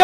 ก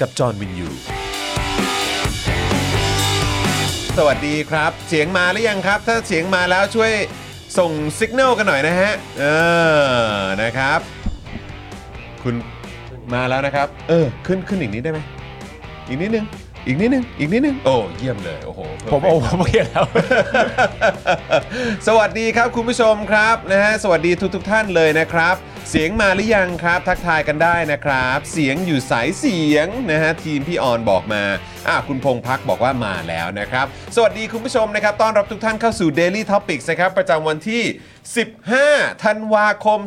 กับจอห์นวินยู สวัสดีครับ เสียงมาหรือยังครับ ถ้าเสียงมาแล้วช่วยส่งสัญญาณกันหน่อยนะฮะ เออนะครับ คุณมาแล้วนะครับ เออ ขึ้นขึ้นอีกนิดได้ไหมอีกนิดนึง อีกนิดนึง อีกนิดนึง โอ้เยี่ยมเลย โอ้โห ผมโอ้ผมเขียนแล้ว สวัสดีครับคุณผู้ชมครับนะฮะสวัสดีทุกทท่านเลยนะครับ เสียงมาหรือยังครับ ทักทายกันได้นะครับ เสียงอยู่สายเสียงนะฮะทีมพี่ออนบอกมาอ่ะคุณพงพักบอกว่ามาแล้วนะครับ สวัสดีคุณผู้ชมนะครับต้อนรับทุกท่านเข้าสู่ Daily Topics นะครับ ประจำวันที่ 15 ธันวาคม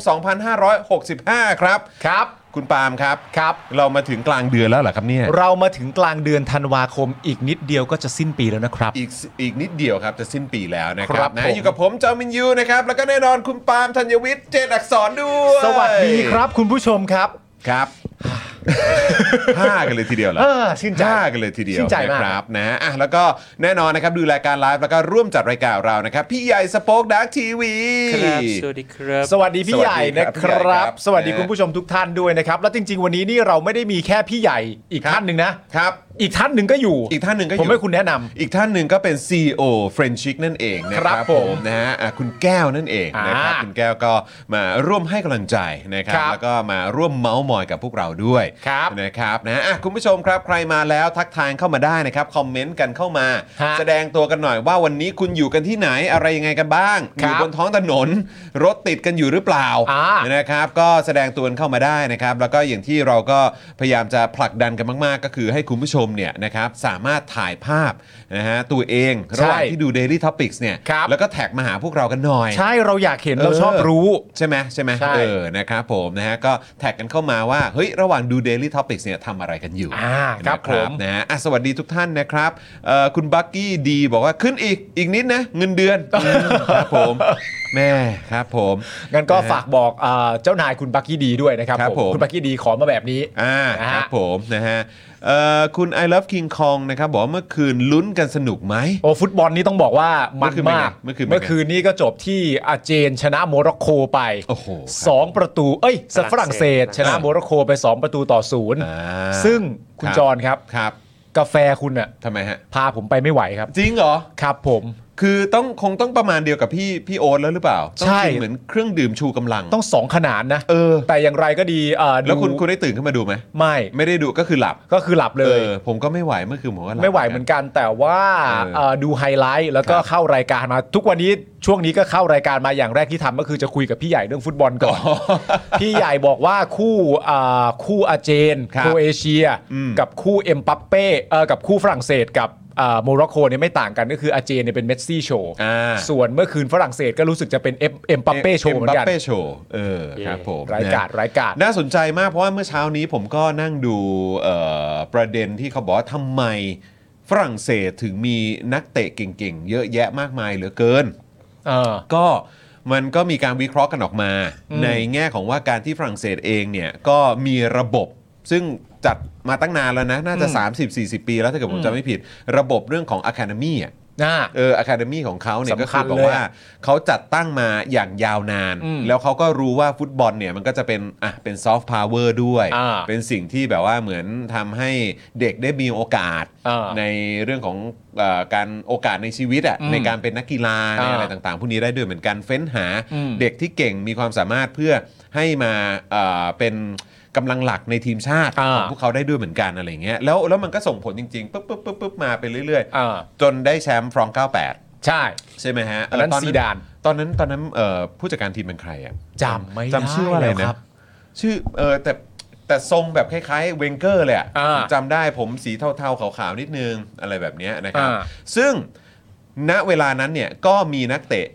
2565 ครับ ครับ คุณปาล์มครับ ครับ เรามาถึงกลางเดือนแล้วเหรอครับเนี่ย เรามาถึงกลางเดือนธันวาคมอีกนิดเดียวก็จะสิ้นปีแล้วนะครับ อีกอีกนิดเดียวครับจะสิ้นปีแล้วนะค ครั รับบ นะ ผม อยู่กับผมจอมินยูนะครับแล้วก็แน่นอนคุณปาล์มธัญวิทย์เจดอักษรด้วย สวัสดีครับคุณผู้ชมครับ ครับ ห้ากันเลยทีเดียวเหรอ เออชื่นใจ ห้ากันเลยทีเดียว ชื่นใจมาก นะครับนะอ่ะแล้วก็แน่นอนนะครับดูรายการไลฟ์แล้วก็ร่วมจัดรายการเรานะครับ พี่ใหญ่สป็อคดักทีวี ครับสวัสดีครับ สวัสดีพี่ สวัสดี ใหญ่นะค ครับพี่ใหญ่ครั รับ บ สวัสดี นะ คุณผู้ชมทุกท่านด้วยนะครับ และจริง ๆ วันนี้นี่เราไม่ได้มีแค่พี่ใหญ่อีกท่านหนึ่งนะ ครับ อีกท่านหนึ่งก็อยู่ อีกท่านหนึ่งก็อยู่ ผมให้คุณแนะนำ อีกท่านหนึ่งก็เป็น CEO f r e n c h i c นั่นเองนะค ครั รับบ ผ ผม ม นะฮะอ่ะคุณแก้วนั่นเองนะครับ อ่า คุณแก้วก็มาร่วมให้กำลังใจนะครับ ครับ แล้วก็มาร่วมเมาส์มอยกับพวกเราด้วย ครับ นะครับนะอ่ะคุณผู้ชมครับใครมาแล้วทักทายเข้ามาได้นะครับ คอมเมนต์กันเข้ามา ฮะ แสดงตัวกันหน่อยว่าวันนี้คุณอยู่กันที่ไหนอะไรยังไงกันบ้าง ค อ รับ ยู่บนท้องถนน รถติดกันอยู่หรือเปล่า อ่า นะครับ ก็แสดงตัวกันเข้ามาได้นะครับ แล้วก็อย่างที่เราก็พยายามจะผลักดันกันมาก ๆ ก็คือให้คุณผู้ชมเนี่ยนะครับสามารถถ่ายภาพนะฮะตัวเองระหว่างที่ดู Daily Topics เนี่ย ครับ แล้วก็แท็กมาหาพวกเรากันหน่อย ใช่เราอยากเห็นเรา เออ ชอบรู้ ใช่ไหมใช่ไหม ใช่ เออนะครับผมนะฮะก็แท็กกันเข้ามาว่าเฮ้ยระหว่างดู Daily Topics เนี่ยทำอะไรกันอยู่ อ่าครับ นะ ผม นะฮะอ่ะสวัสดีทุกท่านนะครับเอ่อคุณบักกี้ดีบอกว่าขึ้นอีกอีกนิดนะเงินเดือนอืมครับผมแม่ครับผม งั้นก็ฝากบอกเอ่อเจ้านายคุณบักกี้ดีด้วยนะครับ ครับผม คุณบักกี้ดีขอมาแบบนี้ อ่า นะฮะ ครับผมนะฮะเอ่อคุณ I love King Kong นะครับบอกว่าเมื่อคืนลุ้นกันสนุกไหม โอ้ฟุตบอลนี่ต้องบอกว่ามัน เมื่อคืนเป็นไง มาก เมื่อคืนเป็นไง เมื่อคืนนี้ก็จบที่อาเจนชนะโมร็อกโกไป โอ้โห สองประตู เอ้ย ฝรั่งเศฝสรั่งเศส ชนะ อ่า โมร็อกโกไป 2 ประตูต่อศูนย์ อ่า ซึ่งคุณ ครับ จรครับ ครับ กาแฟคุณอะ ทำไมฮะ พาผมไปไม่ไหวครับ จริงเหรอ ครับผม คือต้องคงต้องประมาณเดียวกับพี่พี่โอ๊ตแล้วหรือเปล่าต้อง ใช่ กินเหมือนเครื่องดื่มชูกำลัง ต้องสองขนาดนะ เออ แต่อย่างไรก็ดีเอ่อดู แล้วคุณคุณได้ตื่นขึ้นมาดูไหม ไม่ ไม่ได้ดูก็คือหลับ ก็คือหลับเลย ออผมก็ไม่ไหวเมื่อคืนผมก็หลับ ไม่ไหวเหมือนกันแต่ว่า เออ เอ่อดูไฮไลท์แล้วก็ ครับ เข้ารายการมา ทุกวันนี้ช่วงนี้ก็เข้ารายการมาอย่างแรกที่ทำก็คือจะคุยกับพี่ใหญ่เรื่องฟุตบอลก่อน อ๋อ พี่ใหญ่บอกว่าคู่อ่าคู่อาเจน ครับ โครเอเชีย อืม กับคู่เอ็มปัปเป้เอ่อกับคู่ฝรั่งเศสกับอ่าโมร็อกโกเนี่ยไม่ต่างกันก็คืออาเจนเนี่ยเป็นเมสซี่โชว์ อ่า ส่วนเมื่อคืนฝรั่งเศสก็รู้สึกจะเป็นเอ็มเอ็มปัปเป้โชว์เหมือนกัน เอ็มบัปเป้โชว์เออครับผม รายการ นะ รายการ น่าสนใจมากเพราะว่าเมื่อเช้านี้ผมก็นั่งดูเอ่อประเด็นที่เขาบอกว่าทำไมฝรั่งเศสถึงมีนักเตะเก่งๆ เยอะแยะมากมายเหลือเกิน ก็มันก็มีการวิเคราะห์กันออกมา ในแง่ของว่าการที่ฝรั่งเศสเองเนี่ยก็มีระบบ ซึ่งจัดมาตั้งนานแล้วนะ น่าจะ 30-40 ปีแล้วถ้าเกิดผมจำไม่ผิด ระบบเรื่องของ Academy อ่ะเออ Academy ของเขาเนี่ยก็ สำคั คือ ญ บอก เลย ว่าเขาจัดตั้งมาอย่างยาวนาน อืม แล้วเขาก็รู้ว่าฟุตบอลเนี่ยมันก็จะเป็นอ่ะเป็นซอฟต์พาวเวอร์ด้วย อ่า เป็นสิ่งที่แบบว่าเหมือนทำให้เด็กได้มีโอกาส อ่า ในเรื่องของเออการโอกาสในชีวิตอ่ะ อืม ในการเป็นนักกีฬาใน อ่า อะไร ต่างๆพวกนี้ได้ด้วยเหมือนกันเฟ้นหา อืม เด็กที่เก่งมีความสามารถเพื่อให้มาเอ่อเป็น กำลังหลักในทีมชาติ อ่า ของพวกเขาได้ด้วยเหมือนกันอะไรเงี้ยแล้วแล้วมันก็ส่งผลจริงๆปุ๊บปุ๊บปุ๊บปุ๊บมาไปเรื่อย อ่า ๆ จนได้แชมป์ฟรองก์98 ใช่ ใช่ไหมฮะ ตอนนั้น เ ซีดาน ตอนนั้นตอนนั้นเอ่อผู้จัดการทีมเป็นใครอ่ะ จำไม่ จำชื่อว่าอะไร ได้แล้วครั นะ บ ชื่อเออแต่แต่ทรงแบบคล้ายๆเวงเกอร์เลยอะ อ่า จำได้ผมสีเทาๆขาวๆนิดนึงอะไรแบบเนี้ยนะครับ อ่า ซึ่งณเวลานั้นเนี่ยก็มีนักเตะ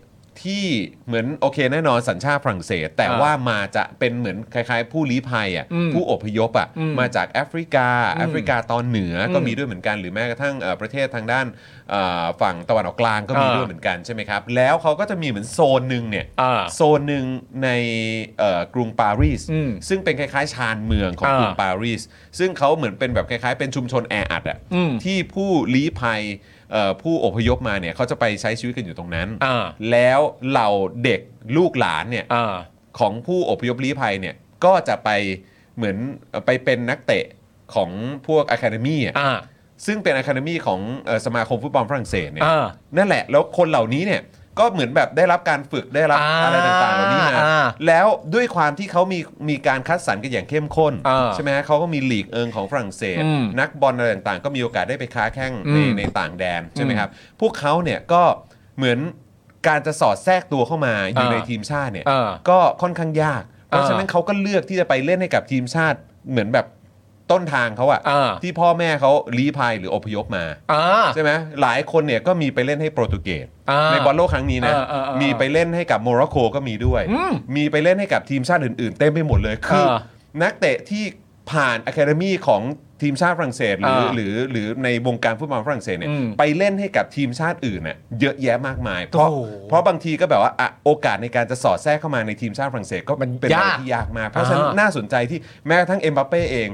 ที่เหมือนโอเคแน่นอนสัญชาติฝรั่งเศส แต่ อ่า ว่ามาจะเป็นเหมือนคล้ายๆ ผู้ลี้ภัยอ่ะ อืม ผู้อพยพอ่ะ อืม มาจากแอฟริกา อืม แอฟริกาตอนเหนืออ ม ก็มีด้วยเหมือนกัน หรือแม้กระทั่งเอ่อประเทศทางด้านเอ่อฝั่งตะวันออกกลางก็มี อ่า ด้วยเหมือนกันใช่ไหมครับแล้วเขาก็จะมีเหมือนโซนหนึ่งเนี่ย อ่า โซนหนึ่งในเอ่อกรุงปารีส อืม ซึ่งเป็นคล้ายๆ ชานเมืองของ อ่าก รุงปารีสซึ่งเขาเหมือนเป็นแบบคล้ายๆ เป็นชุมชนแออัดอะ อืม ที่ผู้ลี้ภัยเอ่อผู้อพยพมาเนี่ยเขาจะไปใช้ชีวิตกันอยู่ตรงนั้น อ่า แล้วเหล่าเด็กลูกหลานเนี่ย อ่า ของผู้อพยพลี้ภัยเนี่ยก็จะไปเหมือนเอ่อไปเป็นนักเตะของพวกอะคาเดมี่ อ่า ซึ่งเป็นอะคาเดมี่ของเอ่อสมาคมฟุตบอลฝรั่งเศสเนี่ย อ่า นั่นแหละ แล้วคนเหล่านี้เนี่ยก็เหมือนแบบได้รับการฝึกได้รับ อ่า อะไรต่างๆเหล่านี้มา อ่า แล้วด้วยความที่เขามีมีการคัดสรรกันอย่างเข้มข้น อ่า ใช่ไหมฮะเขาก็มีลีกเอิงของฝรั่งเศส อืม นักบอลอะไรต่างๆ ก็มีโอกาสได้ไปค้าแข้ง อื ใน ม ในต่างแดนใช่ไหมครับพวกเขาเนี่ยก็เหมือนการจะสอดแทรกตัวเข้ามาอยู่ อ่า ในทีมชาติเนี่ย อ่า ก็ค่อนข้างยาก เพราะ อ่า ฉะนั้นเขาก็เลือกที่จะไปเล่นให้กับทีมชาติเหมือนแบบต้นทางเขาอะ อ่า ที่พ่อแม่เขาลี้ภัยหรืออพยพมา อ่า ใช่ไหมหลายคนเนี่ยก็มีไปเล่นให้โปรตุเกส อ่า ในบอลโลกครั้งนี้นะ อ่าอ่าอ่ามี มีไปเล่นให้กับโมร็อกโกก็มีด้วย อืม มีไปเล่นให้กับทีมชาติอื่น ๆ เต็มไปหมดเลยคืออา นักเตะที่ผ่านอะคาเดมีของทีมชาติฝรั่งเศสหรือ อ่า หรือหรือในวงการฟุตบอลฝรั่งเศสเนี่ย อืม ไปเล่นให้กับทีมชาติอื่นเนี่ยเยอะแยะมากมาย เพราะ โอ้โห เพราะบางทีก็แบบว่าอ่ะโอกาสในการจะสอดแทรกเข้ามาในทีมชาติฝรั่งเศสก็ มัน เป็นอะไร ยาก ที่ยากมากเพราะฉะนั้น อ่า น่าสนใจที่แม้กระทั่งเอ็มบัปเป้เอง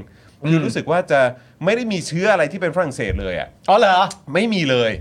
คืออ ม รู้สึกว่าจะไม่ได้มีเชื้ออะไรที่เป็นฝรั่งเศสเลยอ่ะ อ๋อเหรอ ไม่มีเลย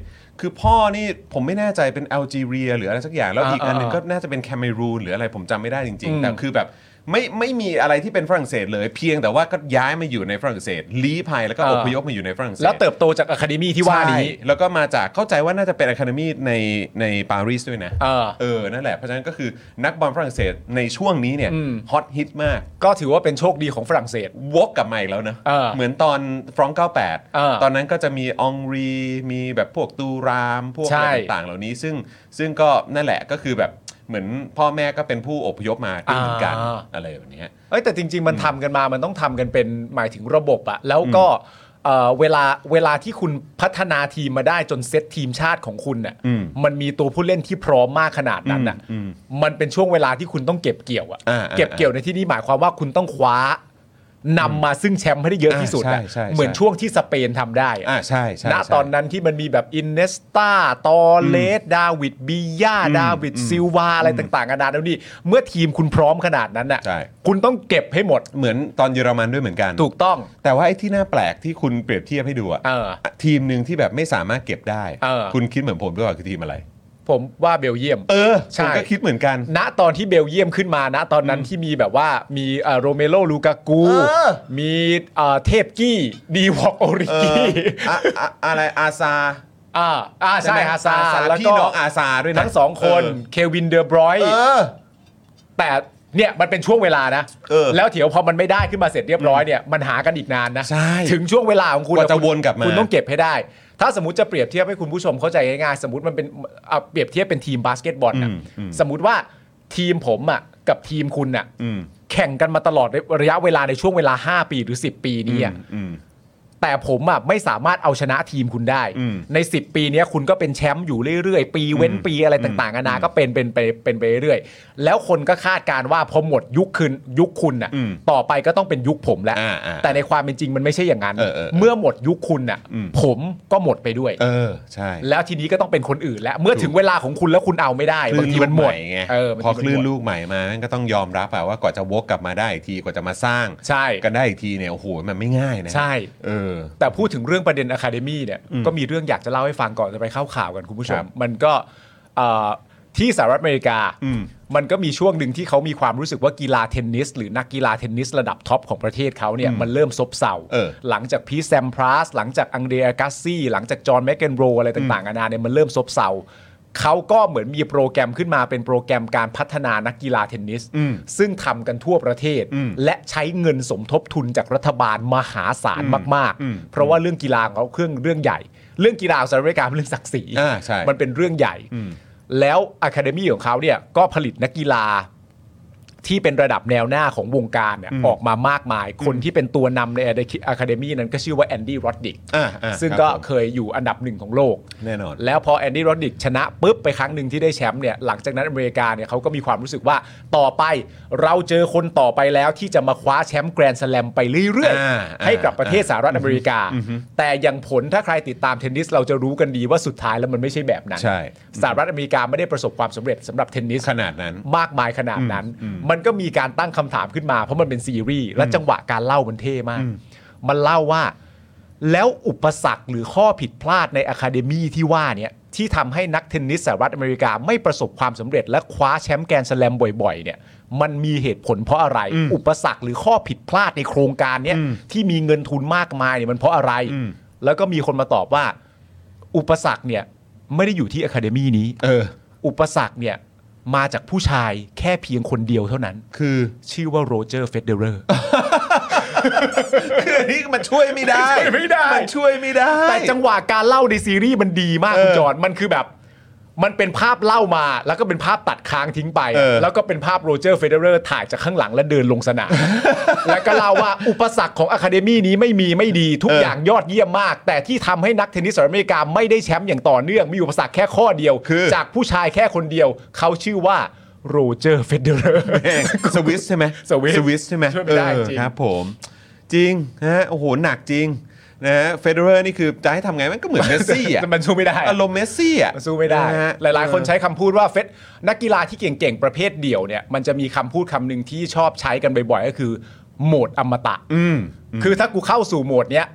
คือพ่อนี่ผมไม่แน่ใจเป็นแอลจีเรียหรืออะไรสักอย่าง แล้ว อ่า อีกอันหนึง อ่า ก็น่าจะเป็นแคเมรูนหรืออะไรผมจำไม่ได้จริง อื ๆ ม แต่คือแบบไม่ไม่มีอะไรที่เป็นฝรั่งเศสเลย เพียงแต่ว่าก็ย้ายมาอยู่ในฝรั่งเศสลี้ภัยแล้วก็ อ่า อพยพมาอยู่ในฝรั่งเศส แล้วเติบโตจากอะคาเดมี่ที่ว่านี้ ใช่แล้วก็มาจากเข้าใจว่าน่าจะเป็นอะคาเดมีในในปารีสด้วยนะ เออ เออนั่นแหละเพราะฉะนั้นก็คือนักบอลฝรั่งเศสในช่วงนี้เนี่ย อืม ฮอตฮิตมาก ก็ถือว่าเป็นโชคดีของฝรั่งเศส วกกลับมาอีกแล้วนะ เออ มือนตอนฟรองก์ เออ 98 ตอนนั้นก็จะมีองรีมีแบบพวกตูรามพวก ใช่ อะไรต่างๆเหล่านี้ ซึ่งซึ่งก็นั่นแหละก็คือแบบเหมือนพ่อแม่ก็เป็นผู้อพยพมาด้วยเหมือนกัน อ่า อะไรแบบเนี้ย เอ้ยแต่จริง ๆ มันทำกันมา มันต้องทำกันเป็นหมายถึงระบบอะแล้วก็เอ่อเวลาเวลาที่คุณพัฒนาทีมมาได้จนเซตทีมชาติของคุณน่ะ อืม มันมีตัวผู้เล่นที่พร้อมมากขนาดนั้นน่ะ อืมอืม มันเป็นช่วงเวลาที่คุณต้องเก็บเกี่ยวอะ อ่าอ่า เก็บเกี่ยวในที่นี้หมายความว่าคุณต้องคว้านำมาซึ่งแชมป์ให้ได้เยอะที่สุดอะ อ่าใช่ใช่ใช่ เหมือนช่วงที่สเปนทำได้อะ อ่าใช่ใช่ ณ ใช่ ตอนนั้นที่มันมีแบบอินเนสตาตอเลสดาวิดบียา อืม ดาวิดซิลวาอะไรต่างๆกันานาแล้วนี่เมื่อทีมคุณพร้อมขนาดนั้นน่ะ ใช่ คุณต้องเก็บให้หมด เหมือนตอนเยอรมันด้วยเหมือนกัน ถูกต้อง แต่ว่าไอ้ที่น่าแปลกที่คุณเปรียบเทียบให้ดูอะ เออ ทีมหนึ่งที่แบบไม่สามารถเก็บได้ เออ คุณคิดเหมือนผมด้วยว่าคือทีมอะไร ผมว่าเบลเยียม เออ ใช่ ผมก็คิดเหมือนกัน ณตอนที่เบลเยียมขึ้นมาณตอนนั้นที่มีแบบว่ามีเอ่อโรเมโรลูกากู เออ มีเอ่อเทพกี้ดีวอกโอริ เอ กี้ ออะอะอะไรอาซา อ่าอ่าใช่ ไหม ฮาซาร์ อาซาร์ แล้ว พี่ ก็ น้องอาซาร์ด้วยนะ ทั้งสองคนเควินเดอร์บรอย เออเออ แต่เนี่ยมันเป็นช่วงเวลานะ เออ แล้วเดี๋ยวพอมันไม่ได้ขึ้นมาเสร็จเรียบร้อยเนี่ยมันหากันอีกนานนะ ใช่ ถึงช่วงเวลาของคุณ กว่าจะ คุณ วนกลับมา คุณต้องเก็บให้ได้ ถ้าสมมติจะเปรียบเทียบให้คุณผู้ชมเข้าใจง่ายๆสมมติมันเป็นเอาเปรียบเทียบเป็นทีมบาสเกตบอลนะสมมติว่าทีมผมอ่ะกับทีมคุณอ่ะ อืม แข่งกันมาตลอดระยะเวลาในช่วงเวลา 5 ปีหรือ 10 ปีนี้อะ อืม แต่ผมอ่ะไม่สามารถเอาชนะทีมคุณได้ อืม ใน 10 ปีเนี้ยคุณก็เป็นแชมป์อยู่เรื่อยๆ ปีเว้นปีอะไรต่างๆนานาก็เป็นเป็นไปเป็นไปเรื่อยๆแล้วคนก็คาดการณ์ว่าพอหมดยุคคืนยุคคุณอ่ะ อืม ต่อไปก็ต้องเป็นยุคผมแล้ว อ่าอ่า แต่ในความเป็นจริงมันไม่ใช่อย่างนั้น เออเออเออ เมื่อหมดยุคคุณอ่ะ อืม ผมก็หมดไปด้วย เออ ใช่ แล้วทีนี้ก็ต้องเป็นคนอื่นแล้ว เมื่อถึงเวลาของคุณแล้วคุณเอาไม่ได้ คลื่ บาง น ที ลู มั ก นห ให มด ม่ไง เออ พอ างทีมัคลื่น หมด ลูกใหม่มาแม่งก็ต้องยอมรับอะว่ากว่าจะวกกลับมาได้อีกทีกว่าจะมาสร้าง ใช่ กันได้อีกทีเนี่ยโอ้โหมันไม่ง่ายนะ ใช่ เออ แต่พูดถึงเรื่องประเด็นอะคาเดมี่เนี่ยก็มีเรื่องอยากจะเล่าให้ฟังก่อนจะไปเข้าข่าวกันคุณผู้ช ครั ม บ มันก็เอ่อที่สหรัฐอเมริกา อืม มันก็มีช่วงหนึ่งที่เขามีความรู้สึกว่ากีฬาเทนนิส หรือนักกีฬาเทนนิส ระดับท็อปของประเทศเขาเนี่ยมันเริ่มซบเซา เออ หลังจากพีซแซมพราสหลังจากอังเดรียกาซี่ หลังจากจอห์นแมกเกนโรอะไรต่างๆนานาเนี่ยมันเริ่มซบเซา เขาก็เหมือนมีโปรแกรมขึ้นมาเป็นโปรแกรมการพัฒนานักกีฬาเทนนิส อืม ซึ่งทำกันทั่วประเทศ อืม และใช้เงินสมทบทุนจากรัฐบาลมหาศาล อืม มาก อืม ๆ เพราะว่าเรื่องกีฬาของเขาเครื่องเรื่องใหญ่ เรื่องกีฬาของสหรัฐอเมริกาเป็นเรื่องศักดิ์ศรี อ่าใช่ มันเป็นเรื่องใหญ่ อืม แล้วอะคาเดมีของเขาเนี่ยก็ผลิตนักกีฬาที่เป็นระดับแนวหน้าของวงการเนี่ย อืม ออกมามากมาย คนที่เป็นตัวนำในอะคาเดมีนั้นก็ชื่อว่าแอนดี้โรดดิก อ่าอ่า ซึ่ง ครับ ก็ ผม เคยอยู่อันดับหนึ่งของโลก แน่นอน แล้วพอแอนดี้โรดดิกชนะปุ๊บไปครั้งหนึ่งที่ได้แชมป์เนี่ยหลังจากนั้นอเมริกาเนี่ยเขาก็มีความรู้สึกว่าต่อไปเราเจอคนต่อไปแล้วที่จะมาคว้าแชมป์แกรนด์สแลมไปเรื่อย อ่า ๆ ให้กับประเทศสหรัฐอเมริกา แต่อย่างผลถ้าใครติดตามเทนนิสเราจะรู้กันดีว่าสุดท้ายแล้วมันไม่ใช่แบบนั้น ใช่ สหรัฐอเมริกาไม่ได้ประสบความสำเร็จสำหรับเทนนิส ขนาดนั้น มากมายขนาดนั้น มันก็มีการตั้งคำถามขึ้นมา เพราะมันเป็นซีรีส์และจังหวะการเล่ามันเท่มาก มันเล่าว่า แล้วอุปสรรคหรือข้อผิดพลาดในอะคาเดมีที่ว่าเนี่ยที่ทำให้นักเทนนิสสหรัฐอเมริกาไม่ประสบความสำเร็จ และคว้าแชมป์แกรนด์สแลมบ่อยๆ เนี่ยมันมีเหตุผลเพราะอะไร อุปสรรคหรือข้อผิดพลาดในโครงการเนี่ยที่มีเงินทุนมากมายเนี่ยมันเพราะอะไร อืม แล้วก็มีคนมาตอบว่า อุปสรรคเนี่ยไม่ได้อยู่ที่อะคาเดมีนี้ เออ อุปสรรคเนี่ยมาจากผู้ชายแค่เพียงคนเดียวเท่านั้น คือ ชื่อว่าโรเจอร์เฟเดอเรอร์ คืออันนี้มันช่วยไม่ได้ ช่วยไม่ได้ มันช่วยไม่ได้ แต่จังหวะการเล่าในซีรีส์มันดีมาก เออ คุณจอห์นมันคือแบบ มันเป็นภาพเล่ามา แล้วก็เป็นภาพตัดค้างทิ้งไป เออ แล้วก็เป็นภาพโรเจอร์เฟเดอเรอร์ถ่ายจากข้างหลังและเดินลงส นาม แล้วก็เล่าว่าอุปสรรคของอะคาเดมีนี้ไม่มีไม่ดีทุกอย่างยอดเยี่ยมมาก แต่ที่ทำให้นักเทนนิสสหรัฐอเมริกาไม่ได้แชมป์อย่างต่อเนื่องมีอุปสรรคแค่ข้อเดียวจากผู้ชายแค่คนเดียว เขาชื่อว่าโรเจอร์เฟเดอเร อร์ แม่งสวิสใช่ไหม สวิส สวิสใช่ไหม ช่วยไม่ได้ เออ จริง ครับผมจริงนะฮะโอ้โหหนักจริงนะฮะเฟเดอเรอร์นี่คือจะให้ทำไงมันก็เหมือนเมสซี่อ่ะ แต่มันสู้ไม่ได้ อารมณ์เมสซี่อ่ะ มันสู้ไม่ได้ นะฮะ หลาย ๆ คนใช้คำพูดว่าเฟสนักกีฬาที่เก่ง ๆ ประเภทเดี่ยวเนี่ย มันจะมีคำพูดคำหนึ่งที่ชอบใช้กันบ่อย ๆ ก็คือ โหมดอมตะ อืม คือถ้ากูเข้าสู่โหมดเนี้ย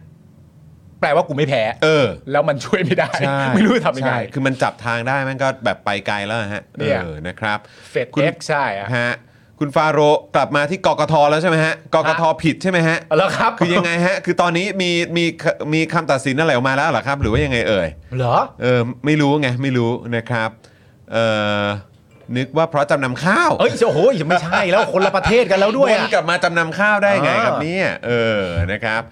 แปลว่ากูไม่แพ้ เออ แล้วมันช่วยไม่ได้ ใช่ ไม่รู้จะทำยังไง ใช่คือมันจับทางได้มันก็แบบไปไกลแล้วฮะ เนี่ย ออนะครับ เฟส คุณ เอ็กใช่อะ ฮะคุณฟาโรห์กลับมาที่กกทแล้วใช่ไหมฮะกกทผิดใช่ไหมฮะ แล้วครับ คือยังไงฮะ คือตอนนี้มีมีมีคำตัดสินอะไรออกมาแล้วเหรอครับ หรือว่ายังไงเอ่ย เหรอ เออไม่รู้ไงไม่รู้นะครับเออนึกว่าเพราะจำนำข้าว เอ้ยโอ้โหไม่ใช่แล้วคนละประเทศกันแล้วด้วย ว อะ นกลับมาจำนำข้าวได้ไง อ่า ครับเนี่ยเออนะครับ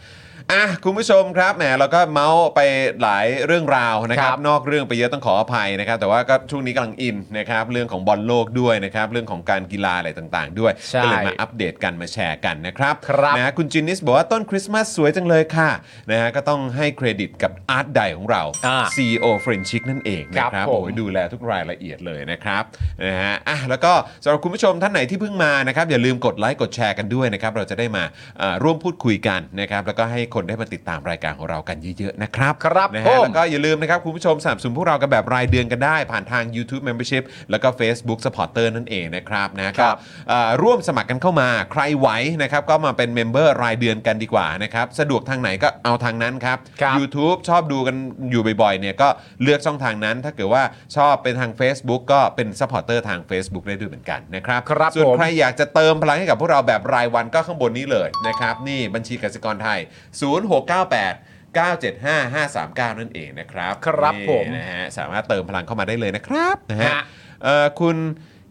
อ่ะคุณผู้ชมครับแหมเราก็เมาส์ไปหลายเรื่องราวนะครับ นอกเรื่องไปเยอะต้องขออภัยนะครับ แต่ว่าก็ช่วงนี้กำลังอินนะครับเรื่องของบอลโลกด้วยนะครับเรื่องของการกีฬาอะไรต่างๆ ด้วย ใช่ ก็เลยมาอัปเดตกันมาแชร์กันนะครับ ครับ นะคุณจินนิสบอกว่าต้นคริสต์มาสสวยจังเลยค่ะนะฮะก็ต้องให้เครดิตกับอาร์ตไดของเรา อ่า CEO f r e n c h i c นั่นเองนะค ครั รับบ ผม โอ้ยดูแลทุกรายละเอียดเลยนะครับนะฮะอ่ะแล้วก็สำหรับคุณผู้ชมท่านไหนที่เพิ่งมานะครับอย่าลืมกดไลค์กดแชร์กันด้วยนะครับเราจะได้มาเอ่อร่วมพูดคุยกันนะครับแล้วก็ให้คนได้มาติดตามรายการของเรากันเยอะๆนะครับ ครับ นะ ผ ฮะ ม แล้วก็อย่าลืมนะครับคุณผู้ชมสนับสนุนพวกเรากันแบบรายเดือนกันได้ ผ่านทาง YouTube Membership แล้วก็ Facebook Supporter นั่นเองนะครับนะ ค ก็ รับ เอ่อร่วมสมัครกันเข้ามาใครไหวนะครับก็มาเป็นเมมเบอร์รายเดือนกันดีกว่านะครับสะดวกทางไหนก็เอาทางนั้นครับ ครับ YouTube ชอบดูกันอยู่บ่อยๆเนี่ยก็เลือกช่องทางนั้น ถ้าเกิดว่าชอบเป็นทาง Facebook ก็เป็นซัพพอร์เตอร์ทาง Facebook ได้ด้วยเหมือนกันนะครับ ครับ ส่วน ผม ใคร ใครอยากจะเติมพลังให้กับพวกเราแบบรายวันก็ข้างบนนี้เลยนะครับ นี่บัญชีกสิกรไทย 0698 975 539 นั่นเองนะครับ ครับ นี่ ผม นะฮะสามารถเติมพลังเข้ามาได้เลยนะครับนะฮะ ฮะ เอ่อคุณ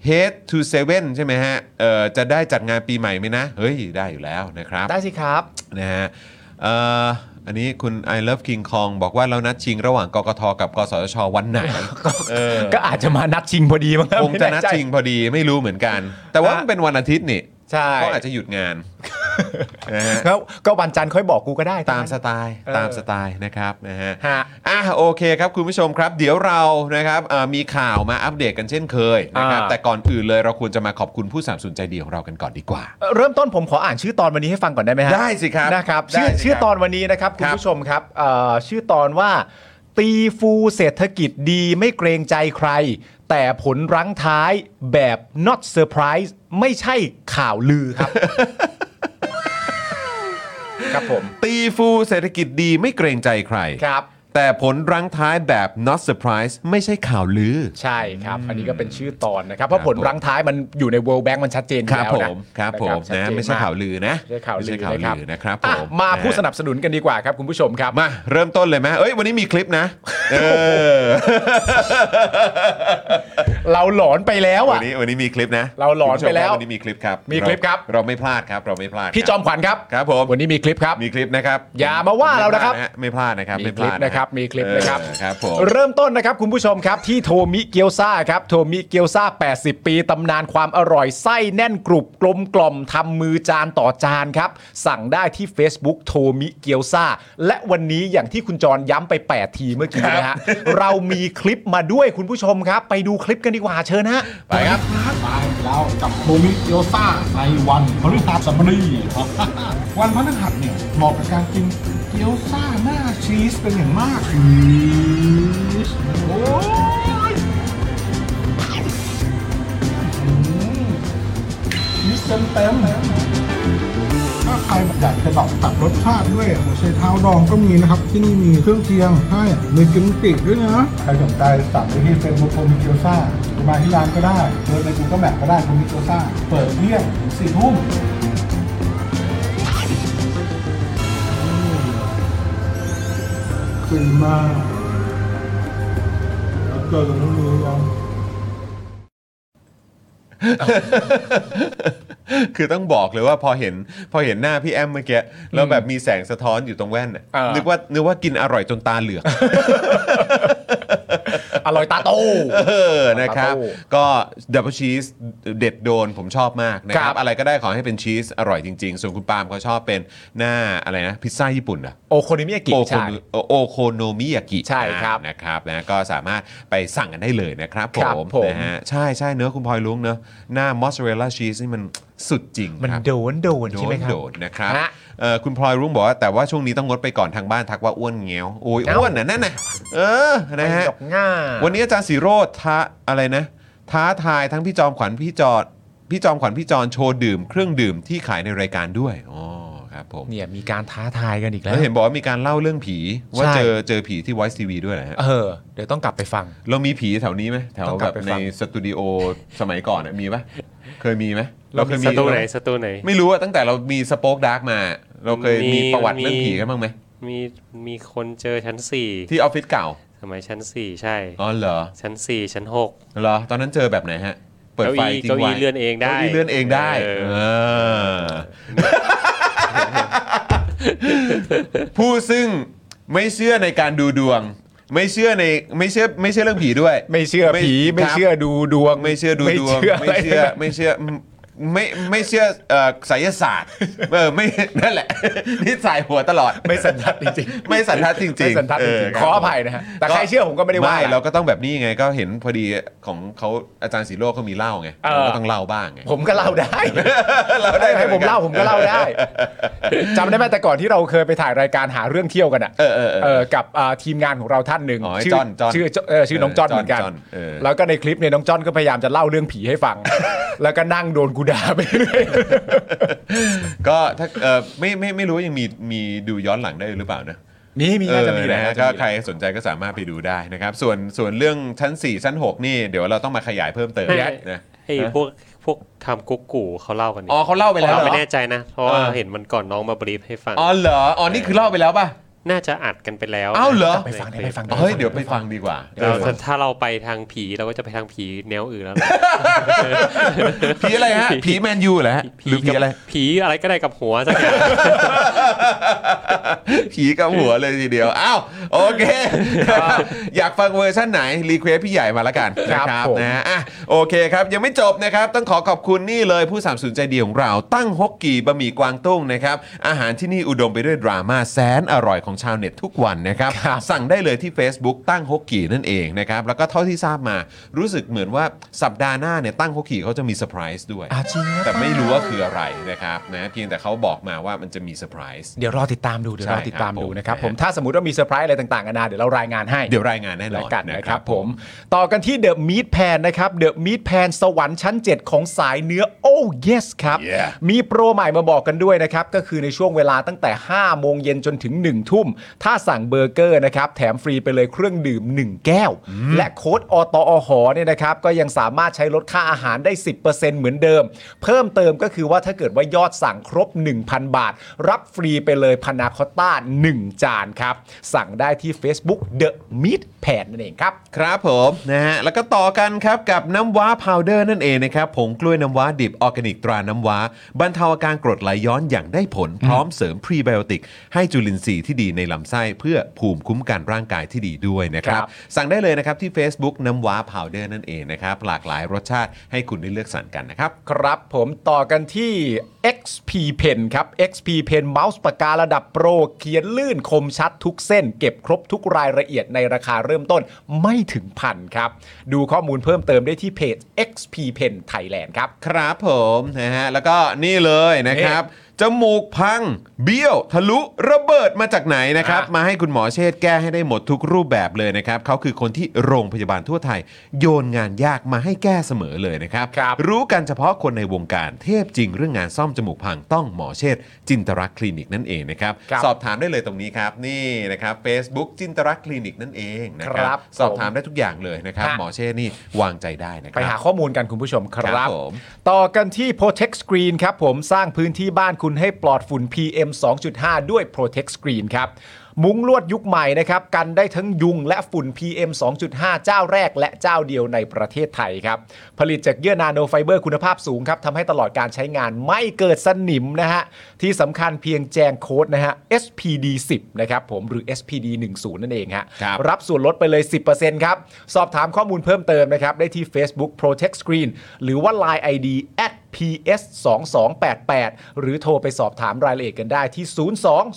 Head to Seven ใช่ไหมฮะเอ่อจะได้จัดงานปีใหม่ไหมนะ เฮ้ย ได้อยู่แล้วนะครับ ได้สิครับ นะฮะเอ่ออันนี้คุณ I love King Kong บอกว่าเรานัดชิงระหว่างกกทกับกสทชวัน ไหนเออ ก็อาจจะมานัดชิงพอดีมั้งรับ คงจะนัดชิงพอดีไม่รู้เหมือนกัน แต่ว่ามันเป็นวันอาทิตย์นี่ ใช่ เขาอาจจะหยุด งานนะฮะ แล้วก็วันจันทร์ค่อยบอกกูก็ได้ ตามสไตล์ เออ ตามสไตล์นะครับนะฮะ ฮะ อ่ะโอเคครับคุณผู้ชมครับ เดี๋ยวเรานะครับเอ่อมีข่าวมาอัปเดตกันเช่นเคยนะครับ อ่า แต่ก่อนอื่นเลยเราควรจะมาขอบคุณผู้สามสนุนใจดีของเรากันก่อนดีกว่า เอ่อเริ่มต้นผมขออ่านชื่อตอนวันนี้ให้ฟังก่อนได้ไหมฮะ ได้สิครับ นะครับ ได้ ชื่อ สิครับ ชื่อตอนวันนี้นะครับคุณครับ ผู้ชมครับเอ่อชื่อตอนว่าตีฟูเศรษฐกิจดีไม่เกรงใจใคร แต่ผลรั้งท้ายแบบ not surprise ไม่ใช่ข่าวลือครับ ครับผม ตีฟูเศรษฐกิจดีไม่เกรงใจใคร ครับ แต่ผลรั้งท้ายแบบ not surprise ไม่ใช่ข่าวลือ ใช่ครับ อันนี้ก็เป็นชื่อตอนนะครับ เพราะผล ครับผม รังท้ายมันอยู่ใน World Bank มันชัดเจนอยู่ ครับ แล้ว ผ นะ มครับ นะ ผม ชัด นะ เจ ไม่ใช่ ก ข่าวลือนะ ไม่ใช่ข่าว ไม่ ลือใช่นะครับข่าวลือนะครับผ อ่ะ ม มาผู้ นะ สนับสนุนกันดีกว่าครับคุณผู้ชมครับ มาเริ่มต้นเลยไหมเอ้ยวันนี้มีคลิปนะเออ เราหลอนไปแล้ว วั อ่ะ นนี้วันนี้มีคลิปนะ เราหลอนไปแล้ว คุณผู้ชมครับวันนี้มีคลิปครับ มีคลิปครับ เาเราไม่พลาดครับ เราไม่พลาด พี่จอมขวัญครับ ครับผม วันนี้มีคลิปครับ มีคลิปนะครับ อย่ามาว่าเรานะครับ ไม่พลาดนะฮะ มี ไม่ ค พ ลิ ลา ป ด นะ นะ ค ค รั รั บบ มีคลิปนะครับ เออครับผม เริ่มต้นนะครับคุณผู้ชมครับที่โทมิเกียวซาครับโทมิเกียวซา80 ปีตำนานความอร่อยไส้แน่นกรุบกลมกล่อมทำมือจานต่อจานครับ สั่งได้ที่ Facebook โทมิเกียวซาและวันนี้อย่างที่คุณจรย้ำไป 8 ทีเมื่อกี้ นะฮะเรามีคลิปมาด้วยคุณผู้ชมครับ ไปดูคลิปกันดีกว่าเชิญฮะ ไปครับ มาอีกแล้วกับโทมิเกียวซ่าในวันพฤหัสบดี ครับ วันพฤหัสเนี่ยเหมาะกับการกินเกี๊ยวซ่าหน้าชีสเป็นอย่างมากชีสโอ้ยอื้อหือชีสเต็มเต็มๆถ้าใครอยากจะแบบตัดรสชาติด้วยหัวไชเท้าดองก็มีนะครับ ที่นี่มีเครื่องเคียงให้มีกิมจิด้วยนะใครสนใจสั่งไปที่เฟซบุ๊กโทมิเกียวซ่าหรือมาที่ร้านก็ได้เดินในกูก็แมปก็ได้โทมิเกียวซ่าเปิดเที่ยงถึงสี่ทุ่ม คือมากแล้วเกิดกับน้องมือลอง คือต้องบอกเลยว่าพอเห็นพอเห็นหน้าพี่แอมเมื่อกี้แล้วแบบมีแสงสะท้อนอยู่ตรงแว่นน่ะ อ่านึ นึกว่านึกว่ากินอร่อยจนตาเหลือก อร่อยตาโต เออนะครับ ตาโต้ ก็ดับเบิลชีสเด็ดโดนผมชอบมากนะค ครั รับ บ อะไรก็ได้ขอให้เป็นชีสอร่อยจริง ๆ ส่วนคุณปาล์มเขาชอบเป็นหน้าอะไรนะ พิซซ่าญี่ปุ่นเหรอะ โอโคโนมิยากิ โอโค ใช่ โนโอโคโนมิยากิ ใช่ครับ นะครับนะก็สามารถไปสั่งกันได้เลยนะครับผ ครับ ม ผม นะฮะใช่ใช่เนื้อะคุณพลอยลุงเนอะหน้ามอสซาเรลลาชีสนี่มันสุดจริง มัน ครับ โดนโดน โด ใช่ไหม น ครับ โดนนะครับ ฮะ เอ่อคุณพลอยรุ่งบอกว่าแต่ว่าช่วงนี้ต้องงดไปก่อนทางบ้านทักว่าอ้วนเงี้ยวโอ้ย เอ้า อ้วนนะนั่นน่ะเออนะฮะ ดอกง่า วันนี้อาจารย์สีโรธท้าอะไรนะ ท้าทายทั้งพี่จอมขวัญพี่จอดพี่จอมขวัญพี่จอนโชว์ดื่มเครื่องดื่มที่ขายในรายการด้วยอ๋อครับผม เนี่ยมีการท้าทายกันอีกแล้ แล้ว วเห็นบอกว่ามีการเล่าเรื่องผี ว่า ใช่ เจอเจอผีที่ Voice TV ด้วยนะฮะ เออ เดี๋ยวต้องกลับไปฟัง เรามีผีแถวนี้ไหมแถว ต้องกลั แบบ บ ไป ใน ฟัง สตูดิโอสมัยก่อนน่ะมีปะเคยมีไหมเคย สตู ไหมไหนสตูไหน ไม่รู้อะตั้งแต่เรามีสป็อกดาร์กมา เราเคย มี มีประวัติ มี เรื่องผีกันบ้างไหม มีมีคนเจอชั้นสี่ ที่ออฟฟิศเก่า สมัยชั้นสี่ใช่ อ๋อเหรอ ชั้นสี่ชั้นหก เหรอ ตอนนั้นเจอแบบไหนฮะ เปิดไฟทิ้ง เก้าอี้ ไว้ เลื่อนเองได้ เก้าอี้เลื่อนเองได้ เออ เออผู้ซึ่งไม่เชื่อในการดูดวง ไม่เชื่อในไม่เชื่อไม่เชื่อเรื่องผีด้วย ไม่เชื่อผีไม่ ครับ เชื่อดูดวง ไม่เชื่อดู ไม่ ดวง เชื่อ ไม่เชื่อ อะไร ไม่เชื่อไม่ไม่เชื่อเอ่อไสยศาสตร์เออไม่นั่นแหละนี่สายหัวตลอด ไม่สันทัดจริงๆ ไม่สันทัดจริงๆ ไม่สันทัดจ เ ริงๆขออภัยนะฮะแต่ใครเชื่อผมก็ไม่ได้ว่า ไม่เราก็ต้องแบบนี้ไงก็เห็นพอดีของเขาอาจารย์สีโลกเขามีเล่าไง เออ เราก็ต้องเล่าบ้างไง ผมก็เล่าได้ เราได้ ให้ผม หอนน เล่าผมก็เล่าได้จำได้ไหมแต่ก่อนที่เราเคยไปถ่ายรายการหาเรื่องเที่ยวกันอ่ะ เออเออเออ เออกับอ่าทีมงานของเราท่านหนึ่ง อ๋อไอ้ ชื่ จอนจอน ชื่อเออชื่อน้องจอน เออจอน เหมือนกัน จอนเออ แล้วก็ในคลิปเนี่ยน้องจอนก็พยายามจะเล่าเรื่องผีให้ ฟัง แล้วก็นั่งโดนกูด่าไปเรื่อย ก็ถ้าเออไม่ไม่ไม่รู้ว่ายังมีมีดูย้อนหลังได้หรือเปล่านะ นี่มี เอ น่า อ จะมีแหละ นะฮะ น่าจะ ก็ มีแห ใคร ละ สนใจก็สามารถไปดูได้นะครับ ส่วนส่วนเรื่องชั้น 4 ชั้น 6 นี่เดี๋ยวเราต้องมาขยายเพิ่มเติม ไม่ไม่ นะ ไอ้ ฮะ พวกพวกทำกุ๊กกูเขาเล่ากันนี่ อ๋อเขาเล่าไปแล้วเหร ไม่ อ แน่ใจนะ เพราะว่า เออ เห็นมันก่อนน้องมาบรีฟให้ฟัง อ๋อเหรออ๋อนี่คือเล่าไปแล้วป่ะ น่าจะอัดกันไปแล้ว อ้าวเหรอ ใน ไปฟัง ค ได้ ลิป ไปฟัง เฮ้ยเดี๋ยวไปฟังดีกว่า เราถ้าถ้าเราไปทางผีเราก็จะไปทางผีแนว อื่นแล้วนะ ผีอะไรฮะ ผีแมนยูเหรอฮะหรือผีอะไร ผีอะไรก็ได้กับหัวสักอย่าง ผีกับหัวเลยทีเดียว อ้าว โอเค อยากฟังเวอร์ชั่นไหน รีเควสพี่ใหญ่มาละกันนะค ครั รั บบ ผม นะฮะอ่ะโอเคครับ ยังไม่จบนะครับ ต้องขอขอบคุณนี่เลยผู้สามสูนใจดีของเราตั้งฮกกี่บะหมี่กวางตุ้งนะครับ อาหารที่นี่อุดมไปด้วยดราม่าแสนอร่อยของชาวเน็ตทุกวันนะครับ สั่งได้เลยที่ Facebook ตั้งฮกกี่นั่นเองนะครับ แล้วก็เท่าที่ทราบมารู้สึกเหมือนว่าสัปดาห์หน้าเนี่ยตั้งฮกกี่เขาจะมีเซอร์ไพรส์ด้วย อาจริงนะ แต่ไม่รู้ว่าคืออะไรนะครับนะเพียงแต่เขาบอกมาว่ามันจะมีเซอร์ไพรส์ เดี๋ยวรอติดตามดูเดี๋ยวรอติดตามดู ใช่ครับ นะครับ ผม ผมถ้าสมมติว่ามีเซอร์ไพรส์อะไรต่างๆกันานาเดี๋ยวเรารายงานให้ เดี๋ยวรายงานแน่นอน แล้วกันนะครับ ผ ผม มต่อกันที่เดอะม a ทแพนนะครับเดอะม a ทแพนสวรรค์ชั้น 7 ของสายเนื้อโอ้เยสครับ Yeah มีโปรใหม่มาบอกกันด้วยนะครับ ก็คือในช่วงเวลาตั้งแต่ 5 โมงเย็นจนถึง 1 ทุ่ม ทุ่ม ถ้าสั่งเบอร์เกอร์นะครับแถมฟรีไปเลยเครื่องดื่ม 1 แก้ว และโค้ดอตอหอเนี่ยนะครับก็ยังสามารถใช้ลดค่าอาหารได้ 10%เหมือนเดิม เพิ่มเติมก็คือว่าถ้าเกิดว่ายอดสั่งครบ 1,000 บาท รับฟรีไปเลยพานาคอตต้า 1 จานครับ สั่งได้ที่ Facebook The Meat แผนนั่นเองครับ ครับผมนะฮะแล้วก็ต่อกันครับกับน้ำว้าพาวเดอร์นั่นเองนะครับผงกล้วยน้ำว้าดิบออร์แกนิกตราน้ำว้า บรรเทาอาการกรดไหลย้อนอย่างได้ผล พร้อมเสริมพรีไบโอติก ให้จุลินทรีย์ที่ดีในลำไส้เพื่อภูมิคุ้มกันร่างกายที่ดีด้วยนะครับ ครับ สั่งได้เลยนะครับที่ Facebook น้ำว้าพาวเดอร์นั่นเองนะครับ หลากหลายรสชาติให้คุณได้เลือกสรรกันนะครับ ครับผมต่อกันที่ XP Pen ครับ XP Pen เมาส์ปากการะดับโปร เขียนลื่นคมชัดทุกเส้น เก็บครบทุกรายละเอียดในราคาเริ่มต้นไม่ถึงพันครับ ดูข้อมูลเพิ่มเติมได้ที่เพจ XP Pen Thailand ครับ ครับผมนะฮะแล้วก็นี่เลยนะครับ จมูกพัง เบี้ยว ทะลุระเบิดมาจากไหนนะครับ อ่ะ มาให้คุณหมอเชษฐ์แก้ให้ได้หมดทุกรูปแบบเลยนะครับเขาคือคนที่โรงพยาบาลทั่วไทย โยนงานยากมาให้แก้เสมอเลยนะครับ ครับ รู้กันเฉพาะคนในวงการเทพจริงเรื่องงานซ่อมจมูกพังต้องหมอเชษฐ์จินตรักษณ์คลินิกนั่นเองนะครับ ครับ สอบถามได้เลยตรงนี้ครับ นี่นะครับ Facebook จินตรักษณ์คลินิกนั่นเองนะค ครั รับบ สอบถามได้ทุกอย่างเลยนะครับ ฮะ หมอเชษฐ์นี่วางใจได้นะค ไป รับ หาข้อมูลกันคุณผู้ชมค ครั รั บบ ผม ต่อกันที่ Protect Screen ครับผมสร้างพื้นที่บ้านคุณให้ปลอดฝุ่น PM 2.5 ด้วย Protect Screen ครับมุ้งลวดยุคใหม่นะครับ กันได้ทั้งยุงและฝุ่น PM 2.5 เจ้าแรกและเจ้าเดียวในประเทศไทยครับ ผลิตจากเยื่อนาโนไฟเบอร์คุณภาพสูงครับทำให้ตลอดการใช้งานไม่เกิดสนิมนะฮะ ที่สำคัญเพียงแจงโค้ดนะฮะ SPD 10นะครับผมหรือ SPD 10นั่นเองฮะ ครับ รับส่วนลดไปเลย 10%ครับ สอบถามข้อมูลเพิ่มเติมนะครับ ได้ที่ Facebook Protect Screen หรือว่า Line ID at ps 2 2 8 8หรือโทรไปสอบถามรายละเอียดกันได้ที่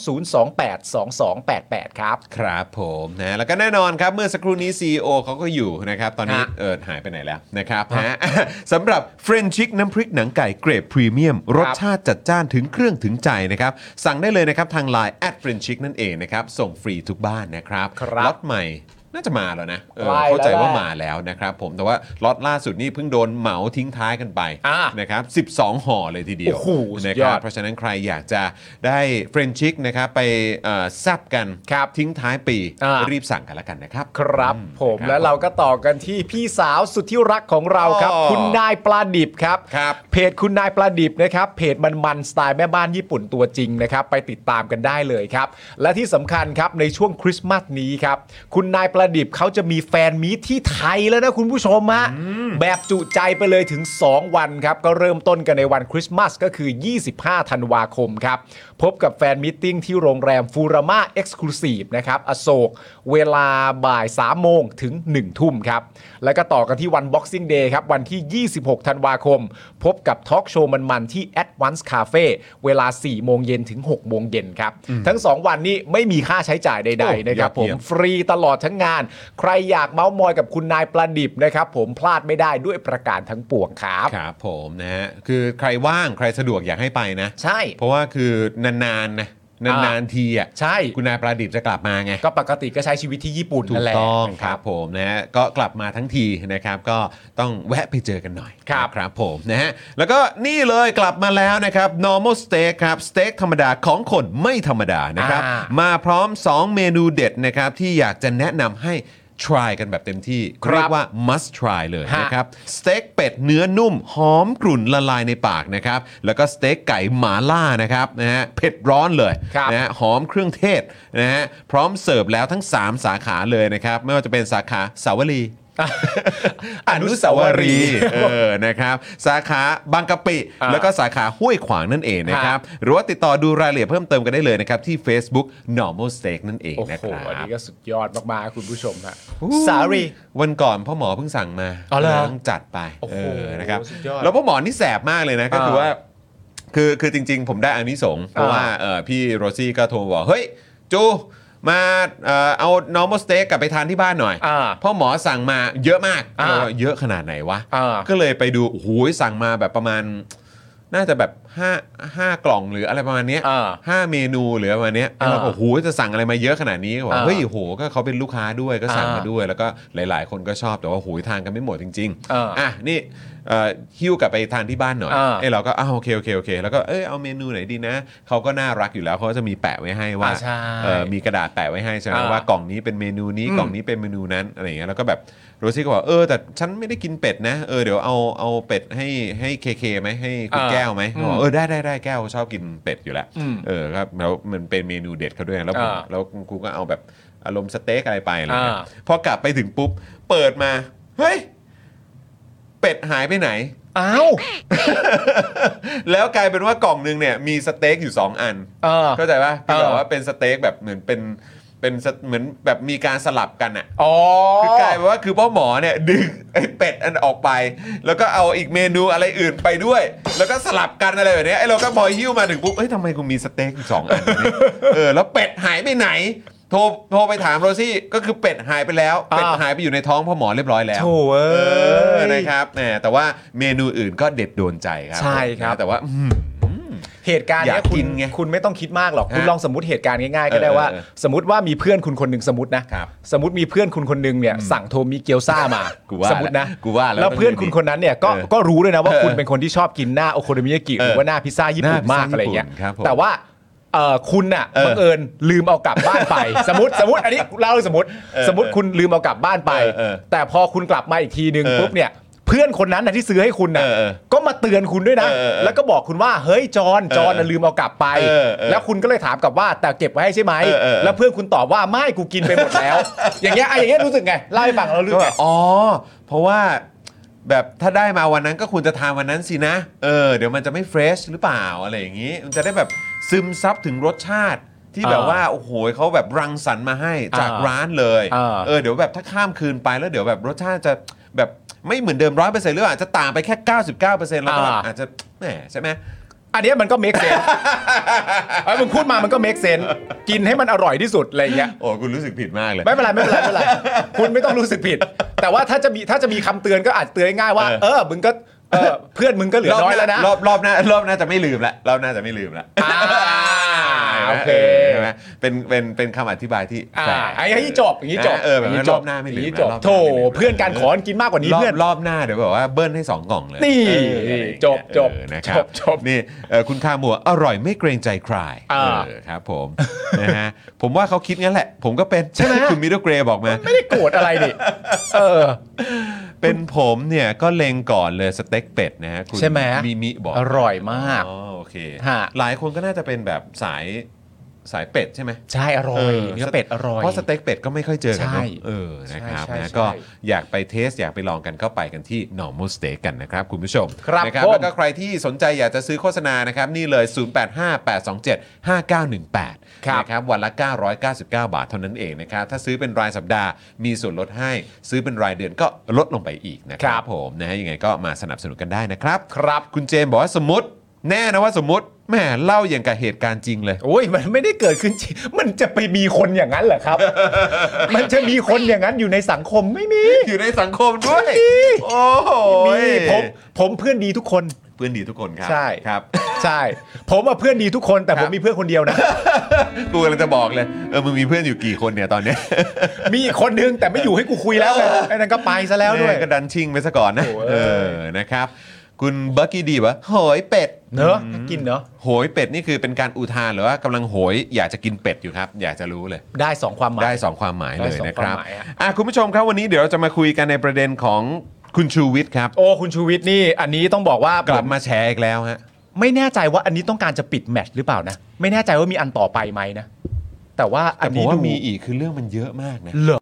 02 028 2288 ครับ ครับผมนะแล้วก็แน่นอนครับ เมื่อสักครู่นี้ CEO เขาก็อยู่นะครับ ตอนนี้ ฮะ เออหายไปไหนแล้วนะครับฮะ สำหรับเฟรนชิกน้ำพริกหนังไก่เกรดพรีเมียมรสชาติจัดจ้านถึงเครื่องถึงใจนะครับ สั่งได้เลยนะครับ ทาง Line แอดเฟรนชิกนั่นเองนะครับ ส่งฟรีทุกบ้านนะครับ ครับ ล็อตใหม่น่าจะมาแล้วนะเออ ใกล้แล้ว เข้าใจแหว่าละ มาแล้วนะครับผมแต่ว่าล็อตล่าสุดนี่เพิ่งโดนเหมาทิ้งท้ายกันไป อ่า นะครับ12ห่อเลยทีเดียว โอ้โหสุ นะ ด ค ย รั อบ ด เพราะฉะนั้นใครอยากจะได้เฟรนชิกนะครับไปเอ่อแซบกันครับทิ้งท้ายปี อ่า รีบสั่งกันแล้วกันนะครับ ครับผม ครับ และเราก็ต่อกันที่พี่สาวสุดที่รักของเราครับ อ๋อ คุณนายปลาดิบครับ ครับ เพจคุณนายปลาดิบนะครับ เพจมันมันๆสไตล์แม่บ้านญี่ปุ่นตัวจริงนะครับ ไปติดตามกันได้เลยครับ และที่สำคัญครับในช่วงคริสต์มาสนี้ครับ คุณนายปลาดิบเขาจะมีแฟนมีตที่ไทยแล้วนะคุณผู้ชมฮะแบบจุใจไปเลยถึง 2 วันครับ ก็เริ่มต้นกันในวันคริสต์มาสก็คือ 25 ธันวาคมครับ พบกับแฟนมิทติ้งที่โรงแรมฟูรามาเอ็กซ์คลูซีฟนะครับ อโศก เวลาบ่าย 3 โมงถึง 1 ทุ่มครับ แล้วก็ต่อกันที่วัน Boxing Day ครับ วันที่ 26 ธันวาคม พบกับทอล์กโชว์มัน ๆ ที่ Advance Cafe เวลา 4 โมงเย็นถึง 6 โมงเย็นครับ ทั้ง 2 วันนี้ไม่มีค่าใช้จ่ายใด โอ้ ๆ นะครับ ยอด ผ เยี่ ม ยม ฟรีตลอดทั้งงาน ใครอยากเมาส์มอยกับคุณนายประดิบนะครับผมพลาดไม่ได้ด้วยประการทั้งปวงครับ ครับผมนะฮะคือใครว่างใครสะดวกอยากให้ไปนะ ใช่ เพราะว่าคือนานๆนะนานๆทีอ่ะ ใช่ คุณนายประดิษฐ์จะกลับมาไง ก็ปกติก็ใช้ชีวิตที่ญี่ปุ่น ถู นั่ ก นแหละ ต้อง นะ ครับผมนะฮะก็กลับมาทั้งทีนะครับ ก็ต้องแวะไปเจอกันหน่อย ครับ ครับผมนะฮะแล้วก็นี่เลยกลับมาแล้วนะครับ normal steak ครับสเต็กธรรมดาของคนไม่ธรรมดานะครับ อ่า มาพร้อม 2 เมนูเด็ดนะครับ ที่อยากจะแนะนำให้ try กันแบบเต็มที่ ครับ เรียกว่า must try เลย ฮะ นะครับสเต็กเป็ดเนื้อนุ่ม หอมกลุ่นละลายในปากนะครับ แล้วก็สเต็กไก่หมาล่านะครับนะฮะเผ็ดร้อนเลย ครับ นะฮะหอมเครื่องเทศนะฮะพร้อมเสิร์ฟแล้วทั้ง 3 สาขาเลยนะครับ ไม่ว่าจะเป็นสาขาสาว รี อนุสาวรีย์เออนะครับ สาขาบางกะปิ อ่า แล้วก็สาขาห้วยขวางนั่นเองนะครับ หรือว่าติดต่อดูรายละเอียดเพิ่มเติมกันได้เลยนะครับ ที่ Facebook normal steak นั่นเอง โอ้ นะค โห รั อัน บ นี้ก็สุดยอดมากๆ คุณผู้ชมฮะ วันก่อนพ่อหมอเพิ่งสั่งมา อ๋อเหรอ ต้องจัดไป โอ้โห เออนะครับ สุดยอด แล้วพ่อหมอนี่แสบมากเลยนะ ก็คือว่า คือคือจริง ๆ ผมได้อานิสงส์เพราะ อ่า ว่าเอ่อพี่โรซี่ก็โทรมาบอกเฮ้ย จูมาเอ่อเอา normal steak กลับไปทานที่บ้านหน่อย อ่า พ่อหมอสั่งมาเยอะมาก อ่า เราว่าเยอะขนาดไหนวะ อ่า ก็เลยไปดูโอ้โหสั่งมาแบบประมาณ น่าจะแบบห้าห้ากล่องหรืออะไรประมาณเนี้ย อ่า ห้าเมนูหรืออะไรประมาณเนี้ย อ่า แล้วก็โอ้โหจะสั่งอะไรมาเยอะขนาดนี้ก็บอก อ่า เฮ้ยโหก็เขาเป็นลูกค้าด้วยก็สั่งมา อ่า ด้วย แล้วก็หลาย ๆ คนก็ชอบแต่ว่าโหยทานกันไม่หมดจริง อ่า อ่ะนี่ เอ่อหิ้วกลับไปทานที่บ้านหน่อย อ่า ไอ้เราก็อ้าวโอเคโอเคโอเค แล้วก็เออเอาเมนูไหนดีนะเขาก็น่ารักอยู่แล้วเขาก็จะมีแปะไว้ให้ว่า อ่าใช่ เอ่อมีกระดาษแปะไว้ให้ใช่ไหม อ่า ว่ากล่องนี้เป็นเมนูนี้ อืม กล่องนี้เป็นเมนูนั้นอะไรอย่างเงี้ยแล้วก็แบบโรซี่ก็บอกเออแต่ฉันไม่ได้กินเป็ดนะเออเดี๋ยวเอาเอาเป็ดให้ให้เคเคไหมให้คุณแก้วไหมเขาบอกเออได้ได้ได้แก้วชอบกินเป็ดอยู่แล้ว อืม เออครับแล้วมันเป็นเมนูเด็ดเขาด้วยนะแล้วผม อ่า แล้วกูก็เอาแบบอารมณ์สเต็กอะไรไปอะไรเงี้ย อ่า พอกลับไปถึงปุ๊บ เปิดมา เฮ้ย เป็ดหายไปไหน อ้าว แล้วกลายเป็นว่ากล่องหนึงเนี่ยมีสเต็กอยู่ 2 อัน เออ เข้าใจปะที่ อ่า แบบว่าเป็นสเต็กแบบเหมือนเป็นเป็นสเตเหมือนแบบมีการสลับกันอะ อ๋อ คือกลายเป็นว่าคือพ่อหมอเนี่ยดึงไอ้เป็ดอันออกไป แล้วก็เอาอีกเมนูอะไรอื่นไปด้วย แล้วก็สลับกันอะไรแบบเนี้ยไอ้เราก็พอหิ้วมาถึงปุ๊บเอ้ยทำไมกูมีสเต็กอยู่สองอันวะเนี่ยเออแล้วเป็ดหายไปไหน โทรโทรไปถามโรซี่ก็คือเป็ดหายไปแล้วเป็ด อ่า หายไปอยู่ในท้องพ่อหมอเรียบร้อยแล้ว โถเอ เออ้ ย นะครับแหมแต่ว่าเมนูอื่นก็เด็ดโดนใจครั ใช่ครับ นะแต่ว่าอืม เหตุการณ์ อยา เนี้ ก ยคุ กิ ณ นไง คุณไม่ต้องคิดมากหรอก คุณ ฮะ ลองสมมติเหตุการณ์ง่ายๆก็ได้ เออ ว่า เออ สมมติว่ามีเพื่อนคุณคนหนึ่งสมมตินะครับ สมมติมีเพื่อนคุณคนหนึ่งเนี่ยสั่งโทมิเกียวซ่ามา กูว่า สมมตินะ กูว่าแล้ว แล้วเพื่อนคุณคนนั้นเนี่ยก็ เออ ก็รู้ด้วยนะว่า เออ คุณเป็นคนที่ชอบกินหน้าโอโคโนมิยากิหรือว่าหน้าพิซซ่าญี่ปุ่น หน้ามากพิซซ่ามอะไรเงี้ย ญี่ปุ่นครับผม แต่ว่าเอ่อคุณน่ะ เออ บังเอิญลืมเอากลับบ้านไป สมมติสมมติอันนี้เล่าสมมติ เออ สมมติคุณลืมเอากลับบ้านไป เออเออ แต่พอคุณกลับมาอีกทีนึง เออ ปุ๊บเนี่ยเพื่อนคนนั้นนะที่ซื้อให้คุณน่ะ เออเออ ก็มาเตือนคุณด้วยนะ เออเออ แล้วก็บอกคุณว่าเฮ้ยจอนจอน เอ น่ะ อ ลืมเอากลับไป เออเออ แล้วคุณก็เลยถามกลับว่าแต่เก็บไว้ให้ใช่ไหม เออเออเออ แล้วเพื่อนคุณตอบว่าไม่กูกินไปหมดแล้ว อย่างเงี้ยไอ้อย่างเงี้ยรู้สึกไงเล่าให้ฟังเรารู้ ก็ สึก แบ ไง บอ๋อ เพราะว่าแบบถ้าได้มาวันนั้นก็ควรจะทานวันนั้นสินะ เออ เดี๋ยวมันจะไม่เฟรชหรือเปล่าอะไรอย่างนี้ มันจะได้แบบซึมซับถึงรสชาติที่แบบ อ่า ว่า โอ้โหเขาแบบรังสรรค์มาให้จาก อ่า ร้านเลย อ่า เออ เดี๋ยวแบบถ้าข้ามคืนไปแล้วเดี๋ยวแบบรสชาติจะแบบไม่เหมือนเดิมร้อยเปอร์เซ็นต์หรืออาจจะต่างไปแค่เก้าสิบเก้าเปอร์เซ็นต์แล้วก็แบบ อ่า อาจจะแหมใช่ไหม อันเนี้ยมันก็ make sense เอ้ยมึงพูดมามันก็ make sense กินให้มันอร่อยที่สุดอะไรอย่างเงี้ย โอ้คุณรู้สึกผิดมากเลย ไม่เป็นไรไม่เป็นไรไม่เป็นไรคุณไม่ต้องรู้สึกผิด แต่ว่าถ้าจะมีถ้าจะมีคำเตือนก็อาจเตือนง่ายๆว่า เออ เออมึงก็เออเพื่อนมึงก็เหลือน้อยแล้วนะ รอบรอบหน้ารอบหน้าจะไม่ลืมละรอบหน้าจะไม่ลืมละ อ่าโอเค ใช่ไหมเป็นเป็นเป็นคำอธิบายที่ อ่า แฝง ไอ้อย่างนี้จบอย่างนี้จบ เออแบบนั้นรอบหน้าไม่ลืม ย่งนี้ ละ จบ รอบหน้าไม่ลืม โถเพื่อนการขอกินมากกว่านี้ รอบ เพื่อน รอบหน้าเดี๋ยวแบบว่าเบิ้ลให้สองกล่องเลย นี่ เอออะไรอย่างเงี้ย จบจบ เออนะครับ จบจบ นี่เออคุณคาหมัวอร่อยไม่เกรงใจใคร อ่า เออครับผม นะฮะผมว่าเขาคิดงั้นแหละ ผมก็เป็น ใช่ไหม คุณมิดเดิลเกรย์บอกมา ไม่ได้โกรธอะไรดิเออ เป็นผมเนี่ยก็เล็งก่อนเลยสเต็กเป็ดนะฮะคุณ ใช่ไหม มิมิบอก อร่อยมาก อ๋อโอเค ฮะ หลายคนก็น่าจะเป็นแบบสายสายเป็ดใช่ไหม ใช่อร่อยเนื้อเป็ดอร่อย เพราะสเต็กเป็ดก็ไม่ค่อยเจอกัน ใช่ เนอะเออนะครับ ใช่ใช่ นะ ใช่ ก็อยากไปเทส อยากไปลองกันก็ไปกันที่ normal steak กันนะครับคุณผู้ชม ครับ นะครับ ผม แล้วก็ใครที่สนใจอยากจะซื้อโฆษณานะครับ นี่เลย 0858275918 ครับ นะครับวันละ 999 บาทเท่านั้นเองนะครับ ถ้าซื้อเป็นรายสัปดาห์มีส่วนลดให้ซื้อเป็นรายเดือนก็ลดลงไปอีกนะค ค รั รั บบ ผมนะฮะยังไงก็มาสนับสนุนกันได้นะครับ ครับ คุณเจมส์บอกว่าสมมติ แน่นะว่าสมมติแหมเล่าอย่างกับเหตุการณ์จริงเลย โอ้ยมันไม่ได้เกิดขึ้นจริงมันจะไปมีคนอย่างนั้นเหร อครับ มันจะมีคนอย่างนั้นอยู่ในสังคมไม่มี อยู่ในสังคมด้วย มี โอ้โห มีผมผมเพื่อนดีทุกคน เพื่อนดีทุกคนครั ใช่ ครับ ใช่ ผมอะเพื่อนดีทุกคนแต่ ครั ผ บ มมีเพื่อนคนเดียว นะ กูกำลังจะบอกเลยเออมึงมีเพื่อนอยู่กี่คนเนี่ยตอนเนี้ย มีอีกคนนึงแต่ไม่อยู่ให้กูคุยแล้ว ไงไอ้นั่นก็ไปซะแล้วด้วย ม่ก็ดันชิงไปซะก่อนนะ โอ้ย เออนะครับ คุณเบิร์กี้ดีวะโหยเป็ด เนอะน่ากินเนอะ โหยเป็ดนี่คือเป็นการอุทานหรือว่ากำลังโหยอยากจะกินเป็ดอยู่ครับ อยากจะรู้เลย ได้สองความหมาย ได้ 2 ความหมาย ได้ เลย สอง นะครับ ความหมายอะ อ่ะคุณผู้ชมครับวันนี้เดี๋ยวเราจะมาคุยกันในประเด็นของคุณชูวิทย์ครับ โอ้คุณชูวิทย์นี่ อันนี้ต้องบอกว่าก ก ลับมาแชร์อีกแล้วฮะ ไม่แน่ใจว่าอันนี้ต้องการจะปิดแมตช์หรือเปล่านะ ไม่แน่ใจว่ามีอันต่อไปไหมนะ แต่ว่าอั แต่ น ผม นี้ ว่า ดู มีอีกคือเรื่องมันเยอะมากนะ เหรอ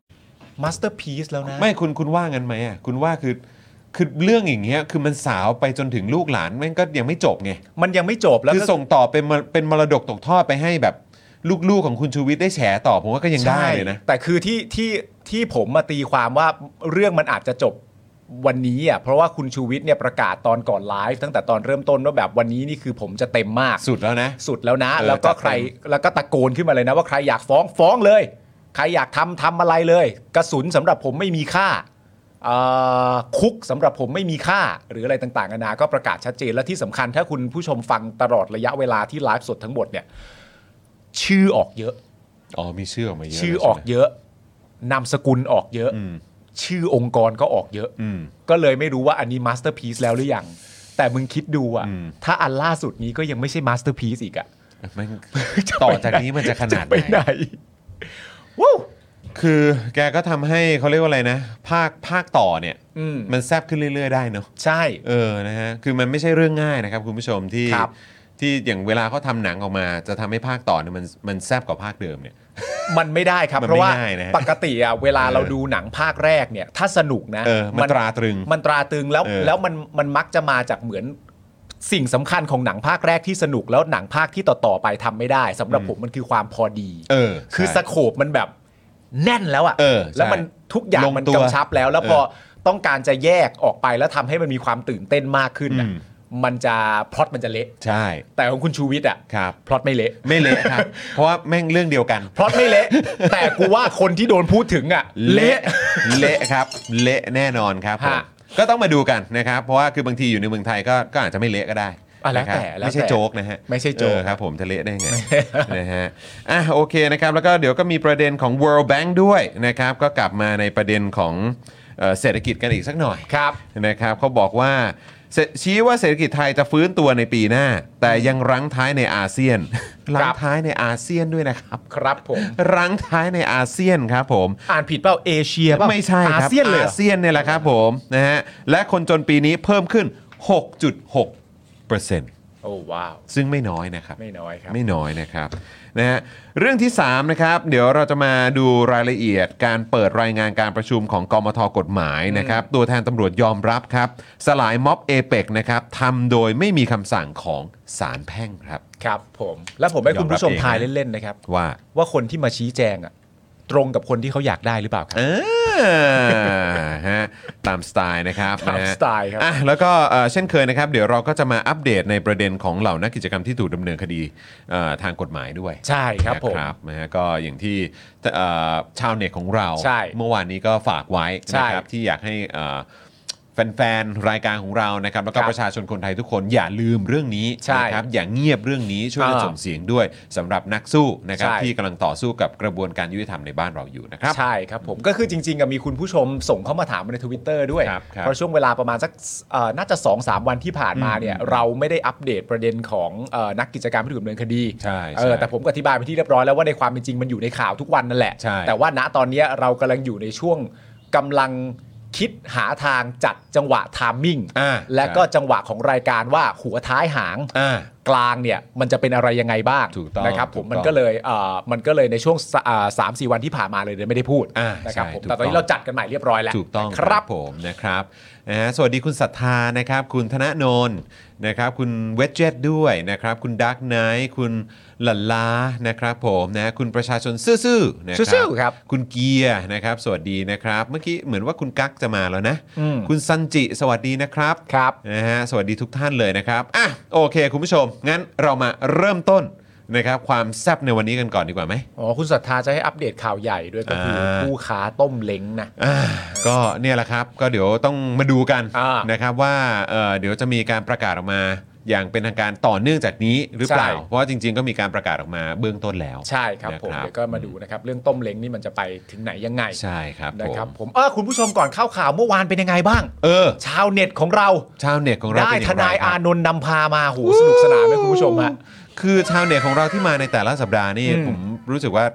มาสเตอร์พีซแล้วนะ ไม่คุณคุณว่างั้นไหมอ่ะคุณว่าคือคือเรื่องอย่างเงี้ยคือมันสาวไปจนถึงลูกหลานแม่งก็ยังไม่จบไง มันยังไม่จบแล้ว คือ ก็ ส่งต่อเป็นมรเป็นมรดกตกทอดไปให้แบบลูกๆของคุณชูวิทย์ได้แฉต่อผมว่าก็ยังได้ ใช่ เลยนะ แต่คือที่ที่ที่ผมมาตีความว่าเรื่องมันอาจจะจบวันนี้อ่ะเพราะว่าคุณชูวิทย์เนี่ยประกาศตอนก่อนไลฟ์ตั้งแต่ตอนเริ่มต้นว่าแบบวันนี้นี่คือผมจะเต็มมาก สุดแล้วนะ สุดแล้วนะ เออ แล้วก็ จัดเต็ม ใครแล้วก็ตะโกนขึ้นมาเลยนะว่าใครอยากฟ้องฟ้องเลย ใครอยากทำทำอะไรเลย กระสุนสำหรับผมไม่มีค่าเอ่อคุกสำหรับผมไม่มีค่า หรืออะไรต่างๆนานาก็ประกาศชัดเจนและที่สำคัญถ้าคุณผู้ชมฟังตลอดระยะเวลาที่ไลฟ์สดทั้งหมดเนี่ยชื่อออกเยอะ อ๋อมีชื่อออกมาเยอะ ชื่อออก เลยใไหม เยอะ นามสกุลออกเยอะ อืม ชื่อองค์กรก็ออกเยอะ อืม ก็เลยไม่รู้ว่าอันนี้มาสเตอร์พีซแล้วหรือยัง แต่มึงคิดดูอะ อืม ถ้าอันล่าสุดนี้ก็ยังไม่ใช่มาสเตอร์พีซอีกอะ แม่ ง จะไปไหน ต่อจากนี้มันจะขนาด ไป ไห ไหน น ว้าว คือแกก็ทำให้เขาเรียกว่าอะไรนะ ภาคภาคต่อเนี่ย อืม มันแซบขึ้นเรื่อยๆได้เนาะ ใช่ เออ นะฮะ คือมันไม่ใช่เรื่องง่ายนะครับคุณผู้ชมที่ ครับ ที่อย่างเวลาเขาทำหนังออกมา จะทำให้ภาคต่อเนี่ยมันมันแซบกว่าภาคเดิมเนี่ย มันไม่ได้ครับ มัน เพ ไม่ ราะว่า ง่ายนะฮะ ปกติอะเวลาเรา เออ ดูหนังภาคแรกเนี่ย ถ้าสนุกนะ เออมันตราตรึง มันตราตรึงแล้ว เออ แล้วมันมันมักจะมาจากเหมือนสิ่งสำคัญของหนังภาคแรกที่สนุกแล้วหนังภาคที่ต่อๆไปทำไม่ได้สำหรับผมมันคือความพอดี เออ คือ ใช่ สโคปมันแบบแน่นแล้วอะ เออใช่ แล้วมันทุกอย่างมัน ลงตัว กำชับแล้ว แล้วพอต้องการจะแยกออกไปแล้วทำให้มันมีความตื่นเต้นมากขึ้นน่ะ อืม มันจะพล็อตมันจะเละ ใช่ แต่ของคุณชูวิทย์อะ ครับ พล็อตไม่เละ ไม่เละ ครับ เพราะว่าแม่งเรื่องเดียวกัน พล็อตไม่เละ แต่กูว่าคนที่โดนพูดถึงอะเละ เละครับ เละแน่นอนครับผม ฮะ ก็ต้องมาดูกันนะครับ เพราะว่าคือบางทีอยู่ในเมืองไทยก็ก็อาจจะไม่เละก็ได้ อ่ะแล้วแต่ นะครับ แล้วแต่ ไม่ใช่โจ๊กนะฮะ ไม่ใช่โจ๊ก เออครับ ผมทะเละได้ไง นะฮะอ่ะโอเคนะครับ แล้วก็เดี๋ยวก็มีประเด็นของ World Bank ด้วยนะครับ ก็กลับมาในประเด็นของเอ่อเศรษฐกิจกันอีกสักหน่อย ครับ นะครับเขาบอกว่าเศรษชี้ว่าเศรษฐกิจไทยจะฟื้นตัวในปีหน้า แต่ยังรั้งท้ายในอาเซียน รั้งท้ายในอาเซียนด้วยนะครับ ครับผม รั้งท้ายในอาเซียนครับผม อ่านผิดเปล่าเอเชียเปล่า ไม่ใช่ อา ครับ เซียนเลยเหร อา อ เซียนเนี่ยแหละครับผมนะฮะและคนจนปีนี้เพิ่มขึ้น 6.6% โอ้ว้าว ซึ่งไม่น้อยนะครับ ไม่น้อยครับ ไม่น้อยนะครับนะฮะเรื่องที่ 3 นะครับ เดี๋ยวเราจะมาดูรายละเอียดการเปิดรายงานการประชุมของกมทกฎหมายนะครับ ตัวแทนตำรวจยอมรับครับ สลายม็อบเอเปกนะครับทำโดยไม่มีคำสั่งของศาลแพ่งครับ ครับผม แล้วผมให้คุณผู้ชม ยอมรับเอง ทายเล่นๆนะครับ ว่า ว่าคนที่มาชี้แจงอะตรงกับคนที่เขาอยากได้หรือเปล่าครับ อ่าฮะตามสไตล์นะครับ ตาม นะฮะ สไตล์ครับ อ่ะแล้วก็เอ่อเช่นเคยนะครับ เดี๋ยวเราก็จะมาอัปเดตในประเด็นของเหล่านักกิจกรรมที่ถูกดำเนินคดีเอ่อทางกฎหมายด้วย ใช่ครับผม นะครับนะฮะก็อย่างที่เอ่อชาวเน็ตของเรา ใช่ เมื่อวานนี้ก็ฝากไว้ ใช่ นะครับที่อยากให้เอ่อแฟนๆรายการของเรานะครับแล้วก็ ครับ ประชาชนคนไทยทุกคนอย่าลืมเรื่องนี้ ใช่ นะครับอย่าเงียบเรื่องนี้ช่วยกัน อ่า ส่งเสียงด้วยสำหรับนักสู้นะครับ ใช่ ที่กำลังต่อสู้กับกระบวนการยุติธรรมในบ้านเราอยู่นะครับ ใช่ครับผมก็คือจริงๆอะมีคุณผู้ชมส่งเข้ามาถามในทวิตเตอร์ด้วย ครับครับ เพราะช่วงเวลาประมาณสักเอ่อน่าจะ 2 3 วันที่ผ่านมาเนี่ยเราไม่ได้อัปเดตประเด็นของเอ่อนักกิจกรรมผู้ถูกดำเนินคดี ใช่ใช่ เออแต่ผมก็อธิบายไปที่เรียบร้อยแล้วว่าในความเป็นจริงมันอยู่ในข่าวทุกวันนั่นแหละ ใช่ แต่ว่าณตอนเนี้ยเรากำลังอยู่ในช่วงกำลังคิดหาทางจัดจังหวะทามมิ่ง อ่า และก็ ใช่ จังหวะของรายการว่าหัวท้ายหาง อ่า กลางเนี่ยมันจะเป็นอะไรยังไงบ้าง ถูกต้อง นะครับ ถูก ผม ต้อง มันก็เลยเอ่อมันก็เลยในช่วงสะอ่าสามสี่วันที่ผ่านมาเลยเลยไม่ได้พูด อ่า นะครับ ใช่ ผม ถูก แต่ตอน ต้อ นี้ ง เราจัดกันใหม่เรียบร้อยแล้ว ถูกต้อง นะ ค ค รั รั บบ ผมนะครับนะฮะสวัสดีคุณศรัทธานะครับ คุณธนโนนนะครับ คุณเวจเจตด้วยนะครับ คุณดักไนท์คุณหลันลานะครับ ผมนะคุณประชาชนซื่อๆนะค ซื่ รั อๆครับ คุณเกียร์นะครับ สวัสดีนะครับ เมื่อกี้เหมือนว่าคุณกั๊กจะมาแล้วนะ อืม คุณซันจิสวัสดีนะครับ ครับ นะฮะสวัสดีทุกท่านเลยนะครับอ่ะโอเค คุณผู้ชม งั้นเรามาเริ่มต้นนะครับ ความแซบในวันนี้กันก่อนดีกว่าไหม อ๋อคุณศรัทธาจะให้อัปเดตข่าวใหญ่ด้วยก็คืออา ผู้ค้าต้มเล้งนะ อ่าก็เนี่ยแหละครับก็เดี๋ยวต้องมาดูกัน อ่า นะครับว่าเอ่อเดี๋ยวจะมีการประกาศออกมาอย่างเป็นทางการต่อเนื่องจากนี้หรือเปล่า ใช่ เพราะว่าจริง ๆ ก็มีการประกาศออกมาเบื้องต้นแล้ว ใช่ครับผม นะ เดี๋ยวก็มาดูนะครับเรื่องต้มเล้งนี่มันจะไปถึงไหนยังไง ใช่ครับผม นะครับผมเออคุณผู้ชมก่อนเข้าข่าวเมื่อวานเป็นยังไงบ้าง เออ ชาวเน็ตของเรา ชาวเน็ตของเรา ได้ เป็อง ทนาย ไรครับ อานนท์นำพามาโหสนุกสนานเลยคุณผู้ชมฮะ คือชาวเน็ตของเราที่มาในแต่ละสัปดาห์นี่ อืม ผมรู้สึกว่า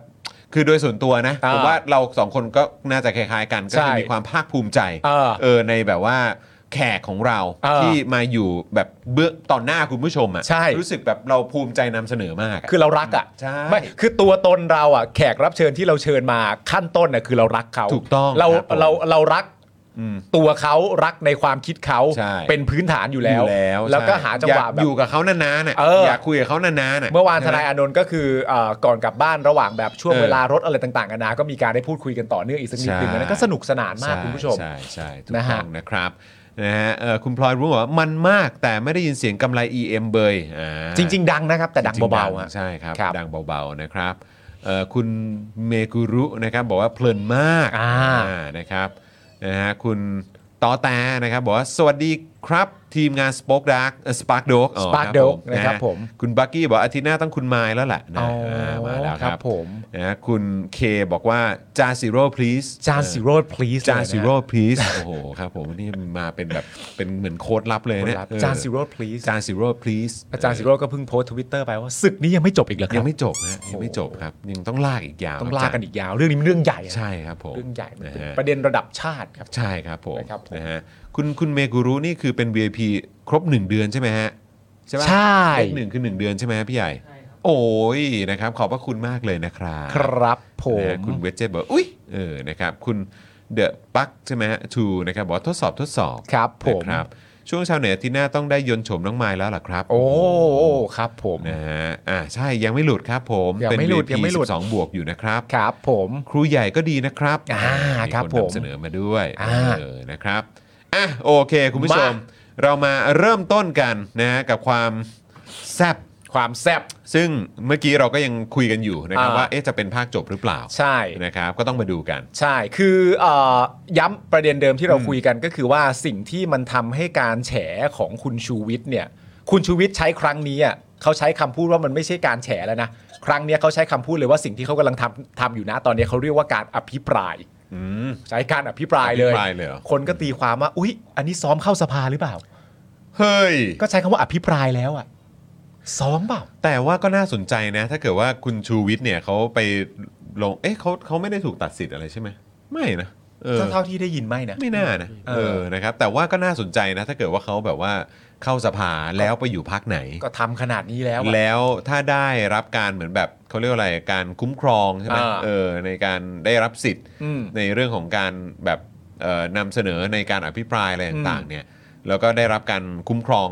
คือโดยส่วนตัวนะ อ่า ผมว่าเราสองคนก็น่าจะคล้ายๆกันก็ ใช่ คือมีความภาคภูมิใจ เออ เออในแบบว่าแขกของเรา เออ ที่มาอยู่แบบเบื้องต่อหน้าคุณผู้ชม ใช่ อะ่ะรู้สึกแบบเราภูมิใจนำเสนอมากอะ คือเรารักอ่ะ ใช่ ไม่คือตัวตนเราอ่ะแขกรับเชิญที่เราเชิญมาขั้นต้นน่ะคือเรารักเขา ถูกต้อง เรา ครับผม เราเรารัก อืม ตัวเขารักในความคิดเขา ใช่ เป็นพื้นฐานอยู่แล้ว อยู่แล้ว แล้วก็ ใช่ หาจังหวะ อยาก แบบ อยู่กับเขานานๆน่ะ เอออ อยากคุยกับเขานานๆน่ะ เมื่อวานท ใช่ไห นายอานนท์ก็คือเอ่อก่อนกลับบ้านระหว่างแบบช่วง เออ เวลารถอะไรต่างๆกันานาก็มีการได้พูดคุยกันต่อเนื่องอีกสักนิด ใช่ หนึ่งอันนั้นก็สนุกสนานมาก ใช่ คุณผู้ชม ใช่ใช่ถูก นะ ต้ ฮะ องนะครับนะฮะเอ่อคุณพลอยรู้บอกว่ามันมากแต่ไม่ได้ยินเสียงกำไร EM เบยอ่า จริง ๆ ดังนะครับ แต่ดัง จริๆ เบาๆฮะ ใช่ครับ ครับ ดังเบาๆนะครับเอ่อคุณเมกุรุนะครับบอกว่าเพลินมาก อ่า อ่านะครับนะฮะคุณตอแตนะครับบอกว่าสวัสดี ครับ ทีมงาน Spoke Dark เอ่อ Spark Dog อ๋อ Spark ครับ Dog ผม นะครับ ฮ ผม คุณบักกี้บอกอาทิตย์หน้าต้องคุณไมล์แล้วแหละนะ อ๋อ เออมาแล้วค ครั รับบ ผม นะฮะคุณเคบอกว่าจาซิโร่ please จานซีโร่ please จาน เลยะ ซิโร่ please โอ้โหครับผมนี่มาเป็นแบบเป็นเหมือนโค้ดลับเลย คน เนี่ย รับ เออ จานซีโร่ please จานซิโร่ please อาจารย์ซีโร่ก็เพิ่งโพสทวิตเตอร์ไปว่าศึกนี้ยังไม่จบอีกเหรอค ยั รั งไม่จบนะยังไม่จบครับ ยังต้องลากอีกยาว ต้องลากกันอีกยาว เรื่องนี้มันเรื่องใหญ่อะ ใช่ครับผม เรื่องใหญ่มัน นะ เป็น ฮะ ประเด็นระดับชาติครับ ใช่ครับผม นะครับผม นะฮะคุณคุณเมกุรุนี่คือเป็น VIP ครบ 1 เดือนใช่ไหมฮะ ใช่ปะ ใช่ เลขหนึ่งคือ 1 เดือนใช่ไหมฮะพี่ใหญ่ โอ้ยนะครับ ขอบพระคุณมากเลยนะครับ ครับผ นะฮะ ม คุณเวจเจบอกอุ้ยเออนะครับคุณเดอะปักใช่ไหมฮะทูนะครับบอกว่าทดสอบทดสอบ ครับผม นะครับช่วงเชาวเหนือที่หน้าต้องได้ยนต์โฉมน้องไม้แล้วล่ะครับ โอ้ครับผม นะฮะ อ่า ใช่ ยังไม่หลุดครับผม ยัง เป็น ไม่หลุด VIP ยังไม่หลุด 12บวกอยู่นะครับ ครับผม ครูใหญ่ก็ดีนะครับ อ่าครับ น ผม นำเสนอมาด้วย อ่า เออนะครับ อ่ะ โอเค คุณผู้ชม มา เรามาเริ่มต้นกันนะฮะกับความแซบ ความแซบ ซึ่งเมื่อกี้เราก็ยังคุยกันอยู่นะครับ อ่า ว่า เอ๊ะ จะเป็นภาคจบหรือเปล่า ใช่ นะครับ ก็ต้องมาดูกัน ใช่ คือเออย้ำประเด็นเดิมที่เราคุยกันก็คือว่าสิ่งที่มันทำให้การแฉของคุณชูวิทย์เนี่ย คุณชูวิทย์ใช้ครั้งนี้อ่ะเขาใช้คำพูดว่ามันไม่ใช่การแฉแล้วนะ ครั้งเนี้ยเขาใช้คำพูดเลยว่าสิ่งที่เขากำลังทำทำอยู่นะตอนเนี้ยเขาเรียกว่าการอภิปราย อืม ใช้การอภิปรายเลย อภิปรายเลยเหรอ คนก็ตีความว่า อุ๊ย อันนี้ซ้อมเข้าสภาหรือเปล่า เฮ้ย ก็ใช้คำว่าอภิปรายแล้วอ่ะ ซ้อมเปล่า แต่ว่าก็น่าสนใจนะ ถ้าเกิดว่าคุณชูวิทย์เนี่ยเขาไปลง เอ๊ะเขาเขาไม่ได้ถูกตัดสิทธิ์อะไรใช่ไหม ไม่นะออ เท่าๆที่ได้ยินไม่นะ ไม่น่านะ เอ เอ อ อนะครับแต่ว่าก็น่าสนใจนะ ถ้าเกิดว่าเขาแบบว่าเข้าสภาแล้วไปอยู่พักไหน ก็ทำขนาดนี้แล้วอะ แล้วถ้าได้รับการเหมือนแบบเขาเรียกว่าอะไรการคุ้มครองใช่ไหม อ่า เออในการได้รับสิทธิ์ อืม ในเรื่องของการแบบเอ่อนำเสนอในการอภิปรายอะไรต่าง อืมๆเนี่ยแล้วก็ได้รับการคุ้มครอง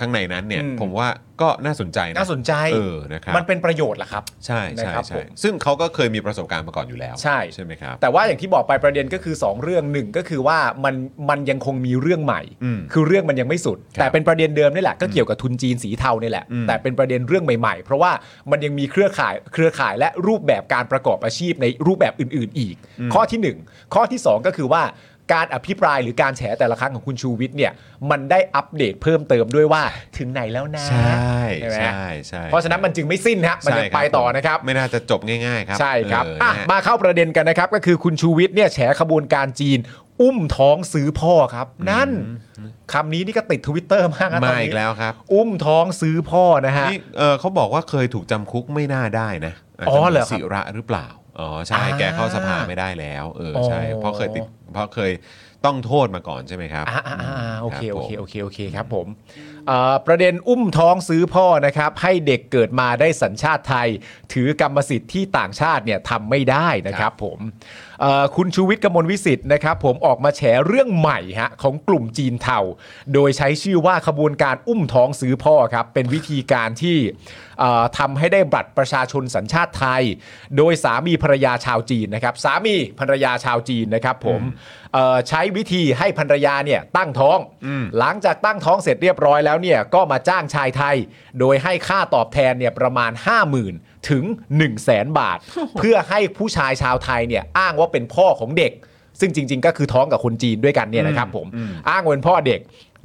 ข้างในนั้นเนี่ย อืม ผมว่าก็น่าสนใจนะ น่าสนใจ เออนะครับ มันเป็นประโยชน์ล่ะครับ ใช่ใช่ นะครับผ ใช่ ม ซึ่งเขาก็เคยมีประสบการณ์มาก่อนอยู่แล้ว ใช่ ใช่ไหมครับ แต่ว่าอย่างที่บอกไปประเด็นก็คือ 2 เรื่องหนึ่งก็คือว่ามันมันยังคงมีเรื่องใหม่ อืม คือเรื่องมันยังไม่สุด ครับ แต่เป็นประเด็นเดิมนี่แหละก็เกี่ยวกับทุนจีนสีเทานี่แหละ อืม แต่เป็นประเด็นเรื่องใหม่ๆ เพราะว่ามันยังมีเครือข่ายเครือข่ายและรูปแบบการประกอบอาชีพในรูปแบบอื่น ๆ อีก ข้อทีหนึ่งข้อที่สองก็คือว่าการอภิปรายหรือการแฉแต่ละครั้งของคุณชูวิทย์เนี่ยมันได้อัปเดตเพิ่มเติมด้วยว่าถึงไหนแล้วนะ ใช่ ใช่ไหม ใช่ใช่ เพราะฉะนั้นมันจึงไม่สิ้นฮะมันยัง ใช่ ไปต่อนะครับ ผมไม่น่าจะจบง่ายๆครับ ใช่ครับ เออ อ่ะ นะฮะ มาเข้าประเด็นกันนะครับ ก็คือคุณชูวิทย์เนี่ยแฉขบวนการจีน อุ้มท้องซื้อพ่อครับ นั่นคำนี้นี่ก็ติดทวิตเตอร์มากนะต มา อน อี นี้ กแล้วครับ อุ้มท้องซื้อพ่อนะฮะ นี่เอ่อเขาบอกว่าเคยถูกจำคุกไม่น่าได้นะาจจะ อ๋อเหรอครับ ศิระหรือเปล่าอ๋อใช่ อ่า แกเข้าสภาไม่ได้แล้วเออใช่ อ๋อ เพราะเคยติดเพราะเคยต้องโทษมาก่อนใช่ไหมครับ อ่าอ่าอ่าโอเค รั โอบ ผม เคโอเคโอเคครับผมเอ่อประเด็นอุ้มท้องซื้อพ่อนะครับ ให้เด็กเกิดมาได้สัญชาติไทย ถือกรรมสิทธิ์ที่ต่างชาติเนี่ยทำไม่ได้นะครับผมเอ่อคุณชูวิทย์กมลวิสิทธิ์นะครับ ผมออกมาแฉเรื่องใหม่ฮะของกลุ่มจีนเทาโดยใช้ชื่อว่าขบวนการอุ้มท้องซื้อพ่อครับ เป็นวิธีการที่เอ่อทำให้ได้บัตรประชาชนสัญชาติไทย โดยสามีภรรยาชาวจีนนะครับ สามีภรรยาชาวจีนนะครับผม เอ่อใช้วิธีให้ภรรยาเนี่ยตั้งท้อง หลังจากตั้งท้องเสร็จเรียบร้อยแล้วเนี่ยก็มาจ้างชายไทย โดยให้ค่าตอบแทนเนี่ยประมาณ 50,000 ถึง 1 0 0 0 0แบ าท เพื่อให้ผู้ชายชาวไทยเนี่ยอ้างว่าเป็นพ่อของเด็ก ซึ่งจริง ๆ ก็คือท้องกับคนจีนด้วยกันเนี่ยนะครับผมอ้างว่าเป็นพ่อเด็ก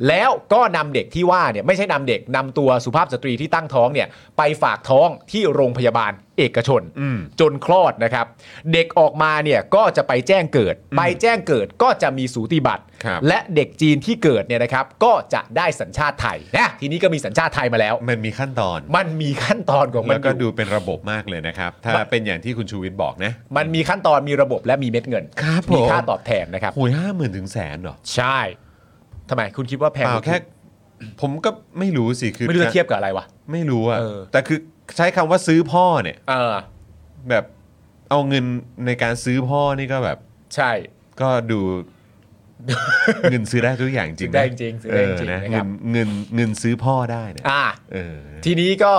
แล้วก็นำเด็กที่ว่าเนี่ยไม่ใช่นำเด็กนำตัวสุภาพสตรีที่ตั้งท้องเนี่ยไปฝากท้องที่โรงพยาบาลเอกชน จนคลอดนะครับ เด็กออกมาเนี่ยก็จะไปแจ้งเกิด ไปแจ้งเกิดก็จะมีสูติบัตร ครับ และเด็กจีนที่เกิดเนี่ยนะครับ ก็จะได้สัญชาติไทยนะทีนี้ก็มีสัญชาติไทยมาแล้ว มันมีขั้นตอน มันมีขั้นตอนของมั แล้ น วก็ อยู่ ดูเป็นระบบมากเลยนะครับ ถ้า มัน เป็นอย่างที่คุณชูวิทย์บอกนะ มันมีขั้นตอนมีระบบและมีเม็ดเงิน ครับผม มีค่าตอบแทนนะครับ โอ้ยห้าหมื่นถึงแสนเหรอ ใช่ทำไมคุณคิดว่าแพ เป ง ล่าแค่ ผมก็ไม่รู้สิคือ ไม่รู้จะเทียบกับอะไรวะ ไม่รู้อะ เออ แต่คือใช้คำว่าซื้อพ่อเนี่ย เออ แบบเอาเงินในการซื้อพ่อนี่ก็แบบ ใช่ ก็ดู เงินซื้อได้ทุกอย่างจริซื้งนะอได้จริงซื้อได้จริง เนะ นะค เงิ รับ นเงินเงินซื้อพ่อได้เนะ อ่า เออ ทีนี้ก็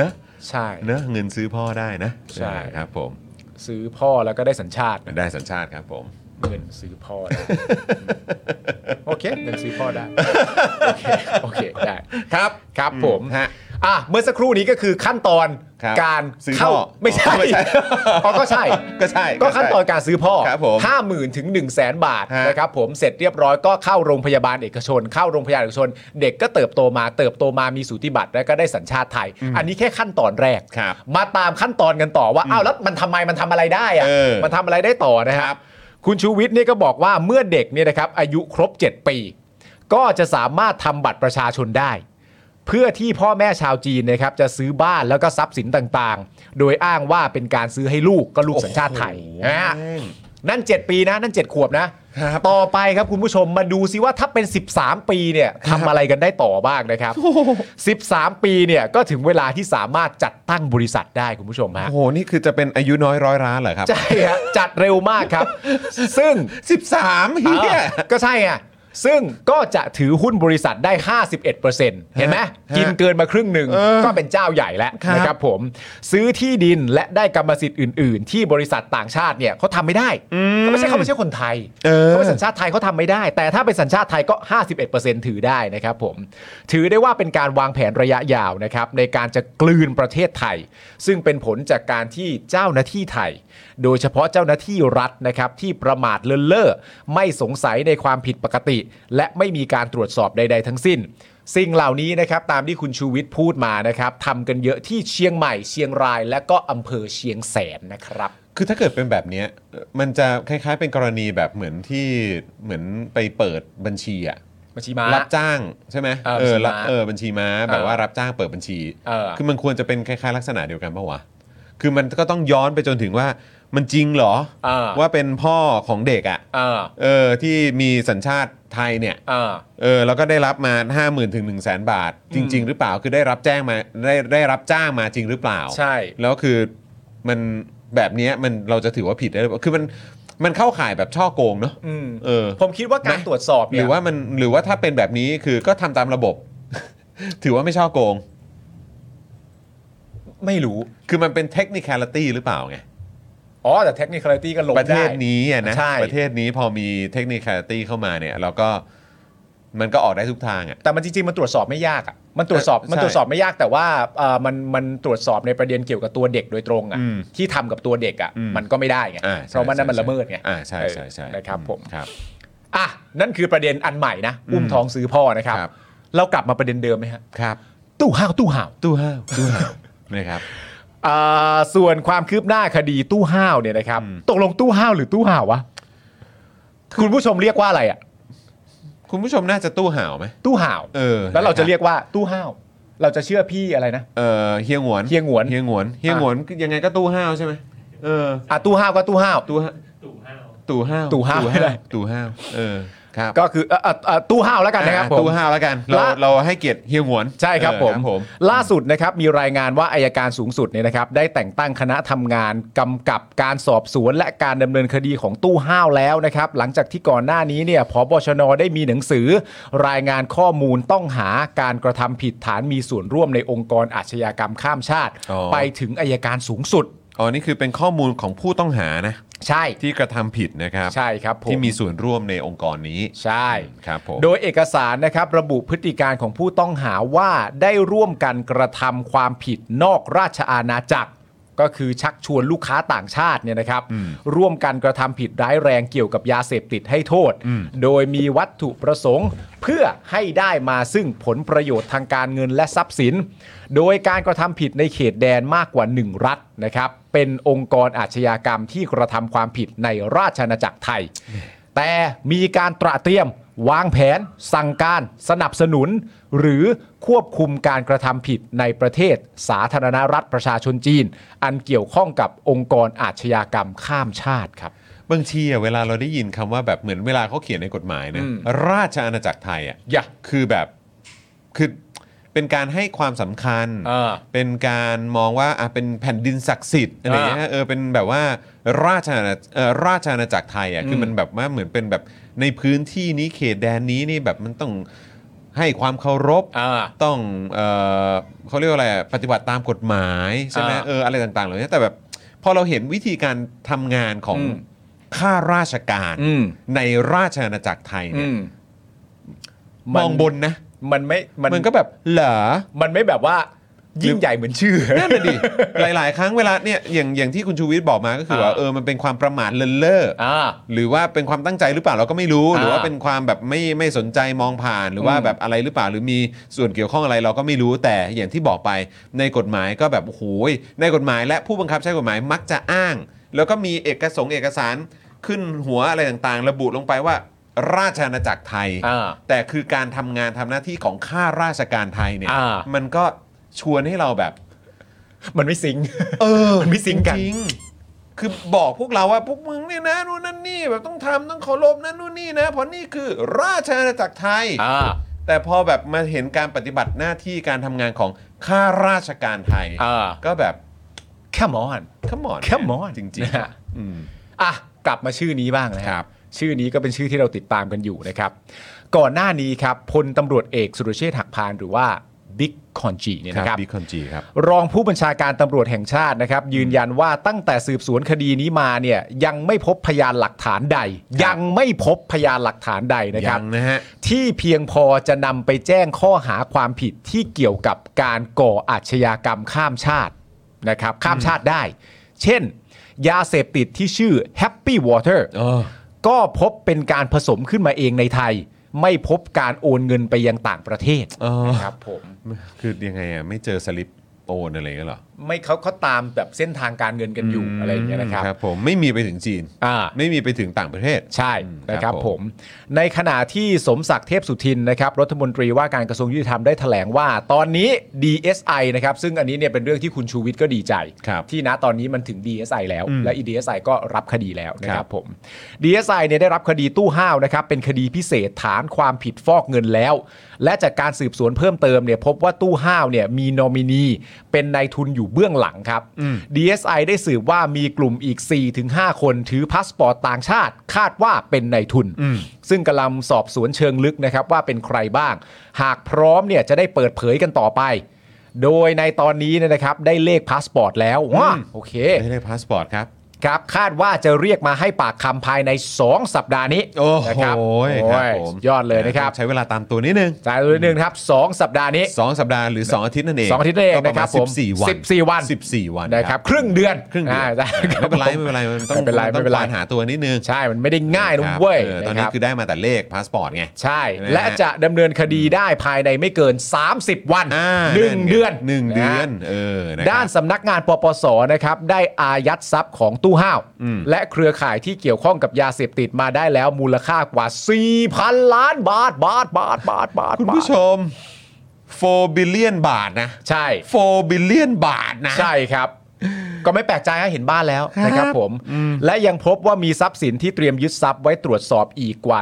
นะ ใช่ นะเงินซื้อพ่อได้นะ ใช่ เออครับ ผม ซื้อพ่อแล้วก็ได้สัญชาตินะ ได้สัญชาติครับผม เงินซื้อพ่อได้ โอเคเงินซื้อพ่อได้ โอเคโอเคได้ ครับ ครับผม ฮะ อ่ะเมื่อสักครู่นี้ก็คือขั้นตอน ครับ การ ซื้อ เข้า พ่อ ไม่ใช่ ไม่ใช่ อ๋อก็ใช่ ก็ใช่ ก็ ใช่ ขั้นตอนการซื้อพ่อ ครับผม ห้าหมื่นถึงหนึ่งแสนบาท ฮะ นะครับผมเสร็จเรียบร้อยก็เข้าโรงพยาบาลเอกชน เข้าโรงพยาบาลเอกชน เด็กก็เติบโตมาเติบโตมามีสูติบัตรแล้วก็ได้สัญชาติไทย อันนี้แค่ขั้นตอนแรก ครับ มาตามขั้นตอนกันต่อว่าอ้าวแล้วมันทำไมมันทำอะไรได้อะ เออ มันทำอะไรได้ต่อนะค ครั รับ บ คุณชูวิทย์เนี่ยก็บอกว่าเมื่อเด็กเนี่ยนะครับอายุครบ 7 ปี ก็จะสามารถทำบัตรประชาชนได้ เพื่อที่พ่อแม่ชาวจีนนะครับจะซื้อบ้านแล้วก็ทรัพย์สินต่างๆ โดยอ้างว่าเป็นการซื้อให้ลูกก็ลูกสัญชาติไทยนะฮะนั่น 7 ปีนะนั่น 7 ขวบนะ ครับ ต่อไปครับคุณผู้ชมมาดูซิว่าถ้าเป็น 13 ปีเนี่ยทำอะไรกันได้ต่อบ้างนะครับ 13 ปีเนี่ยก็ถึงเวลาที่สามารถจัดตั้งบริษัทได้คุณผู้ชมฮะ โอ้โหนี่คือจะเป็นอายุน้อยร้อยล้านเหรอครับ ใช่ฮะจัดเร็วมากครับ ซึ่ง สิบสามเฮี เอย อก็ใช่ไงซึ่งก็จะถือหุ้นบริษัทได้ 51%เห็นไหม ฮะ กินเกินมาครึ่งหนึ่ง เออ ก็เป็นเจ้าใหญ่แล้ว ครับ นะครับผม ซื้อที่ดินและได้กรรมสิทธิ์อื่น ๆ ที่บริษัทต่างชาติเนี่ยเขาทำไม่ได้เขาไม่ใช่เขาไม่ใช่คนไทย เออ เขาเป็นสัญชาติไทยเขาทำไม่ได้ แต่ถ้าเป็นสัญชาติไทยก็ 51%ถือได้นะครับผม ถือได้ว่าเป็นการวางแผนระยะยาวนะครับในการจะกลืนประเทศไทย ซึ่งเป็นผลจากการที่เจ้าหน้าที่ไทย โดยเฉพาะเจ้าหน้าที่รัฐนะครับที่ประมาทเลินเล่อไม่สงสัยในความผิดปกติ และไม่มีการตรวจสอบใด ๆ ทั้งสิ้น สิ่งเหล่านี้นะครับตามที่คุณชูวิทย์พูดมานะครับทำกันเยอะที่เชียงใหม่เชียงรายและก็อำเภอเชียงแสนนะครับ คือถ้าเกิดเป็นแบบเนี้ยมันจะคล้ายๆเป็นกรณีแบบเหมือนที่เหมือนไปเปิดบัญชีอะ บัญชีม้า รับจ้างใช่ไหม เออบัญชีม้า รับเออบัญชีม้าแบบว่ารับจ้างเปิดบัญชี เออ คือมันควรจะเป็นคล้ายๆลักษณะเดียวกันปะวะ คือมันก็ต้องย้อนไปจนถึงว่ามันจริงเหรอ เออ ว่าเป็นพ่อของเด็กอ่ะ เออ เออที่มีสัญชาติไทยเนี่ย เออ เออแล้วก็ได้รับมา 5 0,000ื่นถึงหนึ่งแสนบาท จริง ๆ หรือเปล่าคือได้รับแจ้งมาได้ได้รับจ้างมาจริงหรือเปล่า ใช่ แล้วคือมันแบบเนี้ยมันเราจะถือว่าผิดได้หรือเปล่าคือมันมันเข้าข่ายแบบช่อโกงเนอะ อืม เออ ผมคิดว่าการ นะ ตรวจสอบ ห เนี่ย รือว่ามันหรือว่าถ้าเป็นแบบนี้คือก็ทำตามระบบ ถือว่าไม่ช่อโกง ไม่รู้คือมันเป็นเทคนิค a ล i ตี้หรือเปล่าไง อ๋อแต่ technicality ก็ลง ประเทศ ได้ นี้อะนะ ใช่ ประเทศนี้พอมีเทคนิค a ล i ตี้เข้ามาเนี่ย เราก็มันก็ออกได้ทุกทางอ่ะ แต่มันจริงๆ มันตรวจสอบไม่ยากอ่ะ มันตรวจสอบ ใช่ มันตรวจสอบไม่ยากแต่ว่าเอ่อมันมันตรวจสอบในประเด็นเกี่ยวกับตัวเด็กโดยตรงอ่ะ อืม ที่ทำกับตัวเด็กอ่ะ อืม มันก็ไม่ได้ไง อ่า เพ ใช่ ราะมันนั่นมัน ใช่ ละเมิดไง อ่าใช่ใช่ใช่ เออนะครับผม ครับ อ่ะนั่นคือประเด็นอันใหม่นะ อืม อุ้มท้องซื้อพ่อนะครับ ครับ เรากลับมาประเด็นเดิมไหมฮะ ครับ ตู้ห่าวตู้ห่าว ตู้ห้าวตู้ห้าว นะครับ อ่าส่วนความคืบหน้าคดีตู้ห้าวเนี่ยนะครับ ตกลงตู้ห้าวหรือตู้ห่าววะคุณผู้ชมเรียกว่าอะไรอ่ะ คุณผู้ชมน่าจะตู้ห่าวไหม ตู้ห่าว เออ แล้วเราจะ นคบ เรียกว่าตู้ห้าวเราจะเชื่อพี่อะไรนะ เออเฮียหงวน เฮียหงวน เฮียหงวนเฮียหงวนคือยังไงก็ตู้ห้าวใช่ไหมเออ อ่ะตู้ห้าวก็ตู้ห้าว ตู่ห้าตู่ห้าว ตู่ห้าวไม่ได้ ตู่ห้าวเออครับ ก็คือเอ่อเอ่อเอ่อตู้ห้าวแล้วกันนะครับ อ่า ผม ตู่ห้าวแล้วกัน เรา ละ เราให้เกียรติเฮียหงวน ใช่ครับ เอ ผ อ ม ล่าสุดนะครับมีรายงานว่าอายการสูงสุดเนี่ยนะครับ ได้แต่งตั้งคณะทำงานกำกับการสอบสวน และการดำเนินคดีของตู้ห้าวแล้วนะครับ หลังจากที่ก่อนหน้านี้เนี่ยพบชนได้มีหนังสือ รายงานข้อมูลต้องหาการกระทำผิดฐานมีส่วนร่วมในองค์กรอาชญากรรมข้ามชาติ ไปถึงอายการสูงสุด อ๋อนี่คือเป็นข้อมูลของผู้ต้องหานะ ใช่ ที่กระทำผิดนะครับ ใช่ครับผม ที่มีส่วนร่วมในองค์กรนี้ ใช่ ครับผม โดยเอกสารนะครับระบุพฤติการของผู้ต้องหาว่าได้ร่วมกันกระทำความผิดนอกราชอาณาจักร ก็คือชักชวนลูกค้าต่างชาติเนี่ยนะครับ ร่วมกันกระทำผิดร้ายแรงเกี่ยวกับยาเสพติดให้โทษ โดยมีวัตถุประสงค์ เพื่อให้ได้มาซึ่งผลประโยชน์ทางการเงินและทรัพย์สิน โดยการกระทำผิดในเขตแดนมากกว่า 1 รัฐนะครับ เป็นองค์กรอาชญากรรมที่กระทำความผิดในราชอาณาจักรไทย แต่มีการตระเตรียม วางแผน สั่งการ สนับสนุน หรือควบคุมการกระทำผิดในประเทศ สาธารณรัฐประชาชนจีน อันเกี่ยวข้องกับองค์กรอาชญากรรมข้ามชาติครับ บางทีอะเวลาเราได้ยินคำว่าแบบเหมือนเวลาเขาเขียนในกฎหมายนะ อืม ราชอาณาจักรไทยอ่ะ อย่า คือแบบคือเป็นการให้ความสำคัญ เออ เป็นการมองว่าอ่ะเป็นแผ่นดินศักดิ์สิทธิ์อะไรเงี้ยเออเป็นแบบว่าราชอาณาเอ่อราชอาณาจักรไทยอ่ะคือมันแบบว่าเหมือนเป็นแบบในพื้นที่นี้เขตแดนนี้นี่แบบมันต้องให้ความเคารพ อ่า ต้องเอ่อเขาเรียกว่าอะไรอะปฏิบัติตามกฎหมายใช่ไหม อ่า เอออะไรต่างๆเหล่านี้แต่แบบพอเราเห็นวิธีการทำงานของ อืม ข้าราชการ อืม ในราชอาณาจักรไทยเนี่ยม มัน องบนนะ มันไม่ มัน มันก็แบบเหรอ มันไม่แบบว่า ยิ่งใหญ่เหมือนชื่อ นั่นน่ะดิ หลาย ๆ ครั้งเวลาเนี่ยอย่างอย่างที่คุณชูวิทย์บอกมาก็คือว่า อ่า เออมันเป็นความประมาทเลินเล่ออ อ่า หรือว่าเป็นความตั้งใจหรือเปล่าเราก็ไม่รู้ อ่า หรือว่าเป็นความแบบไม่ไม่สนใจมองผ่าน หรือว่า อืม แบบอะไรหรือเปล่าหรือมีส่วนเกี่ยวข้องอะไรเราก็ไม่รู้แต่อย่างที่บอกไปในกฎหมายก็แบบโอ้โหยในกฎหมายและผู้บังคับใช้กฎหมายมักจะอ้าง แล้วก็มีเอกสงค์เอกสารขึ้นหัวอะไรต่างๆ ระบุลงไปว่า ราชอาณาจักรไทย อ่า แต่คือการทำงานทำหน้าที่ของข้าราชการไทยเนี่ย อ่ามั มันก็ชวนให้เราแบบ มันไม่ซิงค์ เออ มันไม่ซิงค์กัน จริงๆคือบอกพวกเราว่าพวกมึงเนี่ยนะนู่นนั่นนี่แบบต้องทำต้องเคารพนั่นนู่นนี่นะ เพราะนี่คือราชอาณาจักรไทย อ่า แต่พอแบบมาเห็นการปฏิบัติหน้าที่การทำงานของข้าราชการไทย อ่า ก็แบบ come on ขมอน come on จริง นะฮะ ๆอืม อ่ะกลับมาชื่อนี้บ้างนะค ครั รับ บ ชื่อนี้ก็เป็นชื่อที่เราติดตามกันอยู่นะครับ ก่อนหน้านี้ครับพลตำรวจเอกสุรเชษฐ์หักพานหรือว่าบิ๊กคอนจีเนี่ยนะครับ บิ๊กคอนจีครับ รองผู้บัญชาการตำรวจแห่งชาตินะครับ ยืนยันว่าตั้งแต่สืบสวนคดีนี้มาเนี่ยยังไม่พบพยานหลักฐานใด ยังไม่พบพยานหลักฐานใดนะครับ ยังนะฮะ ที่เพียงพอจะนำไปแจ้งข้อหาความผิดที่เกี่ยวกับการก่ออาชญากรรมข้ามชาตินะครับ ข้ามชาติได้ เช่น ยาเสพติดที่ชื่อ Happy Water เออ ก็พบเป็นการผสมขึ้นมาเองในไทย ไม่พบการโอนเงินไปยังต่างประเทศ อ๋อ นะครับผม คือยังไงอ่ะไม่เจอสลิปโอนอะไรกันเหรอ ไม่เขาเขาตามแบบเส้นทางการเงินกันอยู่อะไรอย่างเงี้ยนะครับ ครับผมไม่มีไปถึงจีน อ่า ไม่มีไปถึงต่างประเทศ ใช่ อืม นะ ค ค รั รั บบ ผ ผม ม ในขณะที่สมศักดิ์เทพสุทินนะครับรัฐมนตรีว่าการกระทรวงยุติธรรมได้แถลงว่า ตอนนี้ DSI นะครับซึ่งอันนี้เนี่ยเป็นเรื่องที่คุณชูวิทย์ก็ดีใจ ครับ ที่ณตอนนี้มันถึง DSI แล้ว อืม และ DSI ก็รับคดีแล้วนะค ครั รั บบ ผม DSI เนี่ยได้รับคดีตู้ห้าวนะครับเป็นคดีพิเศษฐานความผิดฟอกเงินแล้ว และจากการสืบสวนเพิ่มเติมเนี่ยพบว่าตู้ห้าวเนี่ยมีนอมินีเป็นนายทุนอยู่เบื้องหลังครับ อืม DSI ได้สืบว่ามีกลุ่มอีก 4-5 คนถือพาสปอร์ตต่างชาติ คาดว่าเป็นนายทุน อืม ซึ่งกำลังสอบสวนเชิงลึกนะครับว่าเป็นใครบ้าง หากพร้อมเนี่ยจะได้เปิดเผยกันต่อไป โดยในตอนนี้เนยนะครับได้เลขพาสปอร์ตแล้วว้าโอเค ไม่ได้พาสปอร์ตครับ ครับคาดว่าจะเรียกมาให้ปากคำภายใน 2 สัปดาห์นี้ โอ้โห นะครับ ค โอ้ รับ ย ผม สุดยอดเลยนะครับ ใช้เวลาตามตัวนิดนึง จ่ายเลยหนึ่งนะครับสองสัปดาห์นี้ สองสัปดาห์หรือ 2 อาทิตย์นั่นเอง สองอาทิตย์นั่นเอง ก็ปมาณ นะครับผม 14 วัน สิบสี่วัน 14 วัน นะครับครึ่งเดือน ครึ่งเดือนา ได้คบไม่เป็นไร ผ ไม่เป็นไรมันต้อง ไม่เป็นไร ต้อง ไม่เป็นไร ควานหาตัวนิดนึง ใช่มันไม่ได้ง่ายนะเว้ย ออตอนะ นี้ รับ คือได้มาแต่เลขพาสปอร์ตไง ใช่ นะฮะ และจะดำเนินคดีได้ภายในไม่เกิน 30 วัน า 1 เดือน หนึ่งเดือนะ ฮะ เออนะครับ ด้านสำนักงานปปสนะครับ ได้อายัดทรัพย์ของตู้ห้าว อืม และเครือข่ายที่เกี่ยวข้องกับยาเสพติดมาได้แล้วมูลค่ากว่า 4,000 ล้านบาท บาท บาท บาท บาท คุณผู้ช บาท ม4 billion บาทนะ ใช่ 4 billion บาทนะ ใช่ครับ ก็ไม่แปลกใจฮะเห็นบ้านแล้ว ครับ นะครับผม และยังพบว่ามีทรัพย์สินที่เตรียมยึดทรัพย์ไว้ตรวจสอบอีกกว่า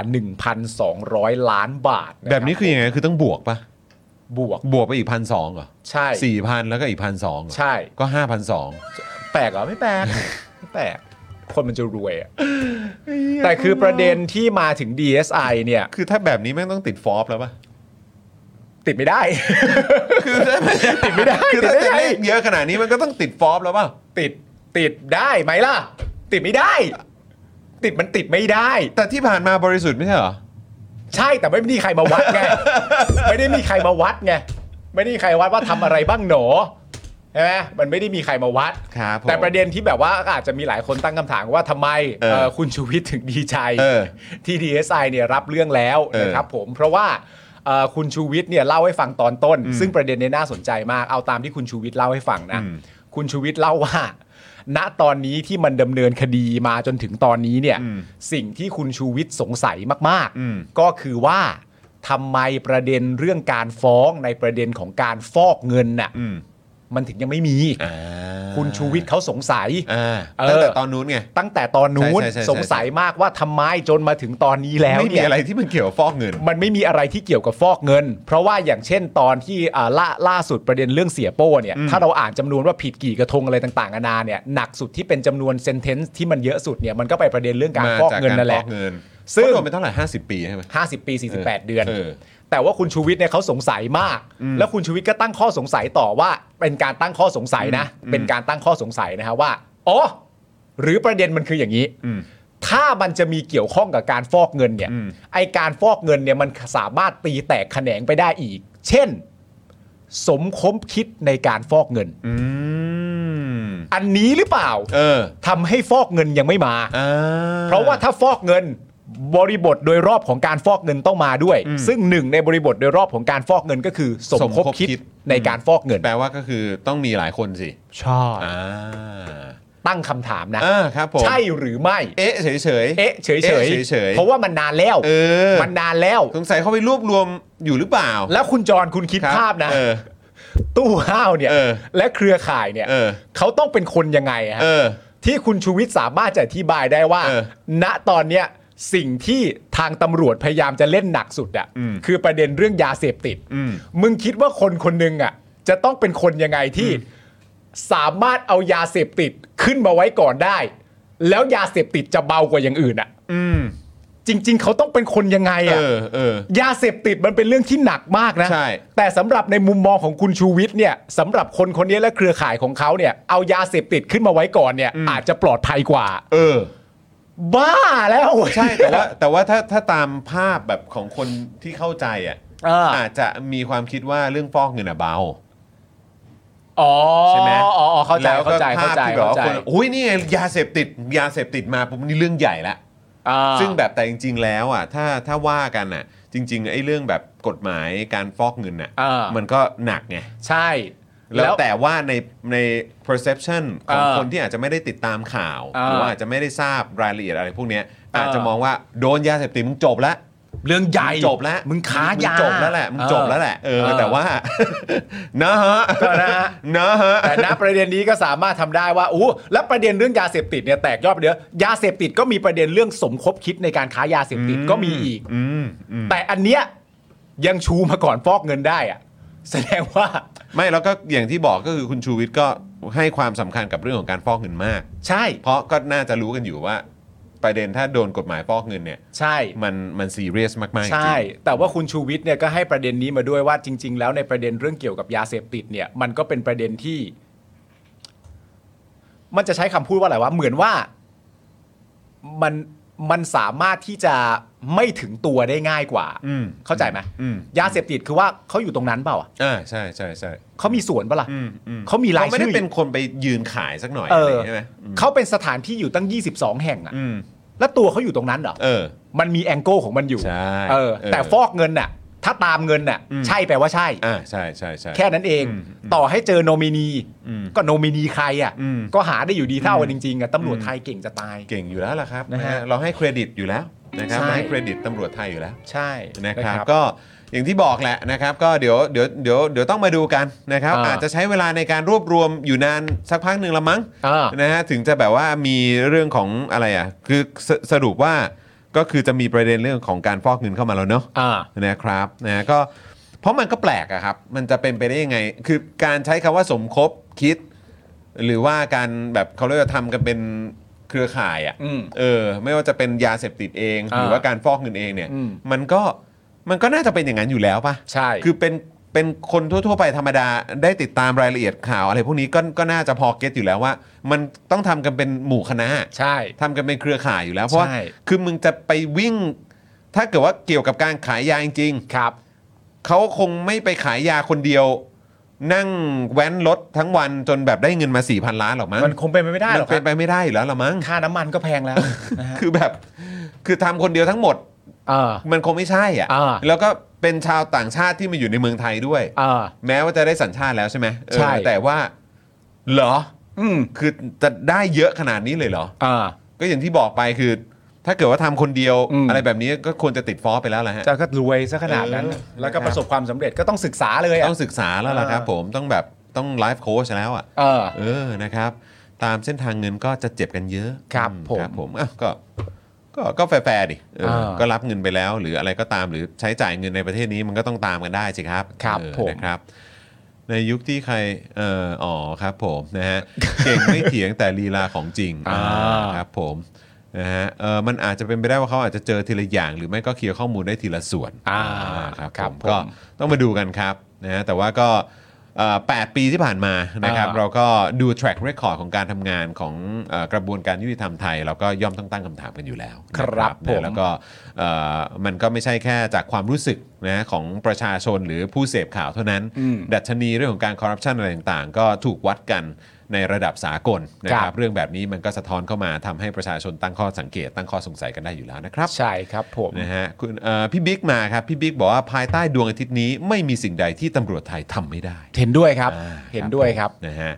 1,200 ล้านบาทะรับ แบบนี้คือยังไงคือต้องบวกปะ บวก บวกไปอีกพันสองเหรอ ใช่ สี่พันแล้วก็อีกพันสอง ใช่ ก็ห้าพันสอง แปลกเหรอไม่ แปลก ไม่แปลก คนมันจะรวยอะแต่คือประเด็นที่มาถึง DSI เนี่ย คือถ้าแบบนี้แม่งต้องติดฟอปแล้วปะ ติดไม่ได้ คือถ้ามัน ติดไม่ได้ คือถ้า ติดไม่ จะ ได้ เลขเยอะขนาดนี้มันก็ต้องติดฟอร์มแล้วเปล่า ติดติดได้ไหมล่ะ ติดไม่ได้ ติดมันติดไม่ได้ แต่ที่ผ่านมาบริสุทธิ์ไม่ใช่เหรอ ใช่แต่ไม่มีใครมาวัดไง ไม่ได้มีใครมาวัดไงไม่ได้มีใครวัดว่าทำอะไรบ้างหนอใช่ไหมมันไม่ได้มีใครมาวัด ครับผม แต่ประเด็นที่แบบว่าอาจจะมีหลายคนตั้งคำถามว่าทำไม เออ เอ่อคุณชูวิทย์ถึงดีใจ เออ ที่ DSI เนี่ยรับเรื่องแล้ว เออ นะครับผมเพราะว่าเอ่อคุณชูวิทย์เนี่ยเล่าให้ฟังตอนต้น ซึ่งประเด็นเนี้น่าสนใจมากเอาตามที่คุณชูวิทย์เล่าให้ฟังนะ อืม คุณชูวิทย์เล่าว่า ณตอนนี้ที่มันดำเนินคดีมาจนถึงตอนนี้เนี่ย อืม สิ่งที่คุณชูวิทย์สงสัยมาก อืม ๆ ก็คือว่าทำไมประเด็นเรื่องการฟ้องในประเด็นของการฟอกเงินน่ะ อืม มันถึงยังไม่มี อ่า คุณชูวิทย์เขาสงสัย อ่า เออ ตั้งแต่ตอนนู้นไง ตั้งแต่ตอนนู้น ใช่ใช่ใช่ใช่ สงสัยมากว่าทำไมจนมาถึงตอนนี้แล้ว ไม่มี เนี่ย อะไรที่มันเกี่ยวกับฟอกเงิน มันไม่มีอะไรที่เกี่ยวกับฟอกเงิน เพราะว่าอย่างเช่นตอนที่อ่าล่าล่าสุดประเด็นเรื่องเสียโป้เนี่ย อืม ถ้าเราอ่านจำนวนว่าผิดกี่กระทงอะไรต่างๆนานาเนี่ยหนักสุดที่เป็นจำนวนเซนเทนซ์ที่มันเยอะสุดเนี่ยมันก็ไปประเด็นเรื่องการ มา ฟอก จาก เงิน การ นั่น ฟ แห อ ละ กเงิน ซึ่ง เขาโดนไปเท่าไหร่ห้าสิบปีใช่ไหม 50 ปี 48 เดือน เออ แต่ว่าคุณชูวิทย์เนี่ยเขาสงสัยมาก แล้วคุณชูวิทย์ก็ตั้งข้อสงสัยต่อว่า เป็นการตั้งข้อสงสัยนะ อืม เป็นการตั้งข้อสงสัยนะฮะว่า อ๋อ หรือประเด็นมันคืออย่างนี้ อืม ถ้ามันจะมีเกี่ยวข้องกับการฟอกเงินเนี่ย อืม ไอการฟอกเงินเนี่ยมันสามารถตีแตกแขนงไปได้อีก เช่น สมคบคิดในการฟอกเงิน อืม อันนี้หรือเปล่า เออ ทำให้ฟอกเงินยังไม่มา อ่า เพราะว่าถ้าฟอกเงินบริบทโดยรอบของการฟอกเงินต้องมาด้วย อืม ซึ่งหนึ่งในบริบทโดยรอบของการฟอกเงินก็คือ สม สม ค ค บบ คิด คิด ในการฟอกเงิน แปลว่าก็คือต้องมีหลายคนสิ ใช่ อ่า ตั้งคำถามนะ อ่าครับผม ใช่หรือไม่ เอ๊ะเฉยเฉยๆ เอ๊ะเฉย เอ๊ะเฉย เพราะว่ามันนานแล้ว เออ มันนานแล้ว สงสัยเขาไปรวบรวมอยู่หรือเปล่า แล้วคุณจรคุณคิด ครับ ภาพนะ เออ ตู้ห้าวเนี่ย เออ และเครือข่ายเนี่ย เออ เขาต้องเป็นคนยังไงอะฮะ เออ ที่คุณชูวิทย์สามารถจะอธิบายได้ว่า เออ ณตอนเนี้ยสิ่งที่ทางตำรวจพยายามจะเล่นหนักสุดอะ่ะ อืม คือประเด็นเรื่องยาเสพติด อืม มึงคิดว่าคนคนหนึ่งอะ่ะ จะต้องเป็นคนยังไงที่สามารถเอายาเสพติดขึ้นมาไว้ก่อนได้ แล้วยาเสพติดจะเบากว่าอย่างอื่นอะ่ะ อืม จริง ๆ เขาต้องเป็นคนยังไง เอ อะ่ะ อเออ ยาเสพติดมันเป็นเรื่องที่หนักมากนะ ใช่ แต่สำหรับในมุมมองของคุณชูวิทย์เนี่ยสำหรับคนคนนี้และเครือข่ายของเขาเนี่ยเอายาเสพติดขึ้นมาไว้ก่อนเนี่ย อาจจะปลอดภัยกว่า เออ บ้าแล้ว ใช่แต่ว่าแต่ว่าถ้าถ้าตามภาพแบบของคนที่เข้าใจอ่ะ เออ อาจจะมีความคิดว่าเรื่องฟอกเงินอะเบา อ๋อ ใช่ไหม อ๋ออ๋อเข้าใจ แล้วก็ เข้าใจ ภ เข้า พ ใจ ที่แบบ เข้า ว่ ใจ คนอุ้ยนี่ไงยาเสพติดยาเสพติดมาปุ๊บนี่เรื่องใหญ่ละ อ่า ซึ่งแบบแต่จริง ๆ แล้วอ่ะถ้าถ้าว่ากันอ่ะ จริงๆไอ้เรื่องแบบกฎหมายการฟอกเงินอ่ะ อ่ามั มันก็หนักไง ใช่ แล้ แล้วว แต่ว่าในใน perception ของ อ่า คนที่อาจจะไม่ได้ติดตามข่าว อ่า หรือว่าอาจจะไม่ได้ทราบรายละเอียดอะไรพวกเนี้ย อ่า อาจจะมองว่าโดนยาเสพติดมึงจบละ เรื่องใหญ่ มึงจบแล้ว มึงค้ายา จบแล้วแหละมึงจบแล้วแหละเออ เออ แต่ว่า นะฮะ ก็นะฮะ นะฮะ แต่ณประเด็นนี้ก็สามารถทำได้ว่าอู้และประเด็นเรื่องยาเสพติดเนี่ยแตกยอดไปเยอะยาเสพติดก็มีประเด็นเรื่องสมคบคิดในการค้ายาเสพติดก็มีอีก อืมอืม แต่อันเนี้ยยังชูมาก่อนฟอกเงินได้อะ แสดงว่า ไม่แล้วก็อย่างที่บอกก็คือคุณชูวิทย์ก็ให้ความสำคัญกับเรื่องของการฟอกเงินมาก ใช่ เพราะก็น่าจะรู้กันอยู่ว่า ประเด็นถ้าโดนกฎหมายฟอกเงินเนี่ย ใช่ มันมันซีเรียสมากๆจริง ใช่ แต่ว่าคุณชูวิทย์เนี่ยก็ให้ประเด็นนี้มาด้วยว่าจริง ๆ แล้วในประเด็นเรื่องเกี่ยวกับยาเสพติดเนี่ย มันก็เป็นประเด็นที่ มันจะใช้คำพูดว่าอะไรวะเหมือนว่ามันมันสามารถที่จะไม่ถึงตัวได้ง่ายกว่า อืม เข้าใจไหม อืม ยาเสพติดคือว่าเขาอยู่ตรงนั้นเปล่าอะ อ่าใช่ใช่ใช่ เขามีส่วนเปล่าล่ะ อืมอืม เขามีราย เขาไม่ ชื่ ได้ อ เป็นคนไปยืนขายสักหน่อย เอ อะไร อ ใช่างเงี้ยไหมอืม เขาเป็นสถานที่อยู่ตั้ง 22 แห่งอะ อืม แล้วตัวเขาอยู่ตรงนั้นเหรอ เออ มันมีแองโก้ของมันอยู่ ใช่ เออ เออ แต่ฟอกเงินน่ะ ถ้าตามเงินน่ะ อืม ใช่แปลว่าใช่ อ่าใช่ใช่ใช่ แค่นั้นเอง อืม ต่อให้เจอโนมินี อืม ก็โนมินีใครอ่ะ อืม ก็หาได้อยู่ดีเท่ากันจริงๆอ่ะตำรวจ อืม ไทยเก่งจะตาย เก่งอยู่แล้วล่ะครับ นะ นะ ฮะ ฮะเราให้เครดิตอยู่แล้วนะครับ ใช่ เราให้เครดิตตำรวจไทยอยู่แล้ว ใช่ นะครับ นะ ก็อย่างที่บอกแหละนะครับ ก็เดี๋ยวเดี๋ยวเดี๋ยวเดี๋ยวต้องมาดูกันนะครับ อ่า อาจจะใช้เวลาในการรวบรวมอยู่นานสักพักหนึ่งละมั้ง อ่าน นะฮะถึงจะแบบว่ามีเรื่องของอะไรอ่ะคือสสรุปว่าก็คือจะมีประเด็นเรื่องของการฟอกเงินเข้ามาแล้วเนาะ อ่า นะครับนะก็เพราะมันก็แปลกอะครับมันจะเป็นไปได้ยังไง คือการใช้คำว่าสมคบคิด หรือว่าการแบบเขาเรียกว่าทำกันเป็นเครือข่ายอ่ะ อืม เออ ไม่ว่าจะเป็นยาเสพติดเอง อ่า หรือว่าการฟอกเงินเองเนี่ย อืม มันก็มันก็น่าจะเป็นอย่างนั้นอยู่แล้วป่ะ ใช่ คือเป็นเป็นคนทั่ว ๆ ไปธรรมดาได้ติดตามรายละเอียดข่าวอะไรพวกนี้ก็ก็น่าจะพอเก็ตอยู่แล้วว่า มันต้องทำกันเป็นหมู่คณะ ใช่ ทำกันเป็นเครือข่ายอยู่แล้วเพราะว่า ใช่ คือมึงจะไปวิ่ง ถ้าเกิดว่าเกี่ยวกับการขายยาจริงๆ ครับ เขาคงไม่ไปขายยาคนเดียว นั่งแว้นรถทั้งวันจนแบบได้เงินมา 4,000 ล้านหรอกมั้ง มันคงเป็นไปไม่ได้หรอกค เป็ รั น บ ไปไม่ได้อยู่แล้วหรอมั้ง ค่าน้ำมันก็แพงแล้วนะฮะ คือแบบคือทำคนเดียวทั้งหมด เออ มันคงไม่ใช่อ่ะ อ่า แล้วก็เป็นชาวต่างชาติที่มาอยู่ในเมืองไทยด้วย เออ แม้ว่าจะได้สัญชาติแล้วใช่ไหมเออ ใช่ แต่ว่าเหรอ อืม คือจะได้เยอะขนาดนี้เลยเหรอ เออ ก็อย่างที่บอกไปคือ ถ้าเกิดว่าทำคนเดียว อืม อะไรแบบนี้ก็ควรจะติดฟอสไปแล้วแหละฮะ จะก็รวยซะขนาดนั้น เออ แล้วก็ประสบความสำเร็จก็ต้องศึกษาเลยอ่ะ ต้องศึกษาแล้วล่ะครับ เออ ผมต้องแบบต้องไลฟ์โค้ชแล้วอ่ะ เออ เออ นะครับ ตามเส้นทางเงินก็จะเจ็บกันเยอะ ครับ อื ผม ครับผมอ่ะก็ ก็ ก็แฟร์ๆดิเออ เออ ก็รับเงินไปแล้ว หรืออะไรก็ตาม หรือใช้จ่ายเงินในประเทศนี้มันก็ต้องตามกันได้สิครับ ครับ เออ ผม นะครับ ในยุคที่ใคร เอ่อ อ๋อ ครับผม นะฮะ เก่งไม่เถียงแต่ลีลาของจริง อ่า ครับผม นะฮะ เออมันอาจจะเป็นไปได้ว่าเขาอาจจะเจอทีละอย่าง หรือไม่ก็เคลียร์ข้อมูลได้ทีละส่วน อ่า อ่าครับ ครับผมผมก็ต้องมาดูกันครับนะฮะแต่ว่าก็ เอ่อ8ปีที่ผ่านมานะครับ อ่า เราก็ดู track record ของการทำงานของเอ่อกระบวนการยุติธรรมไทย เราก็ย่อมต้องตั้งคำถามกันอยู่แล้วนะครับ ผม นะแล้วก็เอ่อมันก็ไม่ใช่แค่จากความรู้สึกนะของประชาชนหรือผู้เสพข่าวเท่านั้น ดัชนีเรื่องของการคอร์รัปชันอะไรต่างๆ ก็ถูกวัดกันในระดับสากลนะค ครั รับบ เรื่องแบบนี้มันก็สะท้อนเข้ามาทำให้ประชาชนตั้งข้อสังเกต ตั้งข้อสงสัยกันได้อยู่แล้วนะครับ ใช่ครับผม นะฮะคุณเอ่อพี่บิ๊กมาครับ พี่บิ๊กบอกว่าภายใต้ดวงอาทิตย์นี้ไม่มีสิ่งใดที่ตำรวจไทยทำไม่ได้ เห็นด้วยครับ อ่า เห็นด้วยครับ นะฮะ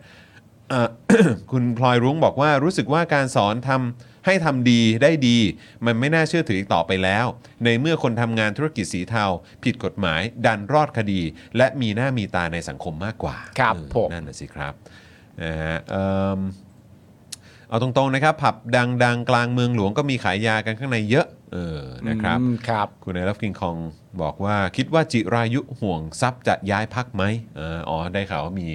เอ่อ คุณพลอยรุ้งบอกว่ารู้สึกว่าการสอนทำให้ทำดีได้ดี มันไม่น่าเชื่อถืออีกต่อไปแล้ว ในเมื่อคนทำงานธุรกิจสีเทา ผิดกฎหมาย ดันรอดคดี และมีหน้ามีตาในสังคมมากกว่า ครับ เออ ผม นั่นน่ะสิครับนะฮะเอิ่ม เอาตรงๆนะครับ ผับดังๆ กลางเมืองหลวงก็มีขายยากันข้างในเยอะ เออนะครับ อืมครับ คุณไอรับกิงคองบอกว่าคิดว่าจิรายุห่วงทรัพย์จะย้ายพักไหมเอออ๋อได้ข่าวว่ามี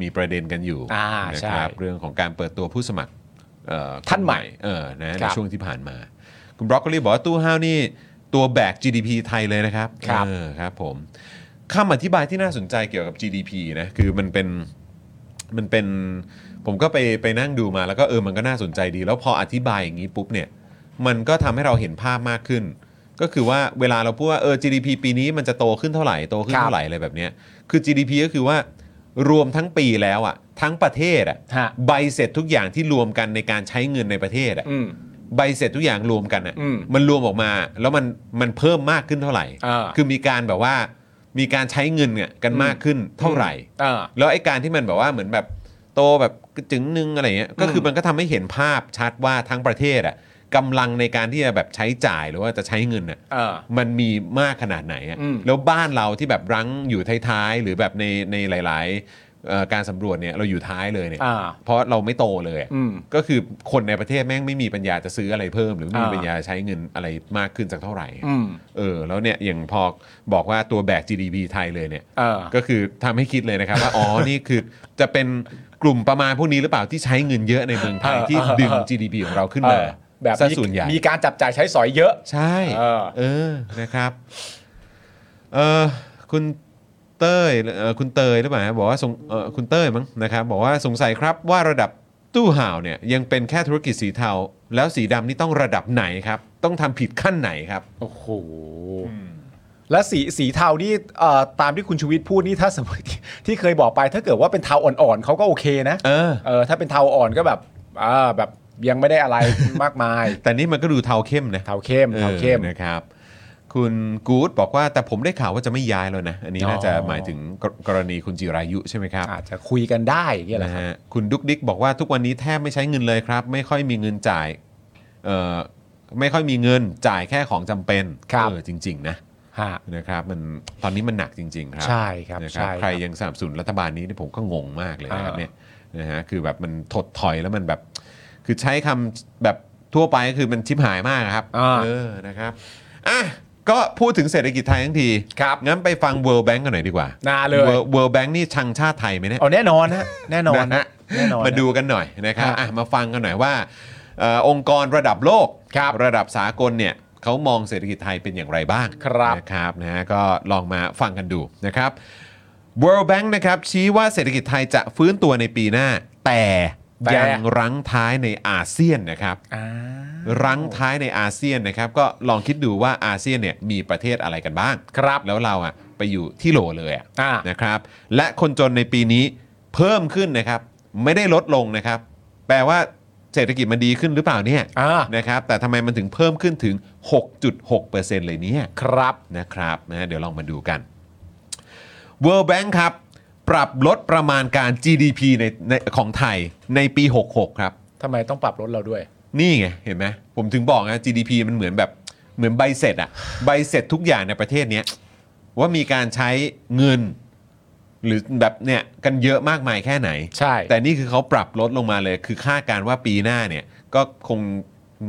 มีประเด็นกันอยู่ อ่า นะ ใช่ ครับเรื่องของการเปิดตัวผู้สมัครเอ่อ ท่านใหม่ เออนะ ค ใน รับ ช่วงที่ผ่านมา คุณบรอกโคลีบอกว่าตู้ห้าวนี่ตัวแบก GDP ไทยเลยนะครับ ครับ เออครับผมคำอธิบายที่น่าสนใจเกี่ยวกับ GDP นะคือมันเป็น มันเป็นผมก็ไปไปนั่งดูมาแล้วก็เออมันก็น่าสนใจดี แล้วพออธิบายอย่างนี้ปุ๊บเนี่ย มันก็ทำให้เราเห็นภาพมากขึ้น ก็คือว่าเวลาเราพูดว่าเออ GDP ปีนี้มันจะโตขึ้นเท่าไหร่โตขึ้น ครับ เท่าไหร่อะไรแบบเนี้ยคือ GDP ก็คือว่ารวมทั้งปีแล้วอ่ะทั้งประเทศอ่ะ ฮะ ใบเสร็จทุกอย่างที่รวมกันในการใช้เงินในประเทศอ่ะ อืม ใบเสร็จทุกอย่างรวมกันอ่ะ อืม มันรวมออกมาแล้วมันมันเพิ่มมากขึ้นเท่าไหร่ อ่า คือมีการแบบว่ามีการใช้เงินเนี่ยกันมากขึ้นเท่าไหร่ เออ แล้วไอ้การที่มันแบบว่าเหมือนแบบโตแบบจึงนึงอะไรเงี้ยก็คือมันก็ทำให้เห็นภาพชัดว่าทั้งประเทศอ่ะกำลังในการที่จะแบบใช้จ่ายหรือว่าจะใช้เงินอ่ะ เออ มันมีมากขนาดไหนอ่ะ อืม แล้วบ้านเราที่แบบรั้งอยู่ท้ายๆหรือแบบในในหลายๆเอ่อการสำรวจเนี่ยเราอยู่ท้ายเลยเนี่ย อ่า เพราะเราไม่โตเลยอะ อืม ก็คือคนในประเทศแม่งไม่มีปัญญาจะซื้ออะไรเพิ่ม หรือไม่มี อ่า ปัญญาใช้เงินอะไรมากขึ้นสักเท่าไหร่อะ อืม เออแล้วเนี่ยอย่างพอบอกว่าตัวแบก GDP ไทยเลยเนี่ย เออ ก็คือทำให้คิดเลยนะครับว่า อ๋อ นี่คือจะเป็นกลุ่มประมาณพวกนี้หรือเปล่าที่ใช้เงินเยอะในเมืองไทย เออ ที่ เออ ดึง เออ GDP ของเราขึ้น เอ มา อแบบ ซะ มี ส่วนใหญ่ มีการจับจ่ายใช้สอยเยอะ ใช่ เออ เออนะครับเออคุณเต้ยเอ่อคุณเตยหรือเปล่าฮะบอกว่าสงเอ่อคุณเต้ยมั้งนะครับบอกว่าสงสัยครับว่าระดับตู้ห่าวเนี่ยยังเป็นแค่ธุรกิจสีเทา แล้วสีดำนี่ต้องระดับไหนครับ ต้องทำผิดขั้นไหนครับ โอ้โห และสีสีเทานี่เอ่อตามที่คุณชูวิทย์พูดนี่ถ้าสมมติ ที่ที่เคยบอกไปถ้าเกิดว่าเป็นเทาอ่อนๆเขาก็โอเคนะ เออ เออถ้าเป็นเทาอ่อนก็แบบอ่าแบบยังไม่ได้อะไร มากมาย แต่นี่มันก็ดูเทาเข้มนะ เทาเข้มเทาเข้ม ออนะครับ คุณกู๊ดบอกว่าแต่ผมได้ข่าวว่าจะไม่ย้ายแล้วนะ อันนี้ อ๋อ น่าจะหมายถึงกรกรณีคุณจิรายุใช่ไหมครับ อาจจะคุยกันได้อย่างเงี้ยแหละ นะครับ ฮะคุณดุกดิกบอกว่าทุกวันนี้แทบไม่ใช้เงินเลยครับ ไม่ค่อยมีเงินจ่ายเอ่อไม่ค่อยมีเงินจ่ายแค่ของจำเป็น ครับ เออจริง ๆ นะ ฮะ นะครับมันตอนนี้มันหนักจริง ๆ ครั ใช่ครับ นะ ใช่ครับ ใครยังสนับสนุนรัฐบาลนี้เนี่ยผมก็งงมากเลยนะครับ อ่า เนี่ยนะฮะคือแบบมันถดถอยแล้วมันแบบ คือใช้คำแบบทั่วไปก็คือมันชิบหายมากครับ อ่า เออ นะครับ อ่ะ ก็พูดถึงเศรษฐกิจไทยทั้งที ครับ งั้นไปฟัง World Bank กันหน่อยดีกว่า น่าเลย World- World Bank นี่ชังชาติไทยไหมเนี่ย เอาแน่นอนนะแน่นอน นะฮะ แน่นอน มาดูกันหน่อยนะครัครับบ อ่ะ มาฟังกันหน่อยว่าเอ่อองค์กรระดับโลก ครับ ระดับสากลเนี่ยเขามองเศรษฐกิจไทยเป็นอย่างไรบ้าง ครับ นะครับนะฮะก็ลองมาฟังกันดูนะครับ World Bank นะครับชี้ว่าเศรษฐกิจไทยจะฟื้นตัวในปีหน้า แต่ยังรั้งท้ายในอาเซียนนะครับ อ่า รั้งท้ายในอาเซียนนะครับ ก็ลองคิดดูว่าอาเซียนเนี่ยมีประเทศอะไรกันบ้างครับ แล้วเราอ่ะไปอยู่ที่โหลเลยอะ อ่า นะครับ และคนจนในปีนี้เพิ่มขึ้นนะครับ ไม่ได้ลดลงนะครับ แปลว่าเศรษฐกิจมันดีขึ้นหรือเปล่าเนี่ย อ่า นะครับ แต่ทำไมมันถึงเพิ่มขึ้นถึง 6.6%เลยเนี่ย ครับ นะครับนะเดี๋ยวลองมาดูกัน World Bank ครับ ปรับลดประมาณการ GDP ในในของไทยในปี 66 ครับ ทำไมต้องปรับลดเราด้วย นี่ไง เห็นไหมผมถึงบอกนะ GDP มันเหมือนแบบเหมือนใบเสร็จอะใบเสร็จทุกอย่างในประเทศเนี้ยว่ามีการใช้เงิน หรือแบบเนี่ยกันเยอะมากมายแค่ไหน ใช่ แต่นี่คือเขาปรับลดลงมาเลย คือคาดการณ์ว่าปีหน้าเนี่ยก็คง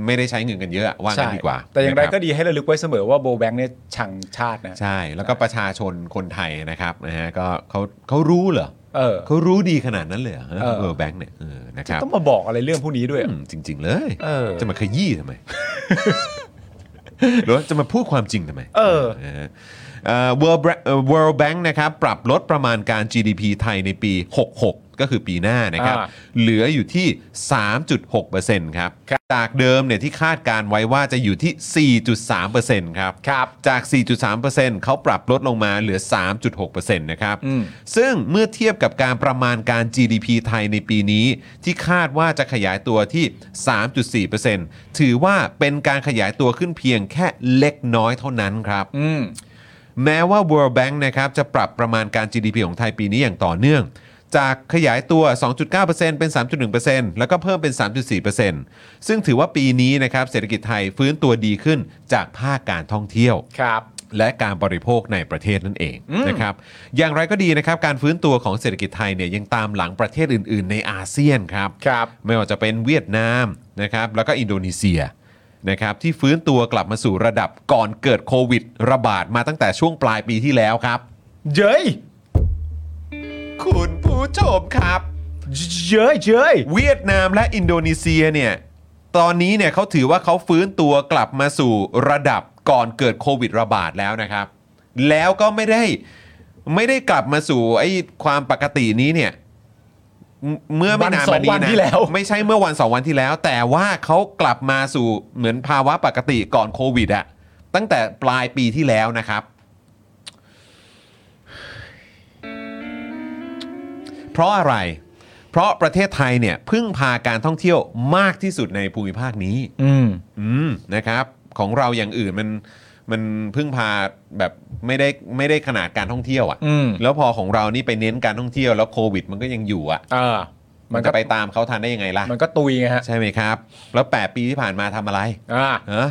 ไม่ได้ใช้เงินกันเยอะว่างั้นดีกว่า แต่อย่างไร นะครับ ก็ดีให้ระลึกไว้เสมอว่าโบแบงค์เนี่ยชังชาตินะ ใช่ แล้วก็ประชาชนคนไทยนะครับนะฮะก็เขาเขารู้เหรอ เออ เขารู้ดีขนาดนั้นเลยเหรอ เออ เออแบงค์เนี่ยเออนะครับ ต้องมาบอกอะไรเรื่องพวกนี้ด้วย อืมจริง ๆ เลย เออ จะมาขยี้ทำไม หรือว่าจะมาพูดความจริงทำไม เออ นะฮะเอ่อ World Bra- เอ่อ World Bank นะครับปรับลดประมาณการ GDP ไทยในปี 66 ก็คือปีหน้านะครับ อ่า เหลืออยู่ที่ 3.6%ครับ จากเดิมเนี่ยที่คาดการไว้ว่าจะอยู่ที่ 4.3%ครับ ครับ จาก 4.3%เขาปรับลดลงมาเหลือ 3.6%นะครับ อืม ซึ่งเมื่อเทียบกับการประมาณการ GDP ไทยในปีนี้ ที่คาดว่าจะขยายตัวที่ 3.4%ถือว่าเป็นการขยายตัวขึ้นเพียงแค่เล็กน้อยเท่านั้นครับ อืม แม้ว่า World Bank นะครับจะปรับประมาณการ GDP ของไทยปีนี้อย่างต่อเนื่อง จากขยายตัว 2.9%เป็น 3.1%แล้วก็เพิ่มเป็น 3.4%ซึ่งถือว่าปีนี้นะครับเศรษฐกิจไทยฟื้นตัวดีขึ้นจากภาคการท่องเที่ยว ครับ และการบริโภคในประเทศนั่นเองนะครับ อย่างไรก็ดีนะครับ การฟื้นตัวของเศรษฐกิจไทยเนี่ยยังตามหลังประเทศอื่น ๆ ในอาเซียนครับ ครับ ไม่ว่าจะเป็นเวียดนามนะครับ แล้วก็อินโดนีเซียนะครับที่ฟื้นตัวกลับมาสู่ระดับก่อนเกิดโควิด ระบาดมาตั้งแต่ช่วงปลายปีที่แล้วครับ เย้ย คุณผู้ชมครับ เย้ยเย้ย เวียดนามและอินโดนีเซียเนี่ยตอนนี้เนี่ยเขาถือว่าเขาฟื้นตัวกลับมาสู่ระดับก่อนเกิดโควิดระบาดแล้วนะครับ แล้วก็ไม่ได้ไม่ได้กลับมาสู่ไอ้ความปกตินี้เนี่ยเมื่อเมื่อไม่นานมา วัสองวั นี้นะ ที่แล้ว ไม่ใช่เมื่อวันสองวันที่แล้ว แต่ว่าเขากลับมาสู่เหมือนภาวะปกติก่อนโควิดอะตั้งแต่ปลายปีที่แล้วนะครับ เพราะอะไร เพราะประเทศไทยเนี่ยพึ่งพาการท่องเที่ยวมากที่สุดในภูมิภาคนี้ อืม อืมนะครับ ของเราอย่างอื่นมันมันพึ่งพาแบบไม่ได้ไม่ได้ขนาดการท่องเที่ยว อืม อะ่ะแล้วพอของเรานี่ไปเน้นการท่องเที่ยวแล้วโควิด มันก็ยังอยู่อะ่ะ เออ มั มันน จะ ก็ ไปตามเขาทันได้ยังไงล่ะ มันก็ตุยไงฮะ ใช่ไหมครับ แล้ว 8 ปีที่ผ่านมาทำอะไร อ่า ฮะ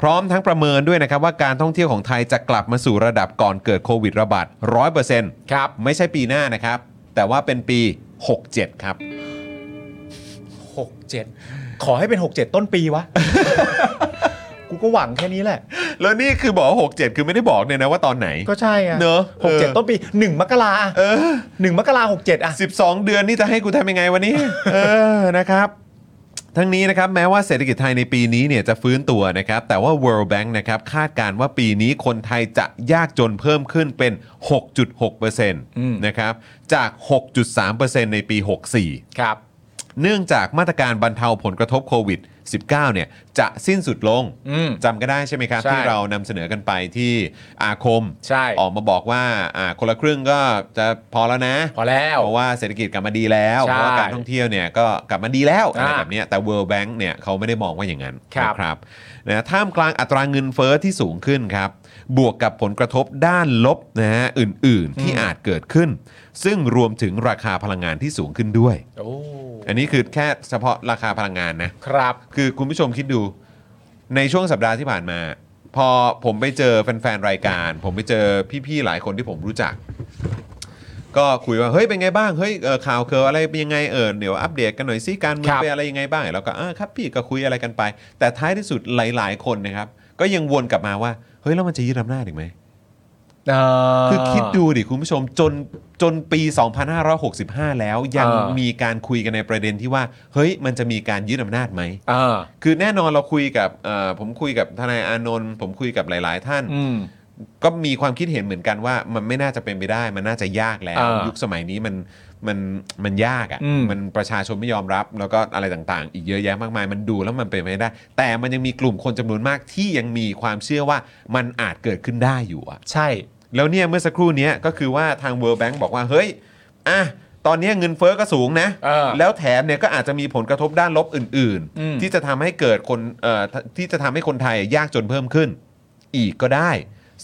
พร้อมทั้งประเมินด้วยนะครับว่าการท่องเที่ยวของไทยจะกลับมาสู่ระดับก่อนเกิดโควิดระบาด100% ครับ ไม่ใช่ปีหน้านะครับ แต่ว่าเป็นปี 67 ครับ 67 ขอให้เป็น 67 ต้นปี วะ กูก็หวังแค่นี้แหละ แล้วนี่คือบอกว่า67 คือไม่ได้บอกเนี่ยนะว่าตอนไหน ก็ใช่ไง เนอะ หกเจ็ด เออ ต้นปีหนึ่งมกรา เออ หนึ่งมกราหกเจ็ดอะ 12 เดือนนี่จะให้กูทำยังไงวันนี้ เออนะครับ ทั้งนี้นะครับแม้ว่าเศรษฐกิจไทยในปีนี้เนี่ยจะฟื้นตัวนะครับ แต่ว่า World Bank นะครับคาดการณ์ว่าปีนี้คนไทยจะยากจนเพิ่มขึ้นเป็นม6.6%นะครับจาก 6.3%ในปี 64 ครับ เนื่องจากมาตรการบรรเทาผลกระทบโควิด -19 เนี่ยจะสิ้นสุดลง อืม จำก็ได้ใช่ไหมครับ ใช่ ที่เรานำเสนอกันไปที่อาคม ใช่ ออกมาบอกว่าอ่าคนละครึ่งก็จะพอแล้วนะ พอแล้ว เพราะว่าเศรษฐกิจกลับมาดีแล้ว ใช่ เพราะว่าการท่องเที่ยวเนี่ยก็กลับมาดีแล้ว อ่า อะไรแบบเนี้ยแต่ World Bank เนี่ยเขาไม่ได้มองว่าอย่างนั้น ครับ นะครับนะท่ามกลางอัตราเงินเฟอ้อที่สูงขึ้นครับ บวกกับผลกระทบด้านลบนะฮะอื่นๆที่อาจเกิดขึ้น ซึ่งรวมถึงราคาพลังงานที่สูงขึ้นด้วย โอ้ อันนี้คือแค่เฉพาะราคาพลังงานนะ ครับ คือคุณผู้ชมคิดดูในช่วงสัปดาห์ที่ผ่านมา พอผมไปเจอแฟนๆ รายการ ผมไปเจอพี่ๆ หลายคนที่ผมรู้จัก ก็คุยว่า เฮ้ยเป็นไงบ้าง เฮ้ยเอ่อข่าวเคออะไรเป็นยังไงเออเดี๋ยวอัปเดตกันหน่อยสิการเมืองเป็นอะไรยังไงบ้างแล้วก็อ่าครับพี่ก็คุยอะไรกันไป แต่ท้ายที่สุดหลาย ๆ คนนะครับ ก็ยังวนกลับมาว่า เฮ้ยแล้วมันจะยึดอำนาจอีกไหม เอ่อ คือคิดดูดิคุณผู้ชมจนจนปี 2565 แล้วยัง เออ มีการคุยกันในประเด็นที่ว่า เฮ้ยมันจะมีการยึดอำนาจไหม เอ่า คือแน่นอนเราคุยกับเอ่อผมคุยกับทนายอานนท์ผมคุยกับหลาย ๆ ท่าน อืม ก็มีความคิดเห็นเหมือนกันว่ามันไม่น่าจะเป็นไปได้ มันน่าจะยากแล้ว อ่ายุ ยุคสมัยนี้มันมันมันยาก อืมอะ่ะมันประชาชนไม่ยอมรับ แล้วก็อะไรต่างๆ อีกเยอะแยะมากมาย มันดูแล้วมันเป็นไปไม่ได้ แต่มันยังมีกลุ่มคนจำนวนมากที่ยังมีความเชื่อว่ามันอาจเกิดขึ้นได้อยู่อ่ะ ใช่ แล้วเนี่ยเมื่อสักครู่เนี้ยก็คือว่าทาง World Bank บอกว่าเฮ้ยอ่ะตอนเนี้ยเงินเฟอ้อก็สูงนะ เออ แล้วแถมเนี่ยก็อาจจะมีผลกระทบด้านลบอื่น อืม ที่จะทำให้เกิดคนเอ่อที่จะทำให้คนไทยยากจนเพิ่มขึ้น อีกก็ได้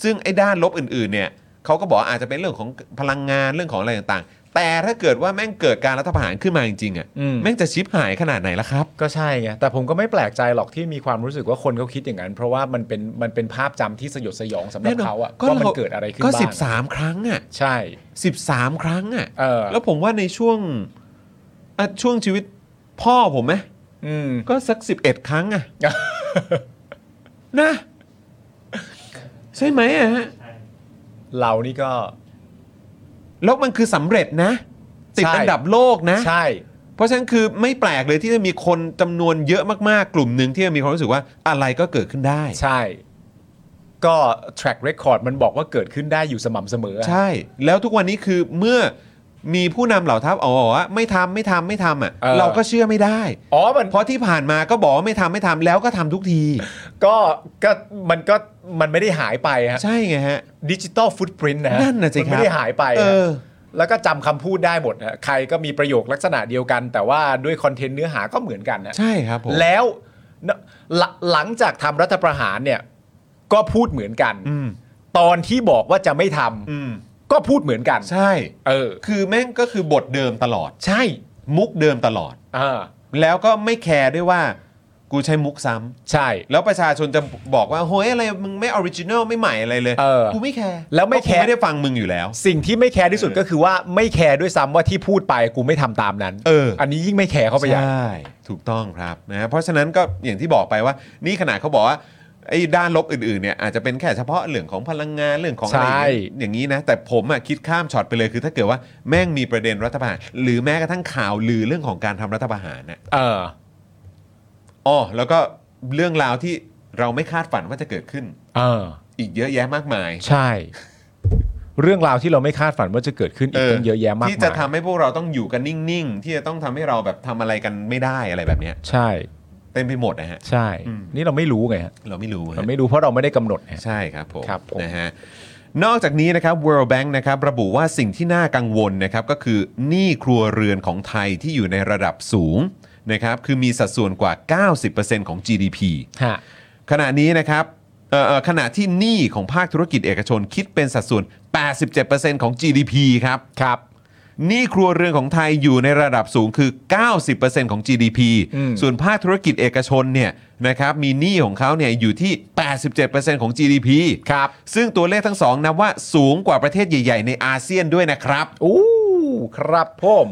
ซึ่งไอ้ด้านลบอื่นๆเนี่ยเขาก็บอกอาจจะเป็นเรื่องของพลังงานเรื่องของอะไรต่างๆ แต่ถ้าเกิดว่าแม่งเกิดการรัฐประหารขึ้นมาจริงๆอ่ะ อืม แม่งจะชิบหายขนาดไหนล่ะครับ ก็ใช่ไงแต่ผมก็ไม่แปลกใจหรอกที่มีความรู้สึกว่าคนเขาคิดอย่างนั้น เพราะว่ามันเป็นมันเป็นภาพจำที่สยดสยองสำหรับ แน่นอน เขาอะ ก็ ว่ามัน เรา เกิดอะไรขึ้น ก็ บ้าง 13 ครั้งอ่ะ ใช่ 13 ครั้งอ่ะ เออ แล้วผมว่าในช่วงอ่ะช่วงชีวิตพ่อผมไหม อืม ก็สัก 11 ครั้ง อ่ะ นะ ใช่ไหมอะฮะ เรานี่ก็ แล้วมันคือสำเร็จนะ ติด ใช่ อันดับโลกนะ ใช่ เพราะฉะนั้นคือไม่แปลกเลยที่จะมีคนจำนวนเยอะมากๆ กลุ่มหนึ่งที่จะมีความรู้สึกว่าอะไรก็เกิดขึ้นได้ ใช่ ก็ track record มันบอกว่าเกิดขึ้นได้อยู่สม่ำเสมอ ใช่ แล้วทุกวันนี้คือเมื่อมีผู้นำเหล่าทัพออกมาบอกว่าไม่ทำไม่ทำไม่ทำอ่ะเราก็เชื่อไม่ได้ อ๋อมัน เพราะที่ผ่านมาก็บอกว่าไม่ทำไม่ทำแล้วก็ทำทุกที ก็ก็มันก็มันไม่ได้หายไปฮะ ใช่ไงฮะ ดิจิตอลฟุตปรินต์นะฮะ นั่นน่ะสิครับ มัไม่ได้หายไปฮะ เออ แล้วก็จำคำพูดได้หมดฮะใครก็มีประโยคลักษณะเดียวกัน แต่ว่าด้วยคอนเทนต์เนื้อหาก็เหมือนกันนะ ใช่ครับผม แล้วหลหลังจากทำรัฐประหารเนี่ย ก็พูดเหมือนกัน อืม ตอนที่บอกว่าจะไม่ทำ อืม ก็พูดเหมือนกัน ใช่ เออ คือแม่งก็คือบทเดิมตลอด ใช่ มุกเดิมตลอด อ่า แล้วก็ไม่แคร์ด้วยว่า กูใช้มุกซ้ำ ใช่ แล้วประชาชนจะบอกว่าโฮ้ยอะไรมึงไม่ออริจินัลไม่ใหม่อะไรเลย เออ กูไม่แคร์ แล้วไม่แคร์ เพาะกูไม่ได้ฟังมึงอยู่แล้ว สิ่งที่ไม่แคร์ที่สุดก็คือว่าไม่แคร์ด้วยซ้ำว่าที่พูดไปกูไม่ทำตามนั้น เอออั นนี้ยิ่งไม่แคร์เข้าไปใหญ่ ใช่ถูกต้องครับนะเพราะฉะนั้นก็อย่างที่บอกไปว่า นี่ขนาดเขาบอกว่าไอ้ด้านลบอื่นๆเนี่ยอาจจะเป็นแค่เฉพาะเรื่องของพลังงานเรื่องของอะไร ใช่ อย่างนี้นะ แต่ผมอะคิดข้ามช็อตไปเลยคือถ้าเกิดว่าแม่งมีประเด็นรัฐประหาร หรือแม้กระทั่งข่าวลือเรื่องของการทำรัฐประหารนะ เออ อ๋อแล้วก็เรื่องราวที่เราไม่คาดฝันว่าจะเกิดขึ้น เออ อีกเยอะแยะมากมาย ใช่ เรื่องราวที่เราไม่คาดฝันว่าจะเกิดขึ้นอีกตั้งเยอะแยะมากมาย ที่จะทำให้พวกเราต้องอยู่กันนิ่งๆ ที่จะต้องทำให้เราแบบทำอะไรกันไม่ได้อะไรแบบเนี้ย ใช่ เต็มไปหมดนะฮะ ใช่ อืม นี่เราไม่รู้ไงฮะ เราไม่รู้ฮะ เราไม่รู้เพราะเราไม่ได้กำหนดฮะ ใช่ครับผม ครับผม นะฮะนอกจากนี้นะครับ World Bank นะครับระบุว่าสิ่งที่น่ากังวลนะครับก็คือหนี้ครัวเรือนของไทยที่อยู่ในระดับสูงนะครับคือมีสัดส่วนกว่า 90%ของ GDP ฮะ ขณะนี้นะครับเอ่อเอ่อขณะที่หนี้ของภาคธุรกิจเอกชนคิดเป็นสัดส่วน 87%ของ GDP ครับครับหนี้ครัวเรือนของไทยอยู่ในระดับสูงคือ 90%ของ GDP อืม ส่วนภาคธุรกิจเอกชนเนี่ยนะครับมีหนี้ของเขาเนี่ยอยู่ที่ 87%ของ GDP ครับ ซึ่งตัวเลขทั้งสองนับว่าสูงกว่าประเทศใหญ่ ๆ ในอาเซียนด้วยนะครับ อู้ครับผม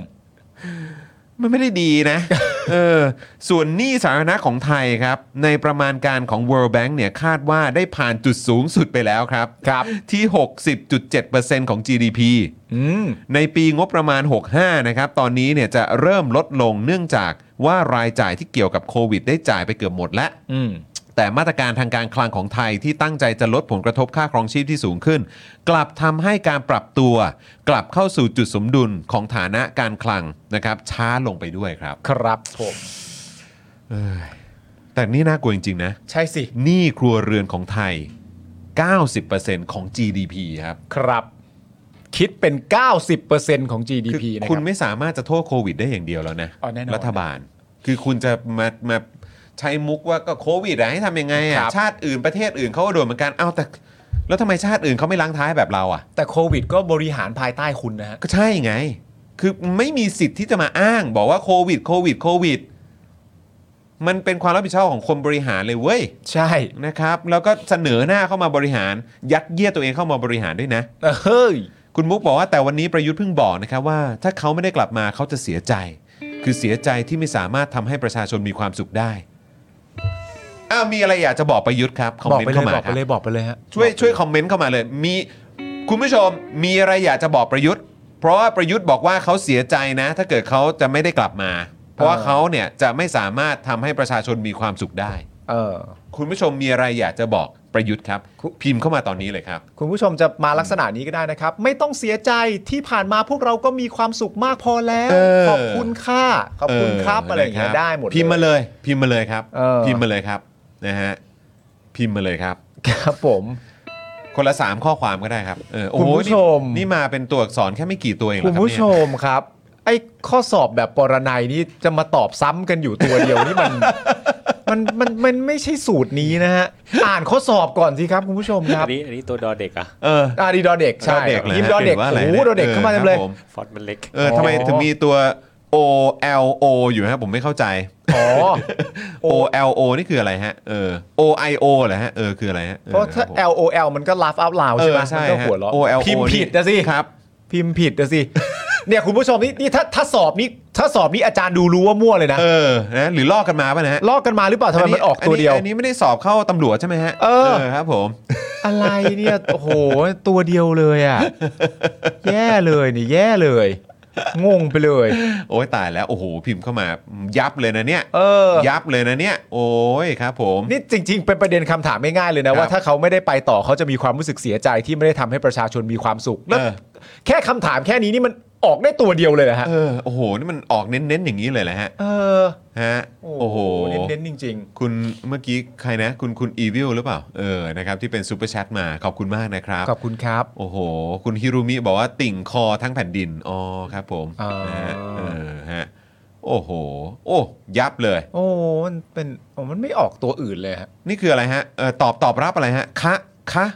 มันไม่ได้ดีนะ เออ ส่วนหนี้สาธารณะของไทยครับ ในประมาณการของ World Bank เนี่ยคาดว่าได้ผ่านจุดสูงสุดไปแล้วครับ ครับ ที่ 60.7%ของ GDP อืม ในปีงบประมาณ 65 นะครับ ตอนนี้เนี่ยจะเริ่มลดลงเนื่องจากว่ารายจ่ายที่เกี่ยวกับโควิดได้จ่ายไปเกือบหมดแล้ว อืม แต่มาตรการทางการคลังของไทยที่ตั้งใจจะลดผลกระทบค่าครองชีพที่สูงขึ้น กลับทำให้การปรับตัว กลับเข้าสู่จุดสมดุลของฐานะการคลังนะครับ ช้าลงไปด้วยครับ ครับผม แต่นี่น่ากลัวจริง ๆ นะ ใช่สิ หนี้ครัวเรือนของไทย 90%ของ GDP ครับ ครับ คิดเป็น 90%ของ GDP คือ นะค คุ รั ณ บ ไม่สามารถจะโทษโควิดได้อย่างเดียวแล้วนะ อ๋อแน่นอน รัฐบาล คือคุณจะมามาใช้มุกว่าก็โควิดอะให้ทำยังไง ครั อะ บ ชาติอื่นประเทศอื่นเขาก็โดนเหมือนกันเอ้าแต่ แล้วทำไมชาติอื่นเขาไม่ล้างท้ายแบบเราอะ แต่โควิดก็บริหารภายใต้คุณนะฮะ ก็ใช่ไง คือไม่มีสิทธิ์ที่จะมาอ้าง บอกว่าโควิดโควิดโควิด มันเป็นความรับผิดชอบของคนบริหารเลยเว้ย ใช่ นะครับ แล้วก็เสนอหน้าเข้ามาบริหาร ยัดเยียดตัวเองเข้ามาบริหารด้วยนะ เฮ้ย คุณมุกบอกว่าแต่วันนี้ประยุทธ์เพิ่งบอกนะครับว่า ถ้าเขาไม่ได้กลับมาเขาจะเสียใจ คือเสียใจที่ไม่สามารถทำให้ประชาชนมีความสุขได้ อ้าวมีอะไรอยากจะบอกประยุทธ์ครับคอม บอก เมน ไป ต์ เล เข้าย มา บอกไปครับ เลยบอกไปเลยฮะ ช่วยช่วยคอมเมนต์เข้ามาเลย มีคุณผู้ชมมีอะไรอยากจะบอกประยุทธ์ เพราะว่าประยุทธ์บอกว่าเขาเสียใจนะ ถ้าเกิดเขาจะไม่ได้กลับมา เพราะว่าเขาเนี่ยจะไม่สามารถทำให้ประชาชนมีความสุขได้ เออ คุณผู้ชมมีอะไรอยากจะบอกประยุทธ์ครับ พิมพ์เข้ามาตอนนี้เลยครับ คุณผู้ชมจะมาลักษณะนี้ก็ได้นะครับ ไม่ต้องเสียใจที่ผ่านมาพวกเราก็มีความสุขมากพอแล้ว เออ ขอบคุณค่ะ ขอบคุณครับอะไรอย่างเงี้ย นคบ ได้หมดเลย พิมพ์มาเลยพิมพ์มาเลยครับ เออ พิมพ์มาเลยครับนะฮะพิมพ์มาเลยครับ ครับผม คนละ 3 ข้อความก็ได้ครับเออโอ้โห คุณผู้ชม นี่นี่มาเป็นตัวอักษรแค่ไม่กี่ตัวเองเหร คุ อ ณ ครับ ผู้ช เนี่มยครับ ไอ้ข้อสอบแบบปรนัยนี่จะมาตอบซ้ำกันอยู่ตัวเดียวนี่ มัน มันมันมันไม่ใช่สูตรนี้นะฮะอ่านข้อสอบก่อนสิครับคุณผู้ชมครับ อันนี้อันนี้ตัวดอเด็กอะ เออ อ่าดีดอเด็กใช่ ดอเด็กเหรอฮะ ยิ้มดอเด็ก หรือว่าอะไร โอ้โหดอเด็ก เออ เข้ามาเต็มเลย ครับผม ฟอนต์มันเล็ก เออทำไมถึงมีตัว O L O อยู่ฮะผมไม่เข้าใจ อ๋อ O L O นี่คืออะไรฮะเออ O I O เหรอฮะเออคืออะไรฮะออ เพราะถ้า คบผม L O L มันก็ laugh out loud ใช่ไหม เออใช่ มันก็หัวเราะ ฮะ OLO พิมพ์ผิดนะสิ ครับ พิมพ์ผิดนะสิ เนี่ยคุณผู้ชมนี่นี่ถ้าถ้าสอบนี่ถ้าสอบนี่อาจารย์ดูรู้ว่ามั่วเลยนะ เออนะหรือลอกกันมาป่ะนะฮะ ลอกกันมาหรือเปล่าทำไมมันออกตัวเดียว อันนี้ไม่ได้สอบเข้าตำรวจใช่ไหมฮะ เออ ครับ ผม อะไร เนี่ย โอ้โห ตัวเดียวเลยอ่ะ แย่เลยนี่แย่เลย งงไปเลย โอ้ยตายแล้วโอ้โหพิมพ์เข้ามายับเลยนะเนี่ย เออ ยับเลยนะเนี่ย โอ้ยครับผม นี่จริง ๆ เป็นประเด็นคำถามง่ายๆเลย ค นะ รับ ว่าถ้าเขาไม่ได้ไปต่อเขาจะมีความรู้สึกเสียใจที่ไม่ได้ทำให้ประชาชนมีความสุขแล้ว เออ แค่คำถามแค่นี้นี่มันออกได้ตัวเดียวเลยเหรอฮะ เออโอ้โหนี่มันออกเน้นๆอย่างนี้เลยแหละฮะ เออ ฮะโอ้โห เน้นๆจริง ๆ คุณเมื่อกี้ใครนะ คุณคุณอีวิลหรือเปล่า เออนะครับที่เป็นซูเปอร์แชทมาขอบคุณมากนะครับ ขอบคุณครับ โอ้โห คุณฮิรุมิบอกว่าติ่งคอทั้งแผ่นดิน อ๋อครับผม อ๋อ นะฮะเออฮะโอ้โห โอ้ ยับเลย โอ้ มันเป็นโอ้มันไม่ออกตัวอื่นเลยฮะ นี่คืออะไรฮะเออตอบตอบรับอะไรฮะคะคะ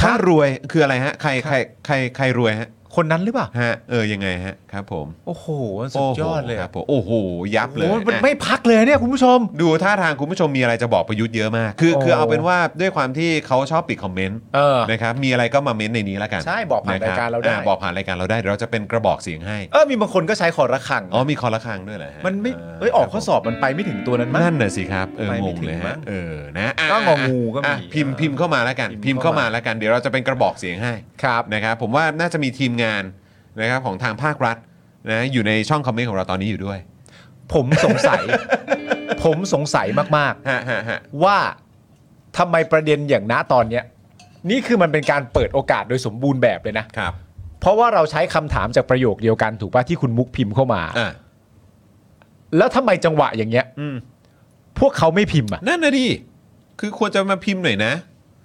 คะรวยคืออะไรฮะ ใครใครใครใครรวยฮะ คนนั้นหรือเปล่า ฮะเออยังไงฮะครับผม โอ้โห สุดยอดเลยอะโโหครับผมโอ้โห ยับเลย โอ้มัน นะ ไม่พักเลยเนี่ยคุณผู้ชม ดูท่าทางคุณผู้ชมมีอะไรจะบอกประยุทธ์เยอะมาก คือ โอ้ คือเอาเป็นว่าด้วยความที่เขาชอบปิดคอมเมนต์ เออ นะครับ มีอะไรก็มาเม้นต์ในนี้แล้วกัน ใช่บอกผ่านะ ค รายการเราได้ อ่บอกผ่านรายการเราได้เดี๋ยวเราจะเป็นกระบอกเสียงให้ เออมีบางคนก็ใช้ขอระฆัง อ๋อมีคอละครังด้วยเหรอฮะ มันไม่เอ้ยออกข้อสอบมันไปไม่ถึงตัวนั้นมั้ง นั่นน่ะสิครับ เออ ไป ง ไม่ ง ถึง เลย มั้ ฮะ ง เออนะอ่ะ ก็งองูก็มี อ่ะพิมพ์พิมพ์เข้ามาแล้วกัน พิมพ์ พิมพ์เข้ามา เข้ามา แล้วกันเดี๋ยวเราจะเป็นกระบอกเสียงให้ ครับ นะครับ ผมว่าน่าจะมีทีมงานนะครับของทางภาครัฐนะอยู่ในช่องคอมเมนต์ของเราตอนนี้อยู่ด้วย ผมสง สัย ผมสงสัยมาก ฮะฮะฮะ ๆ ว่าทำไมประเด็นอย่างณตอนเนี้ย นี่คือมันเป็นการเปิดโอกาสโดยสมบูรณ์แบบเลยนะ ครับ เพราะว่าเราใช้คำถามจากประโยคเดียวกันถูกป่ะที่คุณมุกพิมพ์เข้ามา อ่ะ แล้วทำไมจังหวะอย่างเงี้ย อืม พวกเขาไม่พิมพ์อ่ะ นั่นนะดิ คือควรจะมาพิมพ์หน่อยนะ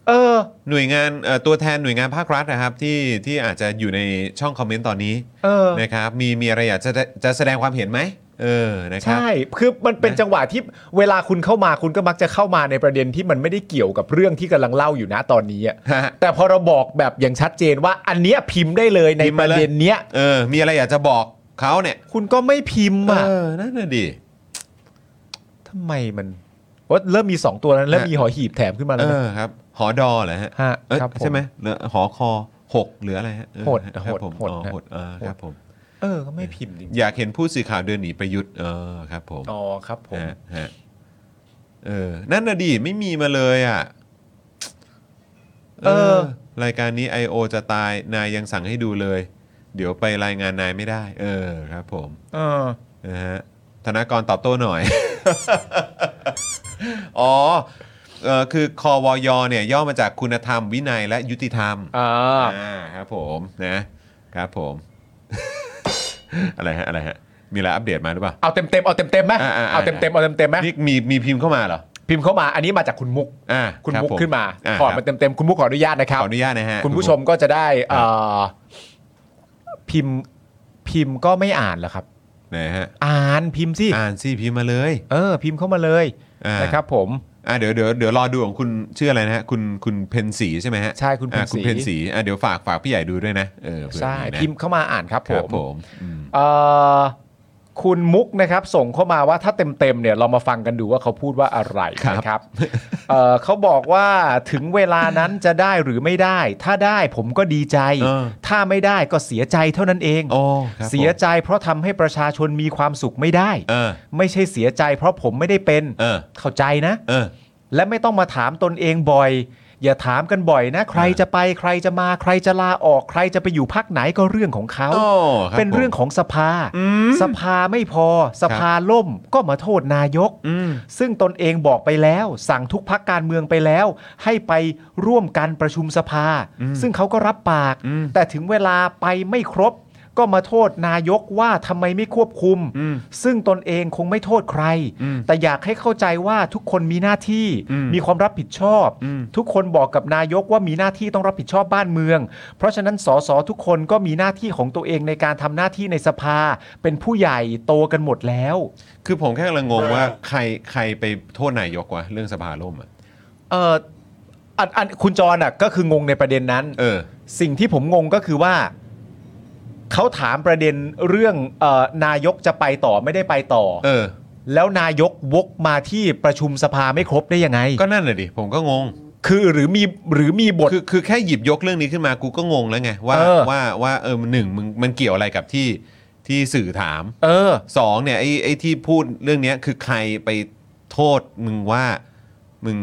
เออ หน่วยงานเอ่อตัวแทนหน่วยงานภาครัฐนะครับที่ที่อาจจะอยู่ในช่องคอมเมนต์ตอนนี้ เออ นะครับ มีมีอะไรอยากจะจะแสดงความเห็นไหมเออนะครับ ใช่ คือมันเป็นจังหวะที่เวลาคุณเข้ามาคุณก็มักจะเข้ามาในประเด็นที่มันไม่ได้เกี่ยวกับเรื่องที่กำลังเล่าอยู่นะตอนนี้อะ ฮะ แต่พอเราบอกแบบอย่างชัดเจนว่าอันเนี้ยพิมพ์ได้เลยในประเด็นเนี้ย เออ มีอะไรอยากจะบอกเขาเนี่ย คุณก็ไม่พิมพ์ เอ อ่ะ อนั่นนะดิ ทำไมมันว่าเริ่มมี 2 ตัวแล้วเริ่ม ฮะ มีหอหีบแถมขึ้นมา เอ แล้วนะ อครับ หอดอเหรอฮะ ฮะ เอ้ย ครับผม ใช่ไหมหรือหอคอหกหรืออะไรฮะเออ หด ครับ หด ผม หด อ๋อ นะ หดเออครับผม เออก็ไม่พิมพ์จริง อยากเห็นผู้สื่อข่าวเดินหนีประยุทธ์เออครับผม ๆอ๋อครับผม ฮะฮะเออนั่นนะดิไม่มีมาเลยอ่ะ เออ รายการนี้ I.O. จะตายนายยังสั่งให้ดูเลย เดี๋ยวไปรายงานนายไม่ได้ เออครับผม เออ นะฮะธนากรตอบโต้หน่อย อ๋อเออคือคอวอยเนี่ย ย่อมาจากคุณธรรมวินัยและยุติธรรม อ่า อ่าครับผมนะครับผม อะไรฮะอะไรฮะ มีอะไรอัปเดตมาหรือเปล่า เอาเต็มเต็มๆเอาเต็มเต็มๆไหม อ่าๆๆ เอาเต็มเต็มๆเอาเต็มเต็มๆไหม นี่มีมีพิมพ์เข้ามาเหรอ พิมพ์เข้ามาอันนี้มาจากคุณมุก อ่า คุณ รับ มุก ผ ขึ้นมา อ่ ถอด ครับ มาเต็มเต็มๆคุณมุกขออนุญาตนะค ข รับ ออนุญาตนะฮะ คุณผู้ชม มุก ก็จะได้เอ่อพิมพ์พิมพ์ก็ไม่อ่านเหรอครับ ไหนฮะ อ่านพิมพ์สิ อ่านสิพิมพ์มาเลย เออ พิมพ์เข้ามาเลย อ่าน นะครับ ผม อ่ะเดี๋ยวเดี๋ยวเดี๋ยวรอดูของคุณชื่ออะไรนะฮะคุณคุณเพนสีใช่ไหมฮะ ใช่คุณเพญศรี อ่ะคุณเพนสีอ่ะเดี๋ยวฝากฝากพี่ใหญ่ดูด้วยนะเออเผื่อ ใช่ มีนะ พิมพ์เข้ามาอ่านครับ ค ผ รับ ม ผมอืม เอ่อคุณมุกนะครับ ส่งเข้ามาว่าถ้าเต็มๆเนี่ยเรามาฟังกันดูว่าเขาพูดว่าอะไรนะครับเอ่อเขาบอกว่าถึงเวลานั้นจะได้หรือไม่ได้ ถ้าได้ผมก็ดีใจ ถ้าไม่ได้ก็เสียใจเท่านั้นเอง โอ้ครับผม เสียใจเพราะทำให้ประชาชนมีความสุขไม่ได้ เออ ไม่ใช่เสียใจเพราะผมไม่ได้เป็น เออ เข้าใจนะ เออ และไม่ต้องมาถามตนเองบ่อย อย่าถามกันบ่อยนะ ใครจะไปใครจะมาใครจะลาออก ใครจะไปอยู่พักไหนก็เรื่องของเขา โอ้ครับ เป็นเรื่องของสภา สภาไม่พอ สภาล่มก็มาโทษนายก อืม ซึ่งตนเองบอกไปแล้ว สั่งทุกพักการเมืองไปแล้ว ให้ไปร่วมกันประชุมสภา ซึ่งเขาก็รับปาก อืม แต่ถึงเวลาไปไม่ครบ ก็มาโทษนายกว่าทำไมไม่ควบคุม อืม ซึ่งตนเองคงไม่โทษใคร อืม แต่อยากให้เข้าใจว่าทุกคนมีหน้าที่ อืม มีความรับผิดชอบ อืม ทุกคนบอกกับนายกว่ามีหน้าที่ต้องรับผิดชอบบ้านเมือง เพราะฉะนั้นสสทุกคนก็มีหน้าที่ของตัวเองในการทำหน้าที่ในสภา เป็นผู้ใหญ่โตกันหมดแล้ว คือผมแค่กำลังงงว่าใครใครไปโทษนายกวะเรื่องสภาล่มอ่ะ เอออันอันคุณจรอ่ะก็คืองงในประเด็นนั้น เออ สิ่งที่ผมงงก็คือว่าเขาถามประเด็นเรื่องเออนายกจะไปต่อไม่ได้ไปต่อ เออ แล้วนายกวกมาที่ประชุมสภาไม่ครบได้ยังไง ก็นั่นแหละดิผมก็งง คือหรือมีหรือมีบท คือคือแค่หยิบยกเรื่องนี้ขึ้นมากูก็งงแล้วไงว่า เออ ว่าว่าเออหนึ่งมึงมันเกี่ยวอะไรกับที่ที่สื่อถาม เออ สองเนี่ยไอ้ไอ้ที่พูดเรื่องเนี้ยคือใครไปโทษมึงว่ามึง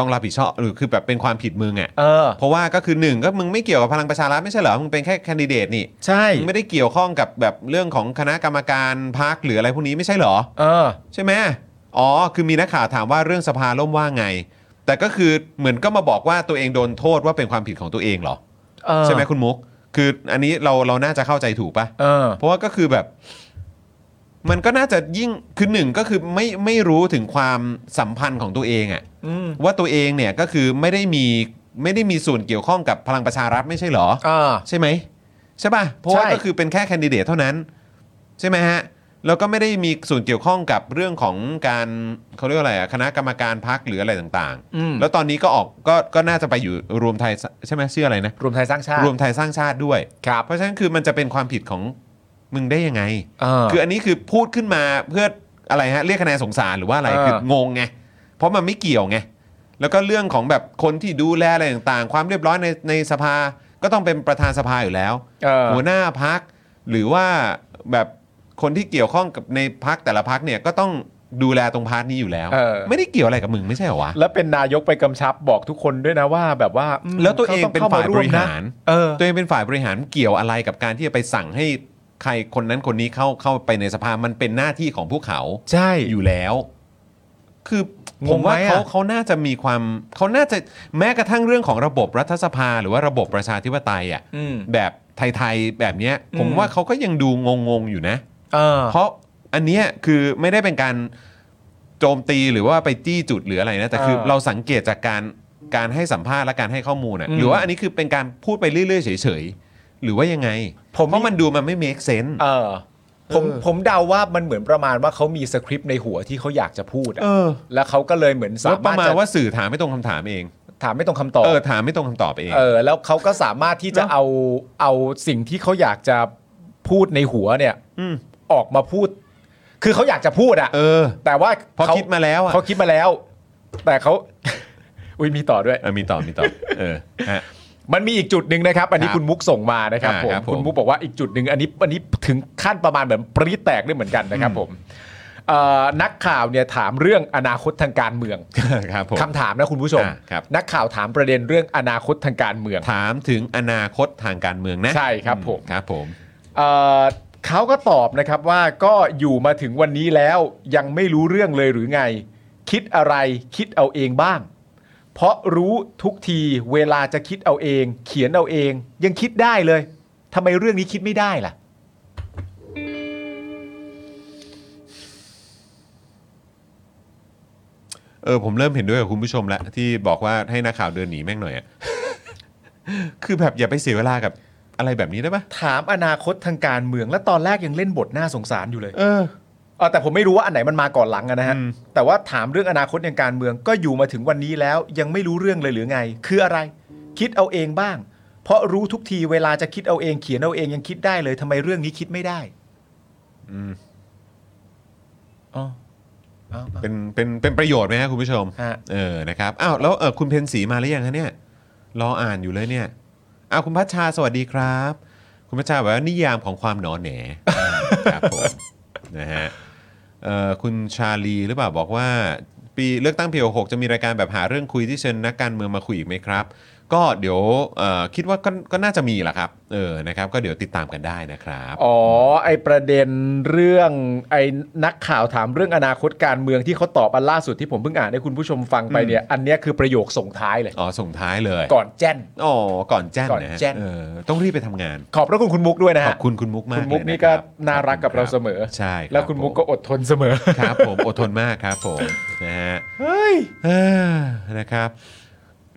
ต้องรับผิดชอบหรือคือแบบเป็นความผิดมึงอ่ะ เออ เพราะว่าก็คือหนึ่งก็มึงไม่เกี่ยวกับพลังประชารัฐไม่ใช่เหรอมึงเป็นแค่แคนดิเดตนี่ ใช่ มึงไม่ได้เกี่ยวข้องกับแบบเรื่องของคณะกรรมการพักหรืออะไรพวกนี้ไม่ใช่เหรอ เออ ใช่ไหมอ๋อ คือมีนักข่าวถามว่าเรื่องสภาล่มว่าไง แต่ก็คือเหมือนก็มาบอกว่าตัวเองโดนโทษว่าเป็นความผิดของตัวเองเหรอ เออ ใช่ไหมคุณมุก คืออันนี้เราเราน่าจะเข้าใจถูกปะ เออ เพราะว่าก็คือแบบ มันก็น่าจะยิ่ง คือหนึ่งก็คือไม่ไม่รู้ถึงความสัมพันธ์ของตัวเองอะ อืม ว่าตัวเองเนี่ยก็คือไม่ได้มีไม่ได้มีส่วนเกี่ยวข้องกับพลังประชารัฐไม่ใช่เหรอ เออ ใช่ไหมใช่ป่ะเพราะว่า ใช่ ก็คือเป็นแค่แคนดิเดตเท่านั้น ใช่ไหมฮะแล้วก็ไม่ได้มีส่วนเกี่ยวข้องกับเรื่องของการเขาเรียกว่าอะไรอะคณะกรรมการพักหรืออะไรต่าง อืม ๆ แล้วตอนนี้ก็ออกก็ก็น่าจะไปอยู่รวมไทยใช่ไหมชื่ออะไรนะ รวมไทยสร้างชาติ รวมไทยสร้างชาติด้วย ครับ เพราะฉะนั้นคือมันจะเป็นความผิดของมึงได้ยังไง เออ คืออันนี้คือพูดขึ้นมาเพื่ออะไรฮะเรียกคะแนนสงสารหรือว่าอะไร เออ คืองงไงเพราะมันไม่เกี่ยวไงแล้วก็เรื่องของแบบคนที่ดูแลอะไรต่างๆ ความเรียบร้อยในในสภาก็ต้องเป็นประธานสภาอยู่แล้ว เออ หัวหน้าพักหรือว่าแบบคนที่เกี่ยวข้องกับในพักแต่ละพักเนี่ยก็ต้องดูแลตรงพาร์ทนี้อยู่แล้ว เออ ไม่ได้เกี่ยวอะไรกับมึงไม่ใช่เหรอวะ แล้วเป็นนายกไปกำชับบอกทุกคนด้วยนะว่า แบบว่าอืม แล้วตัวเองเป็นฝ่ายบริหาร เออ ตัวเองเป็นฝ่ายบริหารเกี่ยวอะไรกับการที่จะไปสั่งให้ใครคนนั้นคนนี้เข้าเข้าไปในสภามันเป็นหน้าที่ของพวกเขา ใช่ อยู่แล้ว คือง ง ผมว่า ไหมอะ เขาเขาน่าจะมีความเขาน่าจะแม้กระทั่งเรื่องของระบบรัฐสภาหรือว่าระบบประชาธิปไตยอ่ะ อืม แบบไทยๆแบบเนี้ย อืม ผมว่าเขาก็ยังดูงงๆอยู่นะ เออ เพราะอันเนี้ยคือไม่ได้เป็นการโจมตีหรือว่าไปจี้จุดหรืออะไรนะแต่คือ เออ เราสังเกตจากการการให้สัมภาษณ์และการให้ข้อมูลอะ อืม หรือว่าอันนี้คือเป็นการพูดไปเรื่อยๆเฉยๆหรือว่ายังไง ผม เพราะ มี มันดูมันไม่ make sense เออ ผมผมเดาว่ามันเหมือนประมาณว่าเขามีสคริปต์ในหัวที่เขาอยากจะพูดอะ เออ แล้วเขาก็เลยเหมือน แล้ว สา ป มารถระมาณ จะ ว่าสื่อถามไม่ตรงคำถามเอง ถามไม่ตรงคำตอบ เออถามไม่ตรงคำตอบเอง เออแล้วเขาก็สามารถที่จะเอาเอาสิ่งที่เขาอยากจะพูดในหัวเนี่ย ม ออกมาพูด คือเขาอยากจะพูดอะ เออ แต่ว่า เพอคิดมาแล้วอ่ะ เขาคิดมาแล้ว แต่เขา อุ้ยมีต่อด้วย เออมีต่อมีต่อเออฮะ มันมีอีกจุดหนึ่งนะครับ อันนี้ ครับ คุณมุกส่งมานะครับ อ่า ผม ครับผม คุณมุกบอกว่าอีกจุดหนึ่งอันนี้อันนี้ถึงขั้นประมาณเหมือนปรี๊ดแตกด้วยเหมือนกันนะครับผมเอ่อนักข่าวเนี่ยถามเรื่องอนาคตทางการเมือง ครับผม คำถามนะคุณผู้ชม อ่าครับ นักข่าวถามประเด็นเรื่องอนาคตทางการเมือง ถามถึงอนาคตทางการเมืองนะ ใช่ครับผม ครับผม เอ่อเขาก็ตอบนะครับว่าก็อยู่มาถึงวันนี้แล้วยังไม่รู้เรื่องเลยหรือไง คิดอะไรคิดเอาเองบ้าง เพราะรู้ทุกทีเวลาจะคิดเอาเอง เขียนเอาเอง ยังคิดได้เลยทำไมเรื่องนี้คิดไม่ได้ล่ะ เออผมเริ่มเห็นด้วยกับคุณผู้ชมแล้ว ที่บอกว่าให้นักข่าวเดินหนีแม่งหน่อยอะ คือแบบอย่าไปเสียเวลากับอะไรแบบนี้ได้ปะ ถามอนาคตทางการเมืองและตอนแรกยังเล่นบทน่าสงสารอยู่เลย เออ เออแต่ผมไม่รู้ว่าอันไหนมันมาก่อนหลังอะนะฮะ อืม แต่ว่าถามเรื่องอนาคตทางการเมืองก็อยู่มาถึงวันนี้แล้วยังไม่รู้เรื่องเลยหรือไง คืออะไร คิดเอาเองบ้าง เพราะรู้ทุกทีเวลาจะคิดเอาเองเขียนเอาเองยังคิดได้เลยทำไมเรื่องนี้คิดไม่ได้อ๋ออ๋ออ๋อ เป็นเป็นเป็นประโยชน์ไหมฮะคุณผู้ชม ฮะ เออนะครับอ้าวแล้วเออคุณเพนสีมาหรือยังฮะเนี่ยรออ่านอยู่เลยเนี่ยอ้าวคุณพัชชาสวัสดีครับ คุณพัชชาบอกว่านิยามของความหนอแหน ครับผม นะฮะเอ่อคุณชาลีหรือเปล่าบอกว่า ปีเลือกตั้งปีหกจะมีรายการแบบหาเรื่องคุยที่เชิญนักการเมืองมาคุยอีกไหมครับ ก็เดี๋ยวเอ่อคิดว่าก็ก็น่าจะมีแหละครับเออนะครับก็เดี๋ยวติดตามกันได้นะครับ อ๋อ ไอประเด็นเรื่องไอนักข่าวถามเรื่องอนาคตการเมืองที่เขาตอบอันล่าสุดที่ผมเพิ่งอ่านให้คุณผู้ชมฟังไปเนี่ย อันเนี้ยคือประโยคส่งท้ายเลย อ๋อส่งท้ายเลย ก่อนแจ้น อ๋อก่อนแจ้ง ก่อน นะฮะ แจ้ง เออต้องรีบไปทำงาน ขอบพระคุณคุณมุกด้วยนะ ข ฮะ อบคุณคุณมุกมาก คุณมุก เลยะ นี่ก็ รับ น่ารักกับเราเสมอ ใช่รับ แล้วคุณมุกก็อดทนเสมอ ครับผมอดทนมากครับผมนะฮะ เฮ้ย เอ้อนะครับ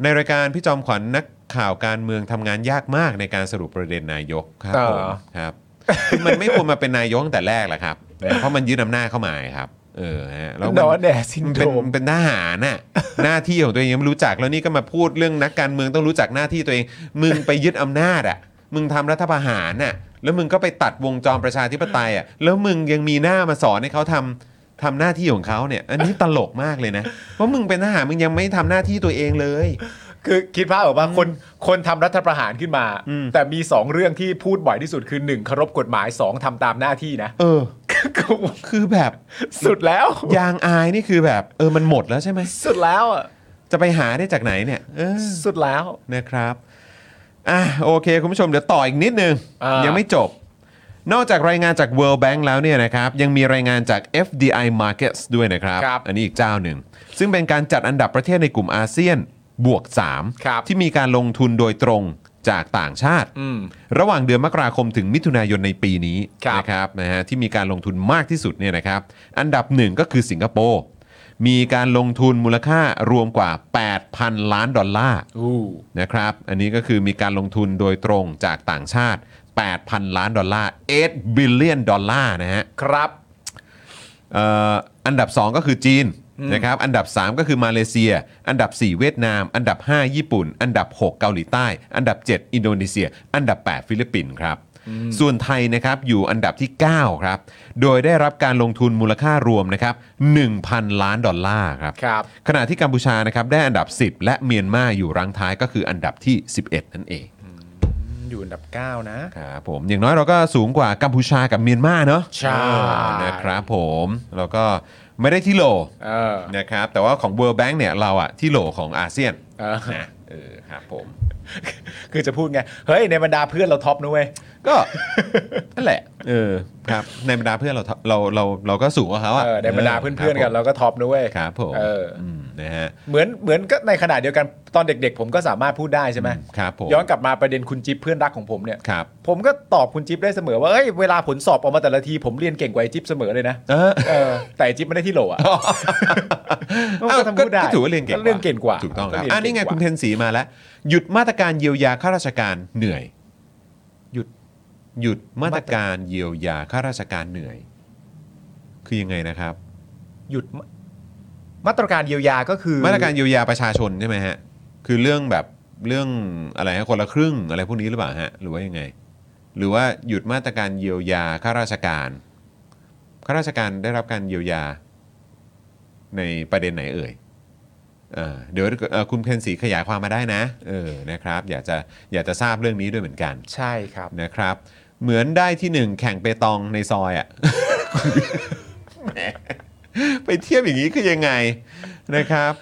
ในรายการพี่จอมขวัญนักข่าวการเมืองทำงานยากมากในการสรุปประเด็นนายกครับ เออ ผมครับคือมันไม่ควรมาเป็นนายกตั้งแต่แรกแหละครับนะเพราะมันยึดอำนาจเข้ามาครับ เออฮะแล้วมัน นอนแหน่ซิน มัน โด เป็น ม เป็นทหาร น่ะหน้าที่ของตัวเองยังไม่รู้จักแล้วนี่ก็มาพูดเรื่องนักการเมืองต้องรู้จักหน้าที่ตัวเอง มึงไปยึดอำนาจอ่ะ มึงทำรัฐประหารน่ะแล้วมึงก็ไปตัดวงจรประชาธิปไตยอ่ะแล้วมึงยังมีหน้ามาสอนให้เขาทำทำหน้าที่ของเขาเนี่ย อันนี้ตลกมากเลยนะว่ามึงเป็นทหารมึงยังไม่ทำหน้าที่ตัวเองเลย คือคิดภาพออกว่าคนคนทำรัฐประหารขึ้นมา อืม แต่มี 2 เรื่องที่พูดบ่อยที่สุดคือ 1เคารพกฎหมาย 2ทำตามหน้าที่นะ เออ คือแบบ สุดแล้ว ยางอายนี่คือแบบ เออมันหมดแล้วใช่ไหม สุดแล้วอ่ะ จะไปหาได้จากไหนเนี่ยเออ สุดแล้ว นะครับ อ่ะโอเค คุณผู้ชมเดี๋ยวต่ออีกนิดนึง อ่ายั ยังไม่จบ นอกจากรายงานจาก World Bank แล้วเนี่ยนะครับ ยังมีรายงานจาก FDI Markets ด้วยนะครับ ครับ อันนี้อีกเจ้าหนึ่ง ซึ่งเป็นการจัดอันดับประเทศในกลุ่มอาเซียนบวก 3 ครับ ที่มีการลงทุนโดยตรงจากต่างชาติ อืม ระหว่างเดือนมกราคมถึงมิถุนายนในปีนี้ ครับ นะครับนะฮะที่มีการลงทุนมากที่สุดเนี่ยนะครับ อันดับหนึ่งก็คือสิงคโปร์มีการลงทุนมูลค่ารวมกว่า 8,000 ล้านดอลลาร์ อู้ นะครับ อันนี้ก็คือมีการลงทุนโดยตรงจากต่างชาติ 8,000 ล้านดอลลาร์ 8 billion ดอลลาร์นะฮะ ครับ เอ่ออันดับ 2 ก็คือจีนนะครับ อันดับ 3 ก็คือมาเลเซีย อันดับ 4 เวียดนาม อันดับ 5 ญี่ปุ่น อันดับ 6 เกาหลีใต้ อันดับ 7 อินโดนีเซีย อันดับ 8 ฟิลิปปินส์ครับ ส่วนไทยนะครับอยู่อันดับที่ 9 ครับ โดยได้รับการลงทุนมูลค่ารวมนะครับ 1,000 ล้านดอลลาร์ครับ ครับ ขณะที่กัมพูชานะครับได้อันดับ 10 และเมียนมาอยู่รังท้ายก็คืออันดับที่ 11 นั่นเอง อยู่อันดับ 9 นะ ครับผมอย่างน้อยเราก็สูงกว่ากัมพูชากับเมียนมาเนอะ ใช่ นะครับผมเราก็ไม่ได้ที่โหล เออ นะครับแต่ว่าของ World Bank เนี่ยเราอะที่โหลของอาเซียน เออ นะเออครับผม คือจะพูดไง เฮ้ย ในบรรดาเพื่อนเราท็อปนะเว้ย ก็ นั่นแหละเออครับในบรรดาเพื่อนเราเราเราเราก็สูงกว่าเขาอะ เออ ในบรรดาเพื่อนๆกันเราก็ท็อปนะเว้ย ครับผม เออ มนะฮะ เหมือนเหมือนก็ในขณะเดียวกันตอนเด็กๆ ผมก็สามารถพูดได้ใช่ไหม ครับผม ย้อนกลับมาประเด็นคุณจิ๊บเพื่อนรักของผมเนี่ย ครับ ผมก็ตอบคุณจิ๊บได้เสมอว่าเอ้ยเวลาผลสอบออกมาแต่ละทีผมเรียนเก่งกว่าไอ้จิ๊บเสมอเลยนะ เอ อ เออแต่ไอ้จิ๊บไม่ได้ที่โหลอะ อ้าว ก็ทำพูดได้ ก็ถือว่าเรียนเก่ง ก็เรียนเก่งกว่า ถูกต้องค ก็ รับ เรียน อันนี้ไง เก่งกว่า คุณเทนสีมาแล้ว หยุดมาตรการเยียวยาข้าราชการเหนื่อย หยุดหยุดมาตรการเยียวยาข้าราชการเหนื่อย คือยังไงนะครับ หยุดมามาตรการเยียวยาก็คือ มาตรการเยียวยาประชาชนใช่ไหมฮะ คือเรื่องแบบเรื่องอะไรฮะคนละครึ่งอะไรพวกนี้หรือเปล่าฮะหรือว่ายังไง หรือว่าหยุดมาตรการเยียวยาข้าราชการข้าราชการได้รับการเยียวยา ในประเด็นไหนเอ่ยเอ่อเดี๋ยวเอ่อคุณเพนสีขยายความมาได้นะเออนะครับ อยากจะอยากจะทราบเรื่องนี้ด้วยเหมือนกัน ใช่ครับ นะครับ เหมือนได้ที่หนึ่งแข่งเปตองในซอยอะ่ะ แหมไปเทียบอย่างนี้คือยังไงนะครับ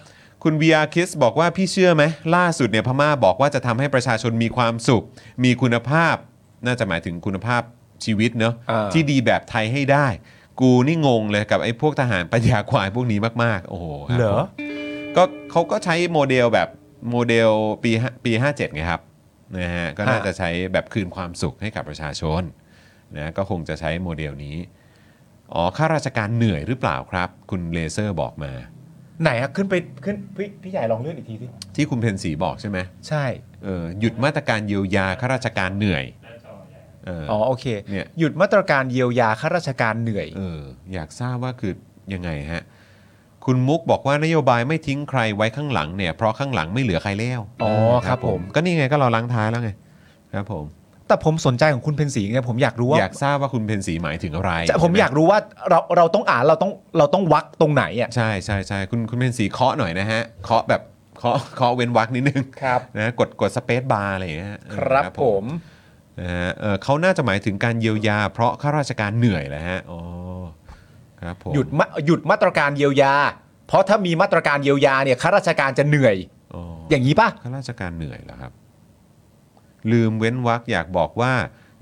คุณ VR Kiss บอกว่าพี่เชื่อไหมล่าสุดเนี่ยพม่าบอกว่าจะทำให้ประชาชนมีความสุข มีคุณภาพ น่าจะหมายถึงคุณภาพชีวิตเนอะ อ่า ที่ดีแบบไทยให้ได้ กูนี่งงเลยกับไอ้พวกทหารปัญญาควายพวกนี้มาก ๆ โอ้โหคบ เหรอ ผม ก็เขาก็ใช้โมเดลแบบโมเดลปีห้าปี 57 ไงครับนะฮะก็น่าจะใช้แบบคืนความสุขให้กับประชาชนนะก็คงจะใช้โมเดลนี้ อ๋อข้าราชการเหนื่อยหรือเปล่าครับ คุณเลเซอร์บอกมา ไหนอะขึ้นไปขึ้นพี่พี่ใหญ่ลองเลื่อนอีกทีสิ ที่คุณเพนสีบอกใช่ไหม ใช่ เออหยุดมาตรการเยียวยาข้าราชการเหนื่อยเออ อ๋ อ อโอเค เนี่ย หยุดมาตรการเยียวยาข้าราชการเหนื่อย เอออยากทราบว่าคือยังไงฮะ คุณมุกบอกว่านโยบายไม่ทิ้งใครไว้ข้างหลังเนี่ยเพราะข้างหลังไม่เหลือใครแล้ว อ๋อครับผม ก็นี่ไงก็เราล้างท้ายแล้วไงครับผม แต่ผมสนใจของคุณเพนสีไงผมอยากรู้ว่า อยากทราบว่าคุณเพนสีหมายถึงอะไร จะผมอยากรู้ว่าเราเราต้องอ่านเราต้องเราต้องวักตรงไหนอ่ะ ใช่ใช่ใช่คุณคุณเพนสีเคาะหน่อยนะฮะเคาะแบบเคาะเคาะเว้นวักนิดนึง ครับ นะกดกดสเปซบาร์อะไรอย่างเงี้ยฮะ ครับผม นะฮะเออเขาน่าจะหมายถึงการเยียวยา เพราะข้าราชการเหนื่อยแหละฮะอ๋อครับผม หยุดมาหยุดมาตรการเยียวยา เพราะถ้ามีมาตรการเยียวยาเนี่ยข้าราชการจะเหนื่อย อ๋ออ อย่างนี้ป่ะ ข้าราชการเหนื่อยเหรอครับ ลืมเว้นวักอยากบอกว่า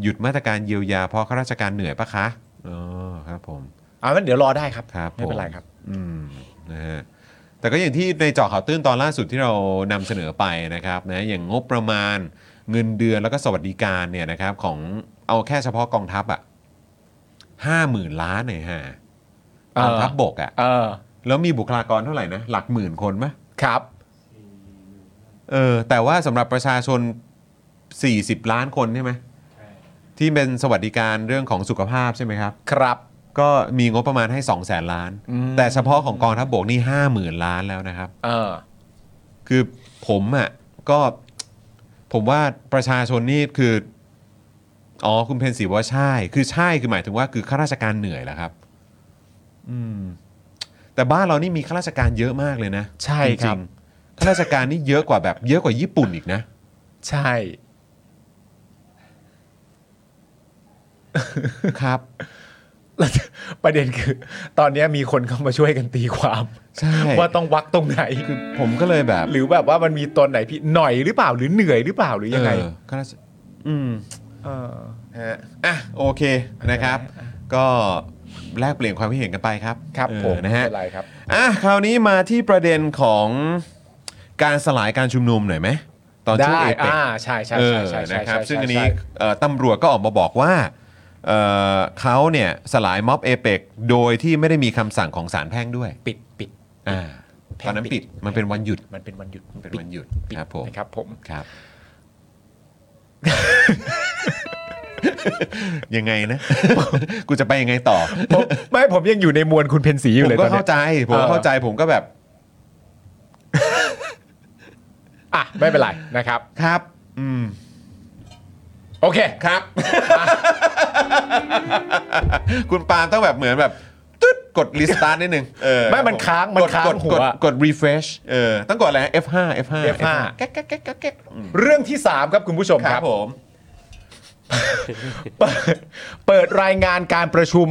หยุดมาตรการเยียวยาเพราะข้าราชการเหนื่อยปะคะอ๋อครับผม อ่ามันเดี๋ยวรอได้ครับ ครับ ไม่เป็นไร ผม ครับ อืมนะฮะแต่ก็อย่างที่ในเจาะข่าวตื้นตอนล่าสุดที่เรานำเสนอไปนะครับนะอย่างงบประมาณเงินเดือนแล้วก็สวัสดิการเนี่ยนะครับของเอาแค่เฉพาะกองทัพอ่ะห้าหมื่นล้านเนี่ยฮะ เออ กองทัพบกอ่ะ เออ แล้วมีบุคลากรเท่าไหร่นะ หลักหมื่นคนไหมะ ครับ เออแต่ว่าสำหรับประชาชน 40 ล้านคนใช่ไหมที่เป็นสวัสดิการเรื่องของสุขภาพใช่ไหมครับ ครับ ก็มีงบประมาณให้ 2 0 0แสนล้าน อืม แต่เฉพาะของกองทัพบกนี่ 50,000 ล้านแล้วนะครับ เออ คือผมอ่ะก็ผมว่าประชาชนนี่คือ อ๋อคุณเพนสีบอกว่าใช่ คือใช่คือหมายถึงว่าคือข้าราชการเหนื่อยแหละครับ อืม แต่บ้านเรานี่มีข้าราชการเยอะมากเลยนะ ใช่ครับ จงๆข้าราชการนี่เยอะกว่าแบบ เยอะกว่าญี่ปุ่นอีกนะ ใช่ ครับ แล้วประเด็นคือ ตอนเนี้ยมีคนเข้ามาช่วยกันตีความ ใช่ ว่าต้องวักตรงไหน คือผมก็เลยแบบ หรือแบบว่ามันมีตอนไหนพี่หน่อยหรือเปล่าหรือเหนื่อยหรือเปล่าหรือยังไง เออก็น่าจะอืม เออ ฮะอ่ะโอเคนะครับ ก็แลกเปลี่ยนความคิดเห็นกันไปครับ ครับ เออ ผม นะฮะ ไม่เป็นไรครับ อ่ะคราวนี้มาที่ประเด็นของการสลายการชุมนุมหน่อยไหมตอนช่วง ได้ เอเปก อ่าใช่ใช่ เออ ใช่ใช่ใช่ นะค ใช่ รับ ใช่ ซึ่งอันนี้ ใช่ เอ่อตำรวจก็ออกมาบอกว่าเอ่อเขาเนี่ยสลายม็อบเอเปกโดยที่ไม่ได้มีคำสั่งของศาลแพ่งด้วย ปิดปิด อ่า แพ่งตอนนั้น ปิ ปิด ด มันเป็นวันหยุด มันเป็นวันหยุด เป็น ปิด วันหยุด ปิด ครับผม นะครับผม ครับ ยังไงนะ กูจะไปยังไงต่อ ผมไม่ผมยังอยู่ในมวลคุณเพนสีอ ผ ยู่ ม เลย ก็ ตอนเนี้ เข้าย ใจ ผมก็ เออ เข้าใจผมก็แบบ อ่ะไม่เป็นไรนะครับ ครับ อืม โอเค ครับ คุณปาล์มต้องแบบเหมือนแบบตึ๊ดกดรีสตาร์ทนิดนึงเออ ไม่มัน รับผ ค้างมัน กด ค้าง กด หั ก ว ดกด refresh เออต้องกดอะไรนะ F5 F5 F5 แก๊กแก๊กแก๊กแก๊กแก๊กอืม เรื่องที่ 3 ครับคุณผู้ชม ค ค รั รั บบ ผม เปิดเปิดรายงานการประชุม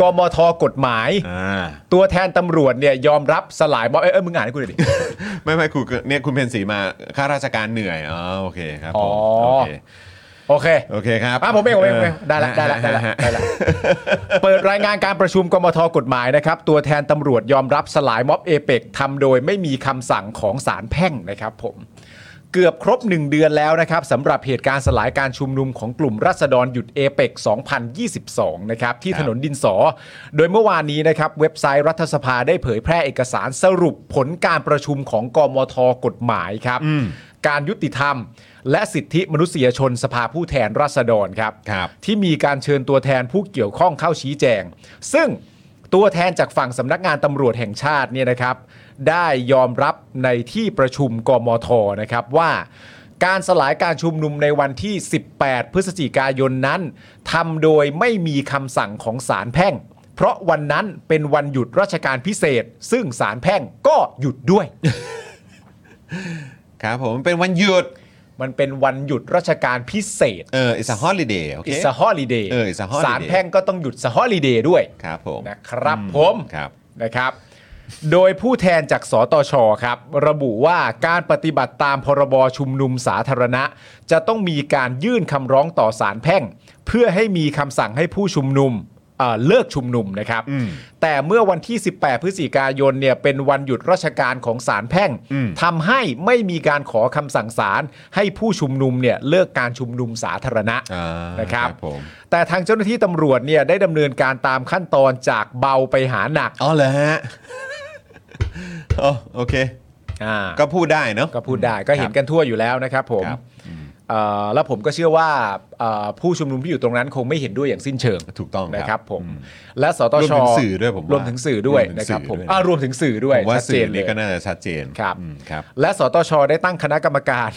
กมทกฎหมาย อ่า ตัวแทนตำรวจเนี่ยยอมรับสลายม็อบเอยเอยมึงอ่านให้กูหน่อยดิ ไม่ไม่คุณเนี่ยคุณเพนสีมาข้าราชการเหนื่อยอ๋อโอเคครับผม อ๋อ โอเค โอเค โอเคครับ อ่ะผมเองผมเองผมเองได้ละได้ละได้ละ ฮฮ ได้ละเปิดรายงานการประชุมกมทกฎหมายนะครับ ตัวแทนตำรวจยอมรับสลายม็อบเอเปกทำโดยไม่มีคำสั่งของศาลแพ่งนะครับผม เกือบครบ 1 เดือนแล้วนะครับสำหรับเหตุการณ์สลายการชุมนุมของกลุ่มรัษฎรหยุดเอเปก2022 นะครับ ที่ถนนดินสอ โดยเมื่อวานนี้นะครับ เว็บไซต์รัฐสภาได้เผยแพร่เอกสารสรุปผลการประชุมของกมทกฎหมายครับ การยุติธรรม และสิทธิมนุษยชนสภาผู้แทนราษฎรครับ ครับ ที่มีการเชิญตัวแทนผู้เกี่ยวข้องเข้าชี้แจง ซึ่งตัวแทนจากฝั่งสำนักงานตำรวจแห่งชาติเนี่ยนะครับ ได้ยอมรับในที่ประชุมกมทนะครับว่าการสลายการชุมนุมในวันที่ 18 พฤศจิกายนนั้นทำโดยไม่มีคำสั่งของศาลแพ่ง เพราะวันนั้นเป็นวันหยุดราชการพิเศษ ซึ่งศาลแพ่งก็หยุดด้วย ครับผมเป็นวันหยุด มันเป็นวันหยุดราชการพิเศษ เออ it's a holiday โอเค อิสฮอลิเดย์ เออ it's a holiday ศาลแพ่งก็ต้องหยุดสฮอลิเดย์ด้วย ครับผม นะครับผม ครับ นะครับ โดยผู้แทนจากสตชครับ ระบุว่าการปฏิบัติตามพรบชุมนุมสาธารณะ จะต้องมีการยื่นคำร้องต่อศาลแพ่ง เพื่อให้มีคำสั่งให้ผู้ชุมนุมเอ่อเลิกชุมนุมนะครับ อืม แต่เมื่อวันที่ 18 พฤศจิกายนเนี่ยเป็นวันหยุดราชการของศาลแพ่ง อืม ทำให้ไม่มีการขอคำสั่งศาลให้ผู้ชุมนุมเนี่ยเลิกการชุมนุมสาธารณะ อ่า นะครับ ผม แต่ทางเจ้าหน้าที่ตำรวจเนี่ยได้ดำเนินการตามขั้นตอนจากเบาไปหาหนัก อ๋อเหรอฮะ อ๋อโอเค อ่า ก็พูดได้เนาะ ก็พูดได้ก็เห็นกันทั่วอยู่แล้วนะครับผม ครับ เอ่อแล้วผมก็เชื่อว่าเอ่อผู้ชุมนุมที่อยู่ตรงนั้นคงไม่เห็นด้วยอย่างสิ้นเชิง ถูกต้อง นะครับผมและสต รว ช มถึงสื่อด้วยผมว่าร วมถึงสื่อด้วย รวมถึง นะครับ สื่อ ผม ด้วย อ่ารวมถึงสื่อด้วย ผมว่า ชัดเจ สื่อน เล นี้ ย ก็น่าจะชัดเจน ครับ อืมครับ และสตช ได้ตั้งคณะกรรมการ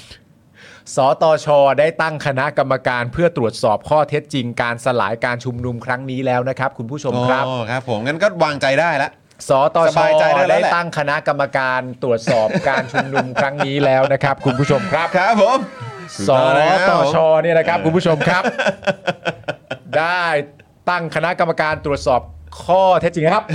สตช ได้ตั้งคณะกรรมการเพื่อตรวจสอบข้อเท็จจริงการสลายการชุมนุมครั้งนี้แล้วนะครับ คุณผู้ชมครับ อ๋อครับผมงั้นก็วางใจได้ละ สต ส ช บายใจได้แล้วแหละ ได้ตั้งคณะกรรมการตรวจสอบการชุมนุมครั้งนี้แล้วนะครับ คุณผู้ชมครับ ครับผม ส แล้ว ตชเนี่ยนะครับ คุณผู้ชมครับ ได้ตั้งคณะกรรมการตรวจสอบข้อเท็จจริงนะครับ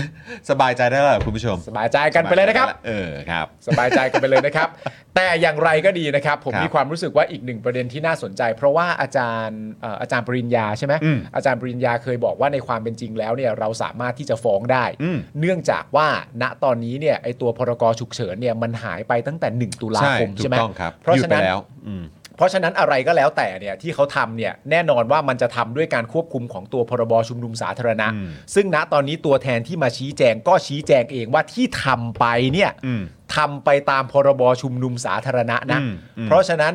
สบายใจได้แล้วเหรอคุณผู้ชม สบายใจกันไปเลยนะครับ เออครับ สบายใจกันไปเลย นะครับ แต่อย่างไรก็ดีนะครับ ผม ครับ มีความรู้สึกว่าอีกหนึ่งประเด็นที่น่าสนใจ เพราะว่าอาจารย์เอ่ออาจารย์ปริญญาใช่ไหม อืม อาจารย์ปริญญาเคยบอกว่าในความเป็นจริงแล้วเนี่ยเราสามารถที่จะฟ้องได้ อืม เนื่องจากว่าณตอนนี้เนี่ยไอตัวพรกฉุกเฉินเนี่ยมันหายไปตั้งแต่ 1 ตุลา ใช่ คม ถู ใช่ ก ไหม ต้องครับ เพราะ หยุด ฉะ ไป นั้น แล้วอืม เพราะฉะนั้นอะไรก็แล้วแต่เนี่ยที่เขาทำเนี่ยแน่นอนว่ามันจะทำด้วยการควบคุมของตัวพรบชุมนุมสาธารณะ อืม ซึ่งณตอนนี้ตัวแทนที่มาชี้แจงก็ชี้แจงเองว่าที่ทำไปเนี่ย อืม ทำไปตามพรบชุมนุมสาธารณะนะ อืมอืม เพราะฉะนั้น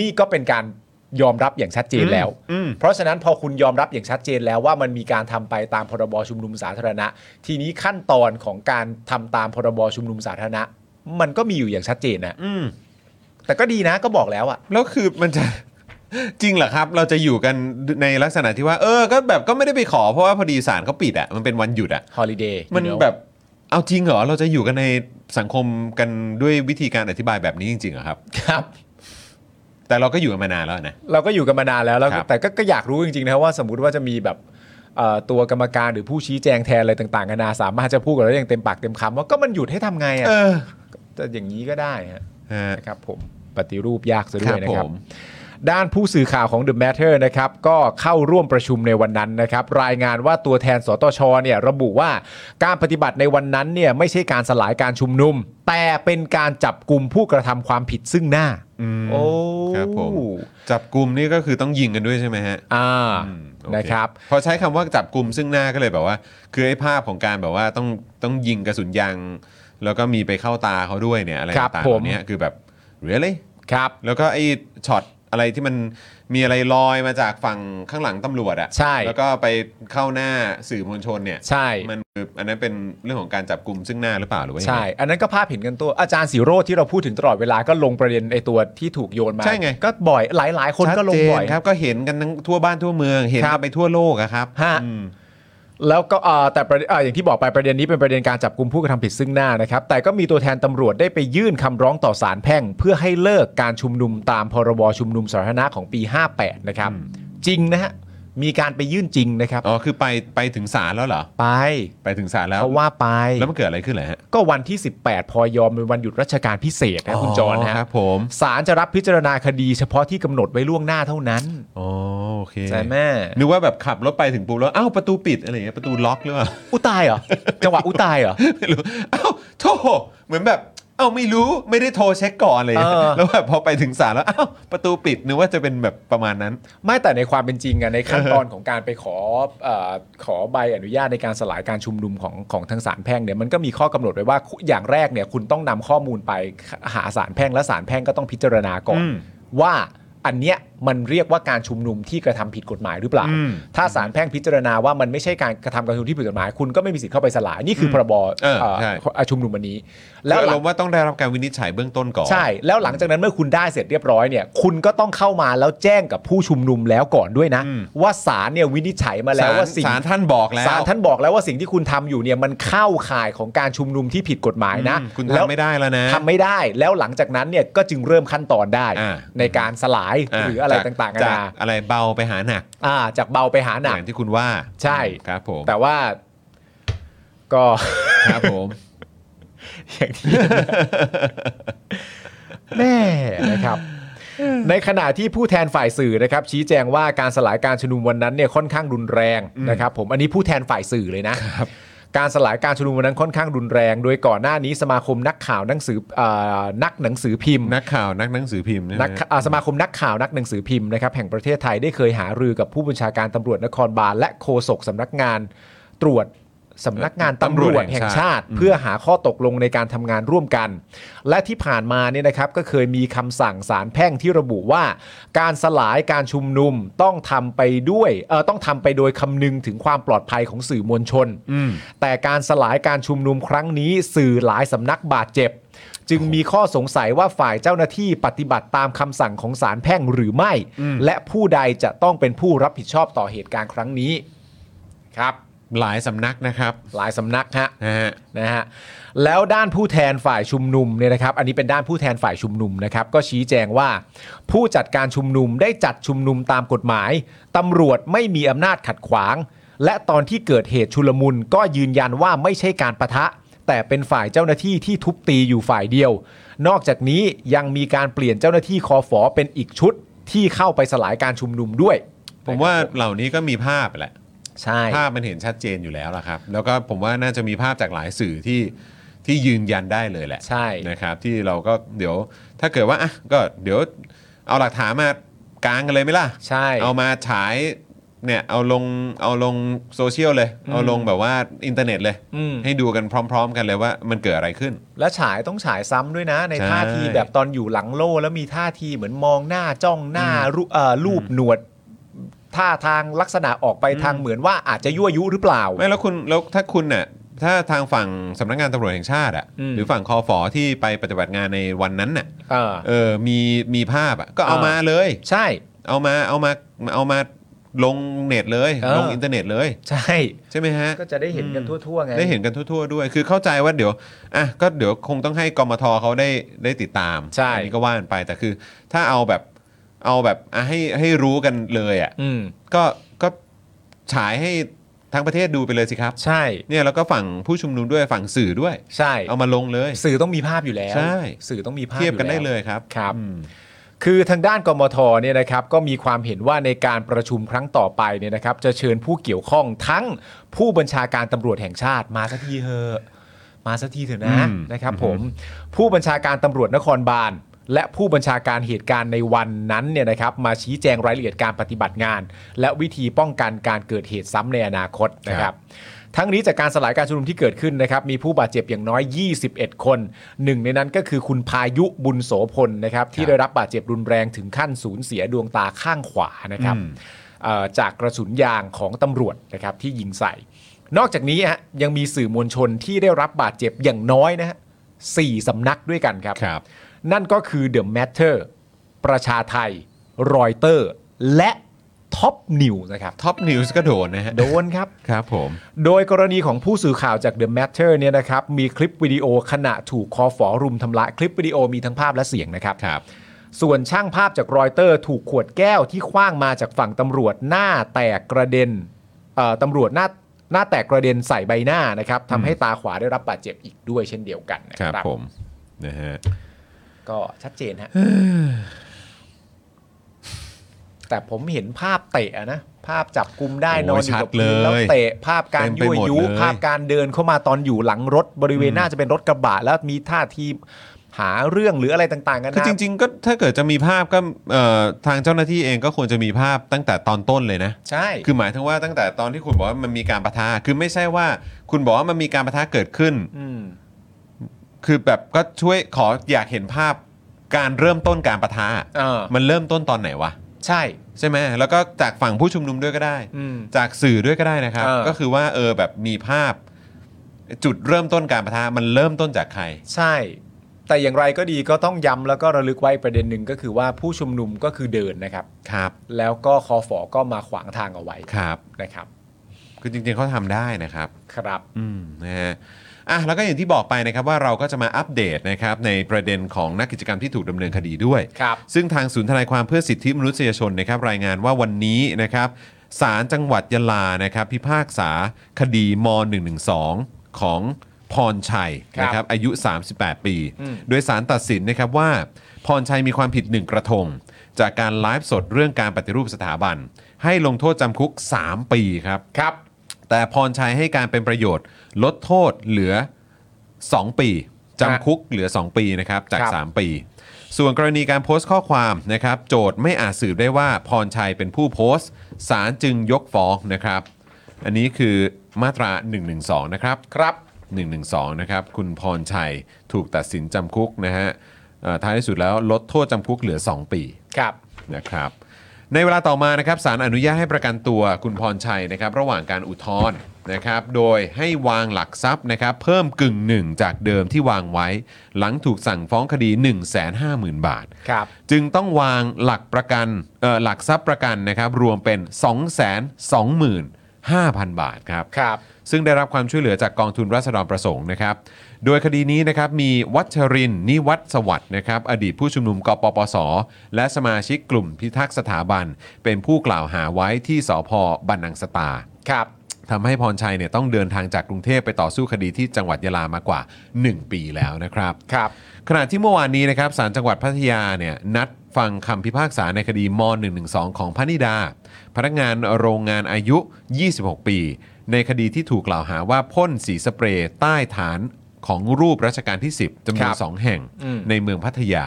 นี่ก็เป็นการยอมรับอย่างชัดเจนแล้ว อืม เพราะฉะนั้นพอคุณยอมรับอย่างชัดเจนแล้วว่ามันมีการทำไปตามพรบชุมนุมสาธารณะ ทีนี้ขั้นตอนของการทำตามพรบชุมนุมสาธารณะ มันก็มีอยู่อย่างชัดเจนนะ อืม แต่ก็ดีนะก็บอกแล้วอะ แล้วคือมันจะ จริงเหรอครับ เราจะอยู่กันในลักษณะที่ว่า เออ ก็แบบก็ไม่ได้ไปขอเพราะว่าพอดีศาลเขาปิดอ่ะมันเป็นวันหยุดอ่ะ ฮอลิเดย์ มันแบบเอาจริงเหรอเราจะอยู่กันในสังคมกันด้วยวิธีการอธิบายแบบนี้จริงๆเหรอครับ ครับ แต่เราก็อยู่กันมานานแล้วนะ เราก็อยู่กันมานานแล้วแล้ว ครับ แต่ก็ก็อยากรู้จริงๆนะครับว่าสมมติว่าจะมีแบบ เอ่อตัวกรรมการหรือผู้ชี้แจงแทนอะไรต่างๆกันานาสามารถจะพูดกับเราได้อย่างเต็มปากเต็มคำว่าก็มันหยุดให้ทำไงอ่ะ เออ จะอย่างนี้ก็ได้ฮะ ฮะ นะครับผมปฏิรูปยากซะ ค ด้ รั ว บ ยนะ ผ ครับ ม ด้านผู้สื่อข่าวของ The Matter นะครับก็เข้าร่วมประชุมในวันนั้นนะครับรายงานว่าตัวแทนสตชเนี่ยระบุว่าการปฏิบัติในวันนั้นเนี่ยไม่ใช่การสลายการชุมนุม แต่เป็นการจับกลุ่มผู้กระทำความผิดซึ่งหน้า อืม โอ้ ครับผม จับกลุ่มนี่ก็คือต้องยิงกันด้วยใช่ไหมฮะ อ่า อืมโอเ นะครับ พอใช้คำว่าจับกลุ่มซึ่งหน้าก็เลยแบบว่า คือไอ้ภาพของการแบบว่าต้องต้องยิงกระสุนยางแล้วก็มีไปเข้าตาเขาด้วยเนี่ยอะไร ครับ ต่างๆ ผ เห ม ล่านี้คือแบบ really ครับ แล้วก็ไอ้ช็อตอะไรที่มันมีอะไรลอยมาจากฝั่งข้างหลังตำรวจอะ ใช่ แล้วก็ไปเข้าหน้าสื่อมวลชนเนี่ย ใช่ มันคืออันนั้นเป็นเรื่องของการจับกลุ่มซึ่งหน้าหรือเปล่าหรือว่ายัง ใช่ ไง อันนั้นก็ภาพเห็นกันตัวอาจารย์สีโรธที่เราพูดถึงตลอดเวลาก็ลงประเด็นไอตัวที่ถูกโยนมา ใช่ไง ก็บ่อยหลาย ๆ คนก็ลงบ่อย ชัดเจนครับก็เห็นกันทั้งทั่วบ้านทั่วเมือง เห็น ครั กับ นไปทั่วโลกอะครับ ฮะ อืม แล้วก็เอ่อแต่ประเด็นเอ่ออย่างที่บอกไปประเด็นนี้เป็นประเด็นการจับกลุ่มผู้กระทำผิดซึ่งหน้านะครับ แต่ก็มีตัวแทนตำรวจได้ไปยื่นคำร้องต่อศาลแพ่ง เพื่อให้เลิกการชุมนุมตามพรบชุมนุมสาธารณะของปี 58 นะครับ อืม จริงนะฮะ มีการไปยื่นจริงนะครับ อ๋อคือไปไปถึงศาลแล้วเหรอ ไป ไปถึงศาลแล้ว เขาว่าไป แล้วมันเกิดอะไรขึ้นเหรอฮะ ก็วันที่ 18 พอยอมเป็นวันหยุดราชการพิเศษนะคุณจรนะฮะ ครับผม ศาลจะรับพิจารณาคดีเฉพาะที่กำหนดไว้ล่วงหน้าเท่านั้น อ๋อโอเค ใช่แม่ นึกว่าแบบขับรถไปถึงปุ๊บแล้วอ้าวประตูปิดอะไรอย่างเงี้ยประตูล็อกหรือเปล่า อุยตายเหรอจังหวะอุยตายเหรอ ไม่รู้อ้าวโทรเหมือนแบบเอ้าไม่รู้ไม่ได้โทรเช็คก่อนเลย เออ แล้วแบบพอไปถึงศาลแล้วอ้าวประตูปิดนึกว่าจะเป็นแบบประมาณนั้น ไม่แต่ในความเป็นจริงอะในขั้น ตอนของการไปขอเอ่อขอใบอนุญาตในการสลายการชุมนุมของของทางศาลแพ่งเนี่ยมันก็มีข้อกำหนดไว้ว่าคุอย่างแรกเนี่ยคุณต้องนำข้อมูลไปหาศาลแพ่งและศาลแพ่งก็ต้องพิจารณาก่อน อืม ว่าอันเนี้ยมันเรียกว่าการชุมนุมที่กระทำผิดกฎหมายหรือเปล่า อืม ถ้าศาลแพ่งพิจารณาว่ามันไม่ใช่การกระทำการชุมนุมที่ผิดกฎหมาย คุณก็ไม่มีสิทธิ์เข้าไปสลายนี่คือพรบ เออ เอ่อ ใช่ ชุมนุมวันนี้ แล้วอารมณ์ว่าต้องได้รับการวินิจฉัยเบื้องต้นก่อน ใช่แล้วหลังจากนั้นเมื่อคุณได้เสร็จเรียบร้อยเนี่ยคุณก็ต้องเข้ามาแล้วแจ้งกับผู้ชุมนุมแล้วก่อนด้วยนะ ว่าศาลเนี่ยวินิจฉัยมาแล้วว่าสิ่ง ศาลท่านบอกแล้ว ศาลท่านบอกแล้วว่าสิ่งที่คุณทำอยู่เนี่ยมันเข้าข่ายของการชุมนุมที่ผิดกฎหมายนะ อืมคุณ แล้ว ทำไม่ได้แล้วนะ ทำไม่ได้แล้วหลังจากนั้นเนี่ยก็จึงเริ่มขั้นตอนได้ อ่า ในการสลาย อ่า หรืออะไร จก ต่างๆกั จาน าก อะไรเบาไปหาหนัก อ่าจากเบาไปหาหนั อก ย่างที่คุณว่า ใช่ ครับผม แต่ว่าก็ ครับผม อย่างที่ แม่นะครับ ในขณะที่ผู้แทนฝ่ายสื่อนะครับ ชี้แจงว่าการสลายการชุมนุมวันนั้นเนี่ยค่อนข้างรุนแรงนะครับ ผมอันนี้ผู้แทนฝ่ายสื่อเลยนะการสลายการชุมนุมวันนั้นค่อนข้างรุนแรง โดยก่อนหน้านี้สมาคมนักข่าวหนังสือเอ่อนักหนังสือพิมพ์ นักข่าวนักหนังสือพิมพ์ นัก ใช่ไหม อ่าสมาคมนักข่าวนักหนังสือพิมพ์นะครับแห่งประเทศไทยได้เคยหารือกับผู้บัญชาการตำรวจนครบาลและโฆษกสำนักงานตรวจสำนักงานตำรวจแห่งชาติ เพื่อหาข้อตกลงในการทำงานร่วมกัน และที่ผ่านมาเนี่ยนะครับก็เคยมีคำสั่งศาลแพ่งที่ระบุว่า การสลายการชุมนุมต้องทำไปด้วยเออต้องทำไปโดยคำนึงถึงความปลอดภัยของสื่อมวลชน แต่การสลายการชุมนุมครั้งนี้สื่อหลายสำนักบาดเจ็บ จึงมีข้อสงสัยว่าฝ่ายเจ้าหน้าที่ปฏิบัติตามคำสั่งของศาลแพ่งหรือไม่ และผู้ใดจะต้องเป็นผู้รับผิดชอบต่อเหตุการณ์ครั้งนี้ครับ หลายสำนักนะครับ หลายสำนักฮะ นะฮะ นะฮะแล้วด้านผู้แทนฝ่ายชุมนุมเนี่ยนะครับ อันนี้เป็นด้านผู้แทนฝ่ายชุมนุมนะครับ ก็ชี้แจงว่า ผู้จัดการชุมนุมได้จัดชุมนุมตามกฎหมายตำรวจไม่มีอำนาจขัดขวาง และตอนที่เกิดเหตุชุลมุนก็ยืนยันว่าไม่ใช่การประทะ แต่เป็นฝ่ายเจ้าหน้าที่ที่ทุบตีอยู่ฝ่ายเดียว นอกจากนี้ยังมีการเปลี่ยนเจ้าหน้าที่คอฝอเป็นอีกชุดที่เข้าไปสลายการชุมนุมด้วย ผมว่าเหล่านี้ก็มีภาพแหละ ใช่ ภาพมันเห็นชัดเจนอยู่แล้วล่ะครับ แล้วก็ผมว่าน่าจะมีภาพจากหลายสื่อที่ที่ยืนยันได้เลยแหละ ใช่ นะครับที่เราก็เดี๋ยวถ้าเกิดว่าอ่ะก็เดี๋ยวเอาหลักฐานมากางกันเลยไหมล่ะ ใช่ เอามาฉายเนี่ยเอาลงเอาลงโซเชียลเลย เอาลงแบบว่าอินเทอร์เน็ตเลย อืม ให้ดูกันพร้อม ๆ กันเลยว่ามันเกิดอะไรขึ้น และฉายต้องฉายซ้ำด้วยนะ ใน ใช่ ท่าทีแบบตอนอยู่หลังโล่แล้วมีท่าทีเหมือนมองหน้าจ้องหน้ารูเอ่อรูปหนวด ท่าทางลักษณะออกไปทางเหมือนว่าอาจจะยั่วยุหรือเปล่า ไม่แล้วคุณแล้วถ้าคุณเนี่ยถ้าทางฝั่งสำนักงานตำรวจแห่งชาติอ่ะ อืม หรือฝั่งคอฟอที่ไปปฏิบัติงานในวันนั้นน่ะ เออ เออมีมีภาพอ่ะก็เอา อ่าม มาเลย ใช่ เอามาเอามาเอามาลงเน็ตเลย เออ ลงอินเทอร์เน็ตเลย ใช่ ใช่ไหมฮะ ก็จะได้เห็นกันทั่วๆไง ได้เห็นกันทั่ว ๆ ด้วย คือเข้าใจว่าเดี๋ยวอ่ะก็เดี๋ยวคงต้องให้กมทเขาได้ได้ติดตาม ใช่ อันี้ก็ว่ากันไปแต่คือถ้าเอาแบบเอาแบบอ่ะให้ให้รู้กันเลยอ่ะ อืม ก็ก็ฉายให้ ทั้งประเทศดูไปเลยสิครับ ใช่ เนี่ยแล้วก็ฝั่งผู้ชุมนุมด้วยฝั่งสื่อด้วย ใช่ เอามาลงเลย สื่อต้องมีภาพอยู่แล้ว ใช่ สื่อต้องมีภาพ เทียบกัน อ ได้ แว เลยครับ ครับ อืม คือทางด้านกมทเนี่ยนะครับก็มีความเห็นว่าในการประชุมครั้งต่อไปเนี่ยนะครับ จะเชิญผู้เกี่ยวข้องทั้งผู้บัญชาการตำรวจแห่งชาติมาสักทีเถอะมาสักทีเถอะนะ อืม นะครับผมผู้บัญชาการตำรวจนครบาลและผู้บัญชาการเหตุการณ์ในวันนั้นเนี่ยนะครับมาชี้แจงรายละเอียดการปฏิบัติงาน และวิธีป้องกันการเกิดเหตุซ้ำในอนาคตนะครับ ทั้งนี้จากการสลายการชุมนุมที่เกิดขึ้นนะครับมีผู้บาดเจ็บอย่างน้อย 21 คนหนึ่งในนั้นก็คือคุณพายุบุญโสพลนะครับที่ได้รับบาดเจ็บรุนแรงถึงขั้นสูญเสียดวงตาข้างขวานะครับเอ่อจากกระสุนยางของตำรวจนะครับที่ยิงใส่ นอกจากนี้ฮะยังมีสื่อมวลชนที่ได้รับบาดเจ็บอย่างน้อยนะฮะสี่สำนักด้วยกันครับ ครับ นั่นก็คือ The Matter ประชาไทยรอยเตอร์และท็อปนิวนะครับ ท็อปนิวส์ก็โดนนะฮะ โดนครับ ครับผม โดยกรณีของผู้สื่อข่าวจาก The Matter เนี่ยนะครับ มีคลิปวิดีโอขณะถูกคอฝอรุมทำร้ายคลิปวิดีโอมีทั้งภาพและเสียงนะครับ ครับ ส่วนช่างภาพจากรอยเตอร์ถูกขวดแก้วที่คว้างมาจากฝั่งตำรวจหน้าแตกกระเด็นเอ่อตำรวจหน้าหน้าแตกกระเด็นใส่ใบหน้านะครับทำให้ตาขวาได้รับบาดเจ็บอีกด้วยเช่นเดียวกันนะ ค ค รั รั บบผมนะฮะ ก็ชัดเจนฮะแต่ผมเห็นภาพเตะอะนะภาพจับกุมได้นอนอยู่กับพื้นแล้วเตะภาพการยั่วยุภาพ การเดินเข้ามาตอนอยู่หลังรถบริเวณน่าจะเป็นรถกระบะแล้วมีท่าทีหาเรื่องหรืออะไรต่างๆกัน คือ นะ จริง ๆ ก็ถ้าเกิดจะมีภาพก็เอ่อทางเจ้าหน้าที่เองก็ควรจะมีภาพตั้งแต่ตอนต้นเลยนะ ใช่ คือหมายถึงว่าตั้งแต่ตอนที่คุณบอกว่ามันมีการประทะคือไม่ใช่ว่าคุณบอกว่ามันมีการประทะเกิดขึ้น ม คือแบบก็ช่วยขออยากเห็นภาพการเริ่มต้นการประทะ เออ มันเริ่มต้นตอนไหนวะ ใช่ ใช่ไหมแล้วก็จากฝั่งผู้ชุมนุมด้วยก็ได้ อืม จากสื่อด้วยก็ได้นะครับ เออ ก็คือว่าเออแบบมีภาพ จุดเริ่มต้นการประทะมันเริ่มต้นจากใคร ใช่ แต่อย่างไรก็ดีก็ต้องย้ำแล้วก็ระลึกไว้ประเด็นหนึ่งก็คือว่าผู้ชุมนุมก็คือเดินนะครับ ครับ แล้วก็คอฝอก็มาขวางทางเอาไว้ ครับ นะครับ คือจริงๆเขาทำได้นะครับ ครับ อืมนะฮะอ่ะแล้วก็อย่างที่บอกไปนะครับว่าเราก็จะมาอัปเดตนะครับในประเด็นของนักกิจกรรมที่ถูกดำเนินคดีด้วย ครับ ซึ่งทางศูนย์ทนายความเพื่อสิทธิมนุษยชนนะครับรายงานว่าวันนี้นะครับศาลจังหวัดยะลานะครับพิพากษาคดีม .112 ของพรชัย ครับ นะครับอายุ 38 ปี อืม โดยสารตัดสินนะครับว่าพรชัยมีความผิดหนึ่งกระทง จากการไลฟ์สดเรื่องการปฏิรูปสถาบัน ให้ลงโทษจำคุก 3 ปีครับ ครับ แต่พรชัยให้การเป็นประโยชน์ ลดโทษเหลือ 2 ปีจำคุกเหลือ 2 ปีนะครับจาก ครับ 3 ปี ส่วนกรณีการโพสต์ข้อความนะครับ โจทย์ไม่อาจสืบได้ว่าพรชัยเป็นผู้โพสต์ศาลจึงยกฟ้องนะครับ อันนี้คือมาตรา 112 นะครับ ครับ 112 นะครับ คุณพรชัยถูกตัดสินจำคุกนะฮะเอ่อท้ายที่สุดแล้วลดโทษจำคุกเหลือ 2 ปี ครับ นะครับในเวลาต่อมานะครับสารอนุญาตให้ประกันตัวคุณพรชัยนะครับระหว่างการอุทธรณ์นะครับโดยให้วางหลักทรัพย์นะครับเพิ่มกึ่งหนึ่งจากเดิมที่วางไว้ หลังถูกสั่งฟ้องคดี 150,000 บาท ครับ จึงต้องวางหลักประกันเอ่อหลักทรัพย์ประกันนะครับรวมเป็น 225,000 บาทครับ ครับ ซึ่งได้รับความช่วยเหลือจากกองทุนราษฎรประสงค์นะครับ โดยคดีนี้นะครับมีวัชรินทร์นิวัตสวัสด์นะครับอดีตผู้ชุมนุมกปปส และสมาชิกกลุ่มพิทักษ์สถาบัน เป็นผู้กล่าวหาไว้ที่สพบันนังสตา ครับ ทำให้พรชัยเนี่ยต้องเดินทางจากกรุงเทพไปต่อสู้คดีที่จังหวัดยะลามากว่า 1 ปีแล้วนะครับ ครับ ขณะที่เมื่อวานนี้นะครับศาลจังหวัดพัทยาเนี่ยนัดฟังคำพิพากษาในคดีม .112 ของพนิดา พนักงานโรงงานอายุ 26 ปี ในคดีที่ถูกกล่าวหาว่าพ่นสีสเปรย์ใต้ฐานของรูปรัชกาลที่ 10จำน ครั วน บ 2 แห่ง อืม ในเมืองพัทยา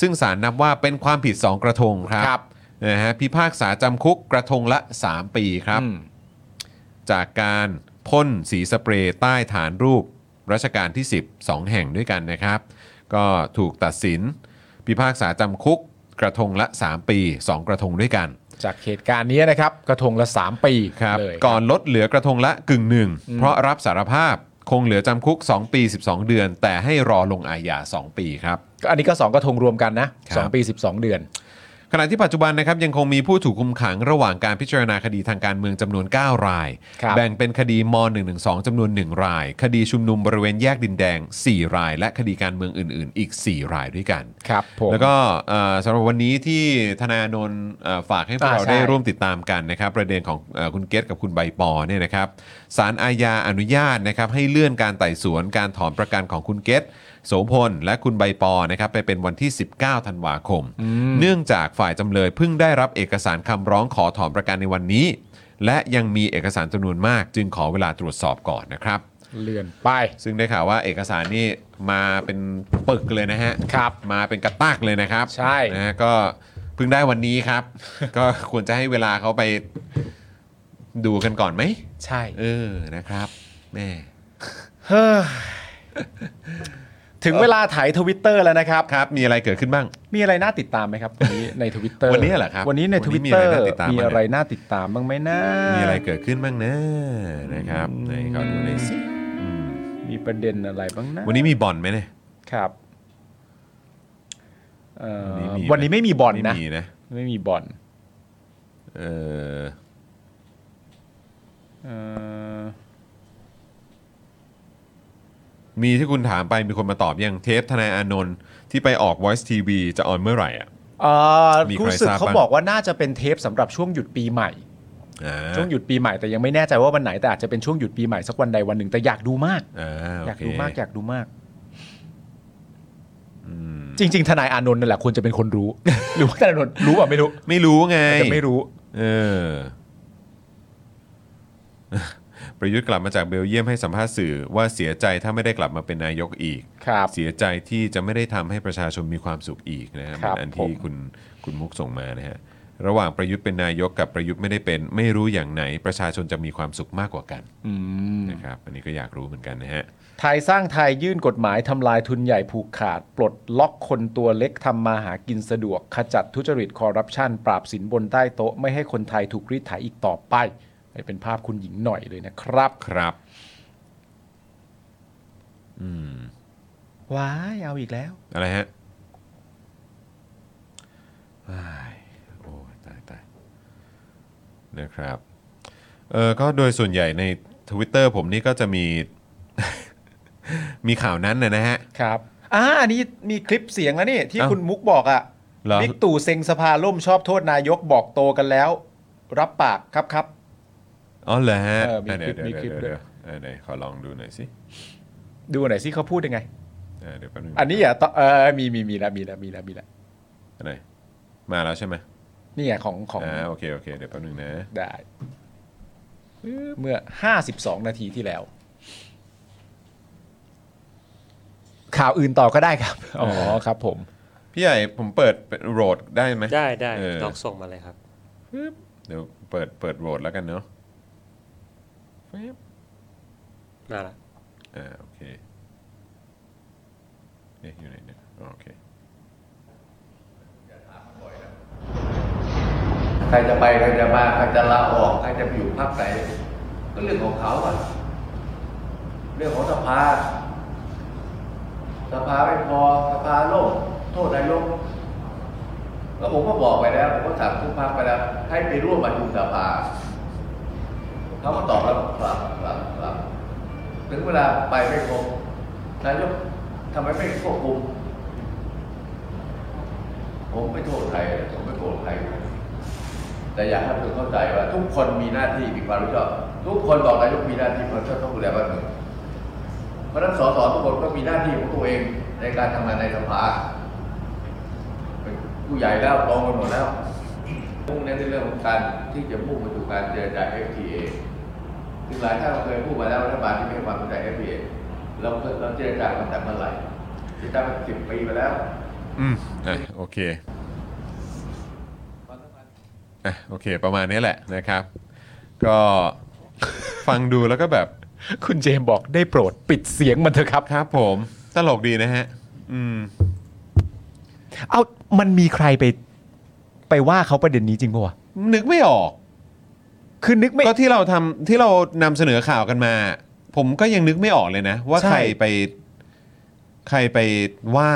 ซึ่งศาลนับว่าเป็นความผิด 2 กระทงครั ครับ บ นะฮะพิพากษาจำคุกกระทงละ 3 ปีครับ อืม จากการพ่นสีสเปรย์ใต้ฐานรูปรัชกาลที่ 10 2 แห่งด้วยกันนะครับ ก็ถูกตัดสิน พิพากษาจำคุกกระทงละ 3 ปี 2 กระทงด้วยกัน จากเหตุการณ์นี้นะครับ กระทงละ 3 ปี ครับ เลย ก่อนลดเหลือกระทงละกึ่งหนึ่งเพราะรับสารภาพคงเหลือจำคุก 2 ปี 12 เดือน แต่ให้รอลงอาญา2 ปีครับ ก็อันนี้ก็ 2 กระทงรวมกันนะครับ 2ปี 12 เดือน ขณะที่ปัจจุบันนะครับยังคงมีผู้ถูกคุมขังระหว่างการพิจารณาคดีทางการเมืองจำนวน 9 ราย ครับ แบ่งเป็นคดีม .112 จำนวน 1 ราย คดีชุมนุมบริเวณแยกดินแดง 4 ราย และคดีการเมืองอื่น ๆ อีก 4 รายด้วยกัน ครับผม แล้วก็เอ่อสำหรับวันนี้ที่ธนาโนนท์เอ่อฝากให้พวก อ่า เรา ใช่ ได้ร่วมติดตามกันนะครับประเด็นของเอ่อคุณเกตกับคุณใบปอเนี่ยนะครับสารอาญาอนุญาตนะครับให้เลื่อนการไต่สวนการถอนประกันของคุณเกตโสพลและคุณใบปอนะครับไปเป็นวันที่ 19 ธันวาคม เนื่องจากฝ่ายจำเลยเพิ่งได้รับเอกสารคำร้องขอถอนประกันในวันนี้ และยังมีเอกสารจำนวนมาก จึงขอเวลาตรวจสอบก่อนนะครับ เลื่อนไป ซึ่งได้ข่าวว่าเอกสารนี่มาเป็นปึกเลยนะฮะ ครับ มาเป็นกระตักเลยนะครับ ใช่ นะฮะก็เพิ่งได้วันนี้ครับ ก็ควรจะให้เวลาเขาไปดูกันก่อนไหม ใช่ เออนะครับแม่ เฮ้ย ถึงเวลาไถ่ายทวิตเตอร์แล้วนะครับ ครับมีอะไรเกิดขึ้นบ้าง มีอะไรน่าติดตามไหมครับวันนี้ในทวิตเตอร์ วันนี้เหรอครับ วันนี้ใน วั ท นนี้ วิต มี เตออะไร ร์ น่าติดตาม มี บ้างนะ อะไรน่าติดตามบ้างไหมนะ มีอะไรเกิดขึ้นบ้างนะนะครับไหนขอดูหน่อยสิอืม มีประเด็นอะไรบ้างนะ วันนี้มีบอลไหมเนี่ย ครับเอ่อ วั วัน น นี้ นี้ไม่มีไหม มีบอล ไม่ นะ มีนะ ไม่มีบอล เออ เอ่อ มีที่คุณถามไปมีคนมาตอบยังเทปทนายอานนท์ที่ไปออก Voice TV จะออนเมื่อไหร่อ่ะ เอ่อ มีใคร รู้สึก ทราบ เขา บ้าง บอกว่าน่าจะเป็นเทปสำหรับช่วงหยุดปีใหม่ อ่า ช่วงหยุดปีใหม่แต่ยังไม่แน่ใจว่าวันไหนแต่อาจจะเป็นช่วงหยุดปีใหม่สักวันใดวันหนึ่งแต่อยากดูมาก อ่าโอ อยาก เค ดูมากอยากดูมาก อืม จริง ๆ ทนายอานนท์นั่นแหละควรจะเป็นคนรู้ หรือว่าทนายอานนท์รู้อ่ะไม่รู้ ไม่รู้ไง แต่ไม่รู้ เออ ประยุทธ์กลับมาจากเบลเยียมให้สัมภาษณ์สื่อว่าเสียใจถ้าไม่ได้กลับมาเป็นนายกอีก ครับ เสียใจที่จะไม่ได้ทำให้ประชาชนมีความสุขอีกนะฮะ ครับ อันที่ ผม คุณคุณมุกส่งมานะฮะ ระหว่างประยุทธ์เป็นนายกกับประยุทธ์ไม่ได้เป็น ไม่รู้อย่างไหน ประชาชนจะมีความสุขมากกว่ากัน อืม นะครับ อันนี้ก็อยากรู้เหมือนกันนะฮะ ไทยสร้างไทยยื่นกฎหมายทำลายทุนใหญ่ผูกขาด ปลดล็อกคนตัวเล็กทำมาหากินสะดวก ขจัดทุจริตคอร์รัปชัน ปราบสินบนใต้โต๊ะ ไม่ให้คนไทยถูกรีดไถอีกต่อไปนี่เป็นภาพคุณหญิงหน่อยเลยนะครับ ครับ ว้ายเอาอีกแล้ว อะไรฮะอ้ายโอ้ยตายตายนะครับ เออก็โดยส่วนใหญ่ใน Twitter ผมนี่ก็จะมี มีข่าวนั้นนะนะฮะ ครับอ่าอันนี้มีคลิปเสียงแล้วนี่ที่ เอ้า คุณมุกบอกอะ่ะ เหรอ บิ๊กตู่เซ็งสภาล่มชอบโทษนายกบอกโตกันแล้ว รับปากครับครับ อ๋อเหรอฮะ เออมี อ่ะคเดี๋ยวลิปมีคลิป เดี๋ยวเดี๋ด้วยยวเดี๋ยวเออไหนขอลองดูหน่อยสิ ดูหน่อยสิเขาพูดยังไง อ่ะเดี๋ยวแป๊บนึง อันนี้อย่าต้องเออมีมีมีละมีละมีละมีละ อันไหนมาแล้วใช่ไหม นี่ไงของของ อ่าโอเคโอเคเดี๋ยวแป๊บนึงนะ ได้เมื่อ 52 นาทีที่แล้ว ข่าวอื่นต่อก็ได้ครับ อ๋อครับผม พี่ใหญ่ผมเปิดโรดได้ไหม ได้ได้ เออ ลองส่งมาเลยครับ เดี๋ยวเปิดเปิดโรดแล้วกันเนาะ มาละ อ่าโอเคเอ๊ะอยู่ไหนเนี่ยอ๋อโอเค ใครจะไปใครจะมาใครจะลาออกใครจะไปอยู่พรรคไหนก็เรื่องของเขาอะเรื่องของสภา สภาไม่พอสภาโลกโทษนายกก็ผมก็บอกไปแล้ว ผมก็สั่งทุกพรรคไปแล้ว ให้ไปร่วมประชุมสภาเขาก็ตอบแล้วครับครับครับถึงเวลาไปไม่ครบนายกทำไมไม่ควบคุม ผมไม่โทษใครผมไม่โกรธใคร แต่อยากให้ทุกคนเข้าใจว่า ทุกคนมีหน้าที่มีความรับผิดชอบทุกคนบอกนายกมีหน้าที่ความรับผิดชอบต้องดูแลบ้านเมืองเพราะฉะนั้นสสทุกคนก็มีหน้าที่ของตัวเองในการทำงานในสภาเป็นผู้ใหญ่แล้วโตองกันหมดแล้วมุ่งเน้นในเรื่องของการที่จะมุ่งไปสู่การเจรจา FTA ซึ่งหลายท่านเคยพูดมาแล้วรัฐบาลที่ไม่ให้ความสนใจ FTA เราเคยเราเจรจากันแต่เมื่อไหร่เจรจามาสิบปีมาแล้ว อืมอ่ะโอเคอ่ะโอเค ประมาณนี้แหละนะครับ ก็ ฟังดูแล้วก็แบบ คุณเจมส์บอกได้โปรดปิดเสียงมันเถอะครับ ครับผม ตลกดีนะฮะ อืม เอามันมีใครไป ไปว่าเขาประเด็นนี้จริงปะวะ นึกไม่ออก คือนึกไม่ ก็ที่เราทำที่เรานำเสนอข่าวกันมา ผมก็ยังนึกไม่ออกเลยนะ ว่า ใช่ ใครไป ใครไปว่า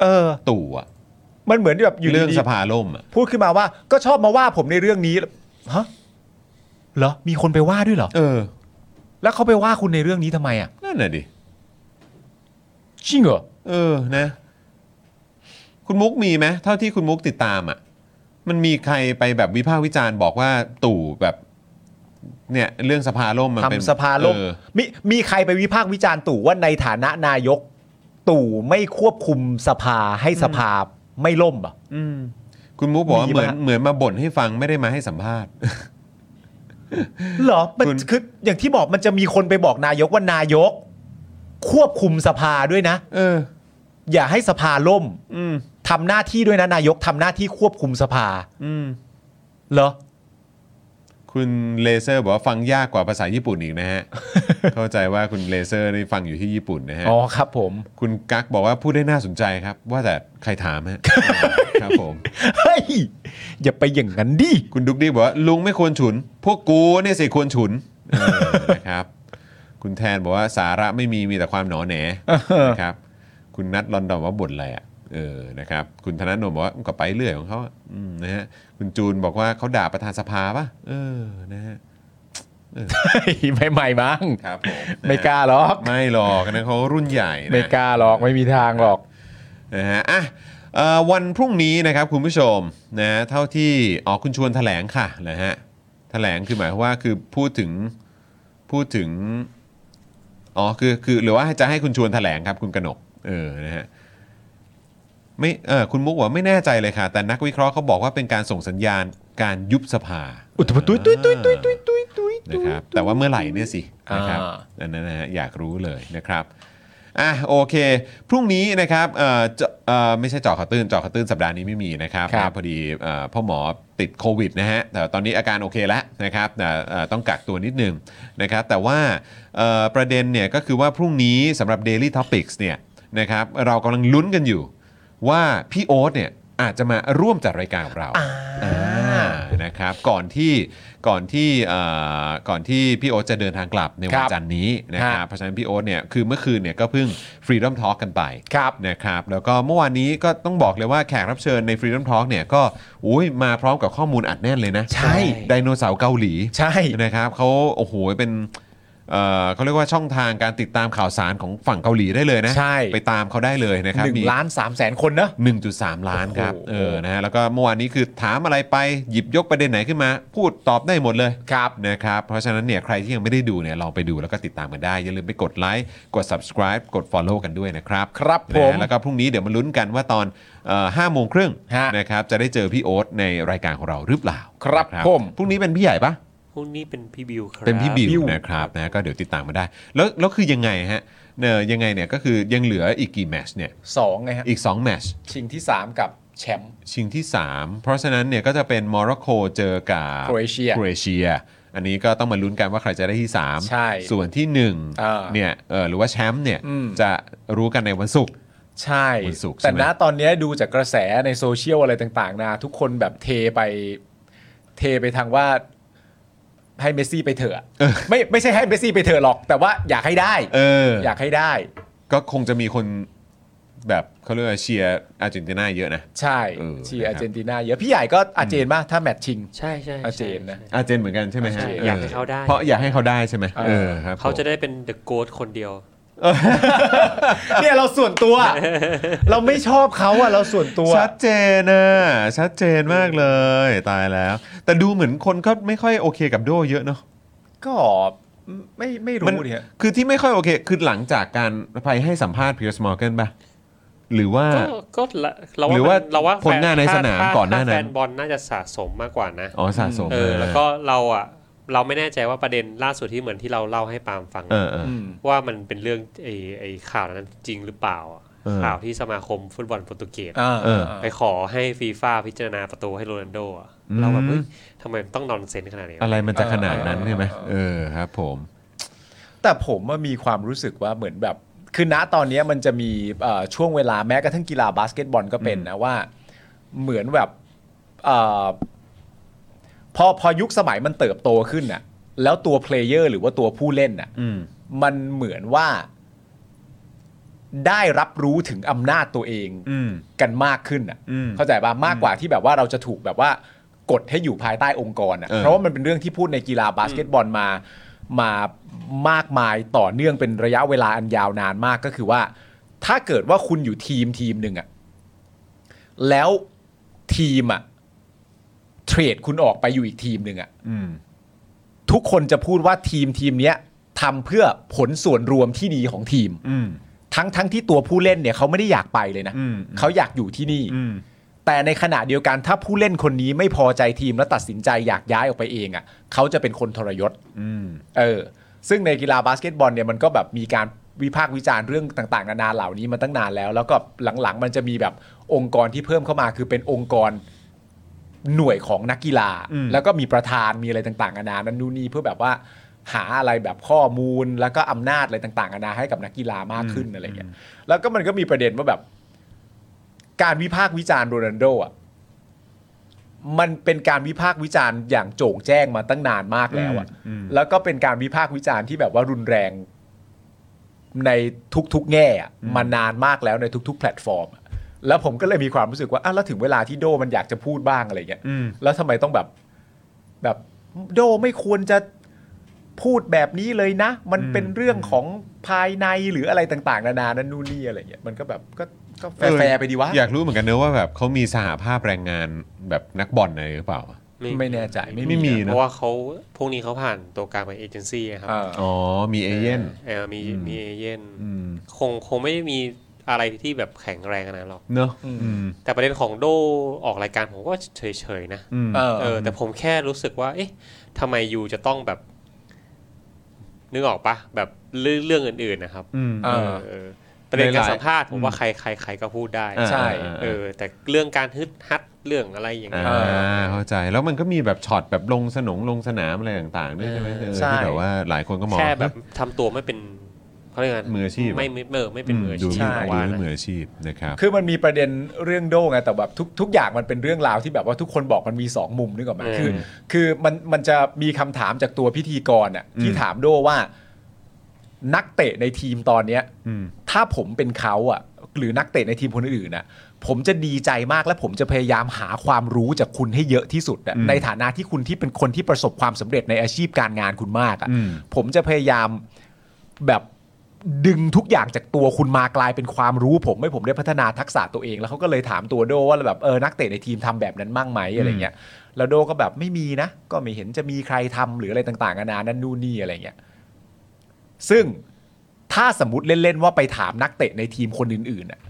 เออ ตู่อะ มันเหมือนแบบอยู่ เรื่อง ดี สภาล่มอะ ๆพูดขึ้นมาว่า ก็ชอบมาว่าผมในเรื่องนี้ฮะเหรอมีคนไปว่าด้วยเหรอ เออ แล้วเขาไปว่าคุณในเรื่องนี้ทำไมอ่ะ นั่นน่ะดิ จริงเหรอ เออนะ คุณมุกมีไหมเท่าที่คุณมุกติดตามอะ่ะ มันมีใครไปแบบวิพากษ์วิจารณ์บอกว่าตู่แบบ เนี่ย เรื่องสภาล่มมันเป็น ทำสภาล่ม เออ มีมีใครไปวิพากษ์วิจารณ์ตู่ว่าในฐานะนายก ตู่ไม่ควบคุมสภาให้สภาไม่ล่มเหรอ่ะ อืม คุณมุกบอกว่า มี เหมือน ปะ เหมือนมาบ่นให้ฟังไม่ได้มาให้สัมภาษณ์ เหรอมัน คุณ คืออย่างที่บอกมันจะมีคนไปบอกนายกว่านายก ควบคุมสภาด้วยนะ เออ อย่าให้สภาล่ม อืม ทำหน้าที่ด้วยนะนายกทำหน้าที่ควบคุมสภา อืม เหรอ คุณเลเซอร์บอกว่าฟังยากกว่าภาษาญี่ปุ่นอีกนะ ฮะ เข้าใจว่าคุณเลเซอร์นี่ฟังอยู่ที่ญี่ปุ่นนะฮะ อ๋อครับผม คุณกั๊กบอกว่าพูดได้น่าสนใจครับ ว่าแต่ใครถาม ฮะ ครับผม เฮ้ยอย่าไปอย่างนั้นดิ คุณดุกดิกบอกว่าลุงไม่ควรฉุน พวกกูเนี่ยสิควรฉุนเออนะครับ คุณแทนบอกว่าสาระไม่มีมีแต่ความหนอแหนนะครับ คุณนัทลอนดอนว่าบ่นอะไรอ่ะเออนะครับ คุณธนาโนมบอกว่าก็ไปเรื่อยของเขาอะอืมนะฮะคุณจูนบอกว่าเขาด่าประธานสภาป่ะเออนะฮะ เฮ้ย ไม่ใหม่มั้ง ครับผมนะฮะ ไม่กล้าหรอก ไม่หรอกนะเขารุ่นใหญ่นะ ไม่กล้าหรอกไม่มีทางหรอก นะฮะอ่ะเอ่อวันพรุ่งนี้นะครับคุณผู้ชมนะฮะเท่าที่อ๋อคุณชวนแถลงค่ะนะฮะแถลงคือหมายความว่าคือพูดถึงพูดถึงอ๋อคือคือหรือว่าจะให้คุณชวนแถลงครับคุณกนกเออนะฮะไม่เออคุณมุกบอกว่าไม่แน่ใจเลยค่ะ แต่นักวิเคราะห์เขาบอกว่าเป็นการส่งสัญญาณการยุบสภา อุยแตมตุ้ยตุ้ยตุ้ยตุ้ยตุ้ยตุ้ยตุ้ย นะครับแต่ว่าเมื่อไหร่เนี่ยสินะครับ อ่า อันนั้นนะฮะอยากรู้เลยนะครับ อ่ะโอเค พรุ่งนี้นะครับเอ่อเจาะเอ่อไม่ใช่เจาะข่าวตื้นเจาะข่าวตื้นสัปดาห์นี้ไม่มีนะครับ ครับ นะพอดีเอ่อพ่อหมอติดโควิดนะฮะแต่ตอนนี้อาการโอเคแล้วนะครับแต่เอ่อต้องกักตัวนิดนึงนะครับ แต่ว่าเอ่อประเด็นเนี่ยก็คือว่าพรุ่งนี้สำหรับ Daily Topics เนี่ยนะครับเรากำลังลุ้นกันอยู่ว่าพี่โอ๊ตเนี่ยอาจจะมาร่วมจัดรายการกับเราอ่านะครับก่อนที่ก่อนที่เอ่อก่อนที่พี่โอ๊ตจะเดินทางกลับใน ค วัน รับ จันทร์นี้นะคครั รับ บ เพราะฉะนั้นพี่โอ๊ตเนี่ยคือเมื่อคืนเนี่ยก็เพิ่ง Freedom Talk กันไป ครับ นะครับแล้วก็เมื่อวานนี้ก็ต้องบอกเลยว่าแขกรับเชิญใน Freedom Talk เนี่ยก็อุ้ยมาพร้อมกับข้อมูลอัดแน่นเลยนะ ใช่ ไดโนเสาร์เกาหลี ใช่ นะครับเขาโอ้โหเป็นเอ่อเขาเรียกว่าช่องทางการติดตามข่าวสารของฝั่งเกาหลีได้เลยนะ ใช่ ไปตามเขาได้เลยนะครับ หนึ่ง มี ล้านสามแสนคนนะ 1.3 ล้านครับ โอ้โห เออนะฮะแล้วก็เมื่อวานนี้คือถามอะไรไปหยิบยกประเด็นไหนขึ้นมา พูดตอบได้หมดเลย ครับ นะครับเพราะฉะนั้นเนี่ยใครที่ยังไม่ได้ดูเนี่ยลองไปดูแล้วก็ติดตามกันได้ อย่าลืมไปกดไลค์กด subscribe กด follow กันด้วยนะครับ ครับ นะฮะ ผม แล้วก็พรุ่งนี้เดี๋ยวมาลุ้นกันว่าตอนเอ่อห้าโมงครึ่ง ฮะ นะครับจะได้เจอพี่โอ๊ตในรายการของเราหรือเปล่า ครับ นะ ผม พรุ่งนี้เป็นพี่ใหญ่ปะ พวกนี้เป็นพี่บิวครับ เป็นพี่บิ บิ ว ว นะครับนะก็เดี๋ยวติดตามมาได้ แล้วแล้วคือยังไงฮะเนอยังไงเนี่ยก็คือยังเหลืออีกกี่แมตชเนี่ย สองไงฮะ อีกสองแมตช ชิงที่สามกับแชมป์ ชิงที่ 3 เพราะฉะนั้นเนี่ยก็จะเป็นโมร็อกโกเจอกับ Croatia โครเอเชีย อันนี้ก็ต้องมาลุ้นกันว่าใครจะได้ที่ 3 ใช่ ส่วนที่ อ่า 1เนี่ยเออหรือว่าแชมป์เนี่ย อืม จะรู้กันในวันศุกร์ ใช่ วันศุกร์ใช่ แต่ ไหม ณตอนเนี้ยดูจากกระแสในโซเชียลอะไรต่างๆนะทุกคนแบบเทไปเทไปทางว่าให้เมสซี่ไปเถอะ ไม่ไม่ใช่ให้เมสซี่ไปเถอะหรอก แต่ว่าอยากให้ได้ เออ อยากให้ได้ ก็คงจะมีคนแบบเขาเรียกว่าเชียร์อาร์เจนตินาเยอะนะ ใช่ เออ เชีย นะร์ครับ อาร์เจนตินาเยอะพี่ใหญ่ก็อาร์เจนมากถ้าแมตช์ชิง ใช่ใช่ใช่ อาเจนนะ ใช่ อาร์เจนเหมือนกันใช่ไหมฮะ ใช่ เ อยากให้เขาได้ เพราะอยากให้เขาได้ใช่ไหมเออครับ เขาจะ ผม ได้เป็นเดอะโก t คนเดียว เนี่ยเราส่วนตัว เราไม่ชอบเขาอะเราส่วนตัว ชัดเจนนะชัดเจนมากเลยตายแล้ว แต่ดูเหมือนคนก็ไม่ค่อยโอเคกับโดเยอะเนาะ ก็ไม่ไม่ มัน รู้เนี่ย คือที่ไม่ค่อยโอเค คือหลังจากการไปให้สัมภาษณ์พี e ร์สมอร์เกนป่ะ หรือว่า ก็ก็ละเรา หรือ ว่า ว่า มันเราว่าแฟ ผลงานในสนาม ถ้ ก่อนหน้านั้น ถ้แฟนบอลน่าจะสะสมมากกว่านะ อ๋อสะสม เออ แล้วก็เราอ่ะ เราไม่แน่ใจว่าประเด็นล่าสุดที่เหมือนที่เราเล่าให้ปาล์มฟัง เออเออ อืม ว่ามันเป็นเรื่องไอ้ไอ้ข่าวนั้นจริงหรือเปล่าอะ เออ ข่าวที่สมาคมฟุตบอลโปรตุเกส อ่า เออ ไปขอให้ฟีฟ่าพิจารณาประตูให้โรนัลโดอะเราแบบเฮ้ยทำไมมันต้องนอนเซนขนาดนี้วะ อะไรมันจะขนาดนั้นใช่ไหมเออครับผม แต่ผมว่ามีความรู้สึกว่าเหมือนแบบ คือณตอนเนี้ยมันจะมีเอ่อช่วงเวลาแม้กระทั่งกีฬาบาสเกตบอลก็เป็นนะว่า เหมือนแบบเออพอพอยุคสมัยมันเติบโตขึ้นน่ะ แล้วตัวเพลเยอร์หรือว่าตัวผู้เล่นน่ะ อืม มันเหมือนว่า ได้รับรู้ถึงอำนาจตัวเอง อืม กันมากขึ้นอ่ะ อืม เข้าใจป่ะมากกว่าที่แบบว่าเราจะถูกแบบว่ากดให้อยู่ภายใต้องค์กรอ่ะ เออ เพราะว่ามันเป็นเรื่องที่พูดในกีฬาบาสเกตบอลมามามากมายต่อเนื่องเป็นระยะเวลาอันยาวนานมากก็คือว่า ถ้าเกิดว่าคุณอยู่ทีมทีมหนึ่งอ่ะแล้วทีมอ่ะเทรดคุณออกไปอยู่อีกทีมหนึ่งอ่ะ อืม ทุกคนจะพูดว่าทีมทีมเนี้ยทำเพื่อผลส่วนรวมที่ดีของทีม อืม ทั้งทั้งที่ตัวผู้เล่นเนี่ยเขาไม่ได้อยากไปเลยนะ อืม เขาอยากอยู่ที่นี่ อืม แต่ในขณะเดียวกันถ้าผู้เล่นคนนี้ไม่พอใจทีมและตัดสินใจอยากย้ายออกไปเองอะ่ะเขาจะเป็นคนทรยศ อืม เออ ซึ่งในกีฬาบาสเกตบอลเนี่ยมันก็แบบมีการวิพากษ์วิจารณ์เรื่องต่างๆนานาเหล่านี้มาตั้งนานแล้ว แล้วก็หลังๆ มันจะมีแบบองค์กรที่เพิ่มเข้ามาคือเป็นองค์กรหน่วยของนักกีฬา อืม แล้วก็มีประธานมีอะไรต่างๆนานานั่นนู่นนี่เพื่อแบบว่าหาอะไรแบบข้อมูลแล้วก็อำนาจอะไรต่างๆนานาให้กับนักกีฬามากขึ้นอะไรอย่างเงี้ยแล้วก็มันก็มีประเด็นว่าแบบ การวิพากษ์วิจารณ์โรนัลโดอ่ะมันเป็นการวิพากษ์วิจารณ์อย่างโจ่งแจ้งมาตั้งนานมากแล้วอ่ะ อืม แล้วก็เป็นการวิพากษ์วิจารณ์ที่แบบว่ารุนแรงในทุกๆแง่อะมานานมากแล้วในทุก ๆ แพลตฟอร์มอะแล้วผมก็เลยมีความรู้สึกว่าอ่ะแล้วถึงเวลาที่โดมันอยากจะพูดบ้างอะไรเงี้ย อืม แล้วทำไมต้องแบบแบบโดไม่ควรจะพูดแบบนี้เลยนะ มันเป็นเรื่องของภายในหรืออะไรต่างๆนานานั่นนู่นนี่อะไรเงี้ยมันก็แบบก็ก็แฟ เออ ร์ๆไปดีวะ อยากรู้เหมือนกันเนอะว่าแบบเขามีสหภาพแรงงานแบบนักบอลอะไรหรือเปล่า ไม่แน่ใจไม่ ไม่มี มี นะ เพราะว่าเขาพวกนี้เขาผ่านตัวกลางไปเอเจนซี่อะครั อ่า อ๋อ มีเอเย่น เออมี อืม มีเอเย่น อืม คงคงไม่ได้มีอะไรที่แบบแข็งแรงขนาดนั้นหรอก เนอะอืม แต่ประเด็นของโดออกรายการผมก็เฉยๆนะ อืม เออ เออแต่ผมแค่รู้สึกว่า เอ๊ะทำไมยูจะต้องแบบ นึกออกปะแบบเรื่องเรื่องอื่นๆนะครับ อืม เออ เออประเด็นการสัมภาษณ์ หลายๆ ผมว่า อืม ใครใครใครก็พูดได้ อใช่่าา เออ แต่เรื่องการฮึดฮัดเรื่องอะไรอย่างเงี้ย อ่าเข้าใจ แล้วมันก็มีแบบช็อตแบบลงสนงลงสนามอะไรต่างๆด้วยใช่ไหมเออ ใช่ ที่แบบว่าหลายคนก็มอง แค่แบบทำตัวไม่เป็นเขาเรียกไง มืออาชีพอะ ไม่ไม่เออไม่เป็นมืออา ดู ชีพ ไม่ ผม ดู ว่า ไม่ นะ มืออาชีพนะครับ คือมันมีประเด็นเรื่องโด่ไงแต่แบบทุกทุกอย่างมันเป็นเรื่องราวที่แบบว่าทุกคนบอกมันมีสองมุมนึกออกไหม เออ คือ คือมันมันจะมีคำถามจากตัวพิธีกรอ่ะที่ อืม ถามโด่ว่า นักเตะในทีมตอนเนี้ย ม ถ้าผมเป็นเขาอ่ะ หรือนักเตะในทีมคนอื่นๆน่ะ ผมจะดีใจมากและผมจะพยายามหาความรู้จากคุณให้เยอะที่สุดอ่ะ อืม ในฐานะที่คุณที่เป็นคนที่ประสบความสำเร็จในอาชีพการงานคุณมากอ่ะ อืม ผมจะพยายามแบบดึงทุกอย่างจากตัวคุณมากลายเป็นความรู้ ผมให้ผมได้พัฒนาทักษะตัวเอง แล้วเขาก็เลยถามตัวโดว่าแบบเออนักเตะในทีมทำแบบนั้นมั่งไหมอะไรเงี้ยแล้วโดก็แบบไม่มีนะ ก็ไม่เห็นจะมีใครทำหรืออะไรต่างๆนานานั่นนู่นนี่อะไรเงี้ยซึ่งถ้าสมมติเล่นๆว่าไปถามนักเตะในทีมคนอื่นๆอ่ะ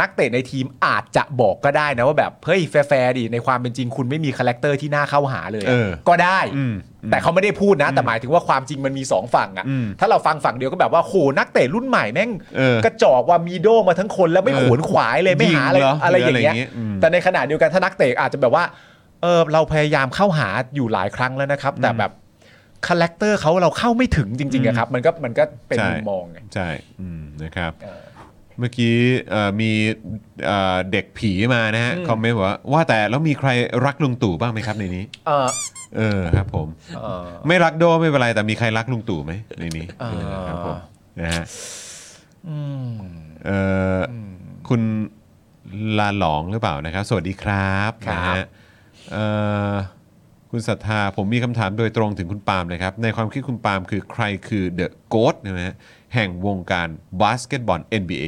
นักเตะในทีมอาจจะบอกก็ได้นะว่าแบบเฮ้ยแฟร์ๆดิในความเป็นจริงคุณไม่มีคาแรคเตอร์ที่น่าเข้าหาเลยอะ เออ ก็ได้ อืม แต่เขาไม่ได้พูดนะ แต่หมายถึงว่าความจริงมันมีสองฝั่งอะ อืม ถ้าเราฟังฝั่งเดียวก็แบบว่าโหนักเตะรุ่นใหม่แม่ง เออก ระจอกว่ามีโดมาทั้งคนแล้วไม่ เออ ขวนขวายเลยไม่หาอะไร ยิงเหรอ อะไรอย่าง หรืออะไรอย่างเงี้ เงี้ ย ย อืม แต่ในขณะเดียวกันถ้านักเตะอาจจะแบบว่าเออเราพยายามเข้าหาอยู่หลายครั้งแล้วนะครับ แต่แบบคาแรคเตอร์เขาเราเข้าไม่ถึงจริงๆอะครับ มันก็มันก็เป็น ใช่ มุมมองไง ใช่อืมนะครับ เออ เมื่อกี้เอ่อมีเอ่อเด็กผีมานะฮะคอมเมนต์บอกว่าว่าแต่แล้วมีใครรักลุงตู่บ้างไหมครับในนี้ เออ เออครับผม เออ ไม่รักโดไม่เป็นไรแต่มีใครรักลุงตู่ไหมในนี้ อ่า เออครับผมนะฮะ อืม เอ่ออคุณลาหลองหรือเปล่านะครับ สวัสดีครับ ครับ นะฮะเอ่อคุณศรัทธาผมมีคำถามโดยตรงถึงคุณปาล์มนะครับ ในความคิดคุณปาล์มคือใครคือเดอะโก t นะฮะแห่งวงการบาสเกตบอล NBA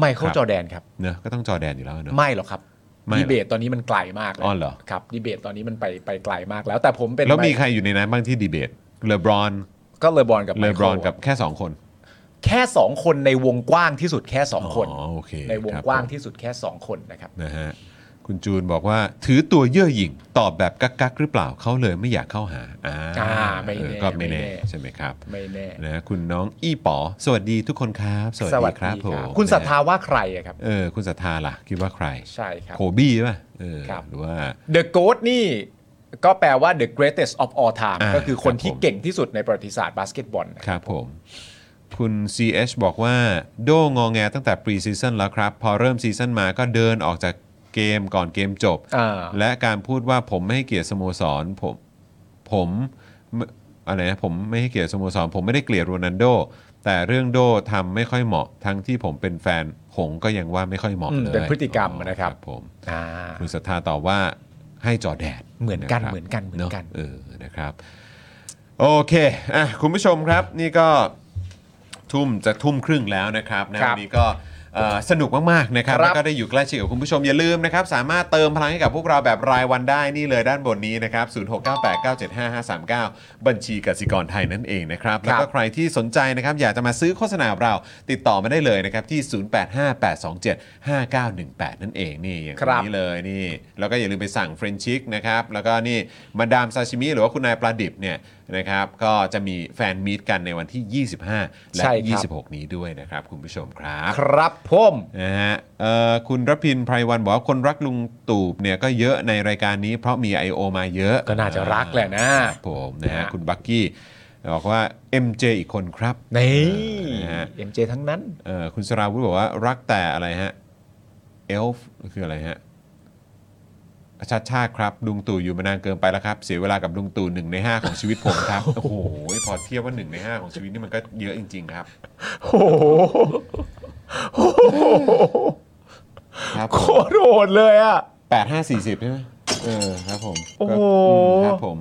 ไมเคิล ครับ จอร์แดนครับ เนอะก็ต้องจอร์แดนอยู่แล้วเนอะ ไม่หรอกครับ ไม่หรดีอเบตตอนนี้มันไกลมากลย อ๋อเหรอ ครับดีเบตตอนนี้มันไปไปไกลมากแล้วแต่ผมเป็น แล้วมี ไ ใครอยู่ในนั้นบ้างที่ดีเบตเลบรอน ก็เลบรอนกับ เล ไม บร เคิ อ ล นกับแค่ 2 คน แค่สองคนในวงกว้างที่สุดแค่สองคน อ๋อโอเค ในวง ครับ กว้าง ผม ที่สุดแค่สองคนนะครับ นะฮะคุณจูนบอกว่าถือตัวเย่อหยิ่งตอบแบบกักกักๆหรือเปล่าเขาเลยไม่อยากเข้าหาอ่า อ่าไม่แน่ เออก็ไม่แน่ ไม่แน่ ใช่ไหมครับ ไม่แน่ นะคุณน้องอี้ป๋อสวัสดีทุกคนครับ สวัสดีครับผม คุณศรัทธา นะฮะ ว่าใครอะครับ เออคุณศรัทธาล่ะ คิดว่าใคร ใช่ครับ โคบี้ป่ะเออ ครับ หรือว่า The Goat นี่ก็แปลว่า the greatest of all time อ่า ก็คือคน ครับ ที่ ผม เก่งที่สุดในประวัติศาสตร์บาสเกตบอลนะครับ ผม คุณ CH บอกว่า โด้งองแงตั้งแต่ปรีซีซั่นแล้วครับ พอเริ่มซีซั่นมาก็เดินออกจากเกมก่อนเกมจบ อ่า และการพูดว่าผมไม่ให้เกียรติสโมสรผมผมอะไรนะผมไม่ให้เกียรติสโมสรผมไม่ได้เกลียดโรนัลโด แต่เรื่องโดทำไม่ค่อยเหมาะ ทั้งที่ผมเป็นแฟนหงก็ยังว่าไม่ค่อยเหมาะ อืม เลย เป็นพฤติกรรมนะครับ ผม อ่า คุณศรัทธาตอบว่าให้จอแดด เหมือนกันะครับ เหมือนกันเหมือนะ กัน เออนะครับ โอเคอ่ะคุณผู้ชมครับ นี่ก็ทุ่มจะทุ่มครึ่งแล้วนะครับนะครับ วันนี้ก็เอ่อสนุกมากๆนะครับ ครับ แล้วก็ได้อยู่ใกล้ชิดกับคุณผู้ชมอย่าลืมนะครับ สามารถเติมพลังให้กับพวกเราแบบรายวันได้นี่เลยด้านบนนี้นะครับ0698975539 บัญชีกสิกรไทยนั่นเองนะครับแล้วก็ใครที่สนใจนะครับ อยากจะมาซื้อโฆษณากับเราติดต่อมาได้เลยนะครับที่ 0858275918 นั่นเองนี่อย่าง ครับ นี้ เลยนี่แล้วก็อย่าลืมไปสั่งเฟรนชิกนะครับ แล้วก็นี่มาดามซาชิมิหรือว่าคุณนายปลาดิบเนี่ยนะครับก็จะมีแฟนมีตกันในวันที่ 25 และ ใช่ครับ 26 นี้ด้วยนะครับ คุณผู้ชมครับ ครับผม นะฮะเอ่อคุณรพินไพรวันบอกว่าคนรักลุงตู่เนี่ยก็เยอะในรายการนี้เพราะมี I.O. มาเยอะ ก็น่าจะรักแหละนะครับ ผมนะฮะ นะ คุณบักกี้บอกว่า MJ อีกคนครับ นี่ นะฮะ เอ็มเจทั้งนั้น เอ่อคุณสราวุธบอกว่ารักแต่อะไรฮะเอลฟ์คืออะไรฮะชาติชาติครับลุงตู่อยู่มานานเกินไปแล้วครับ เสียเวลากับลุงตู่หนึ่งในห้าของชีวิตผม ครับ โอ้โหพอเทียบว่าหนึ่งในห้าของชีวิตนี่มันก็เยอะจริง ๆ ครับ โอ้โห ครับ โคตรโหดเลยอ่ะ แปดห้าสี่สิบใช่ไหมเออครับผม โอ้โห ก็อืมครับผม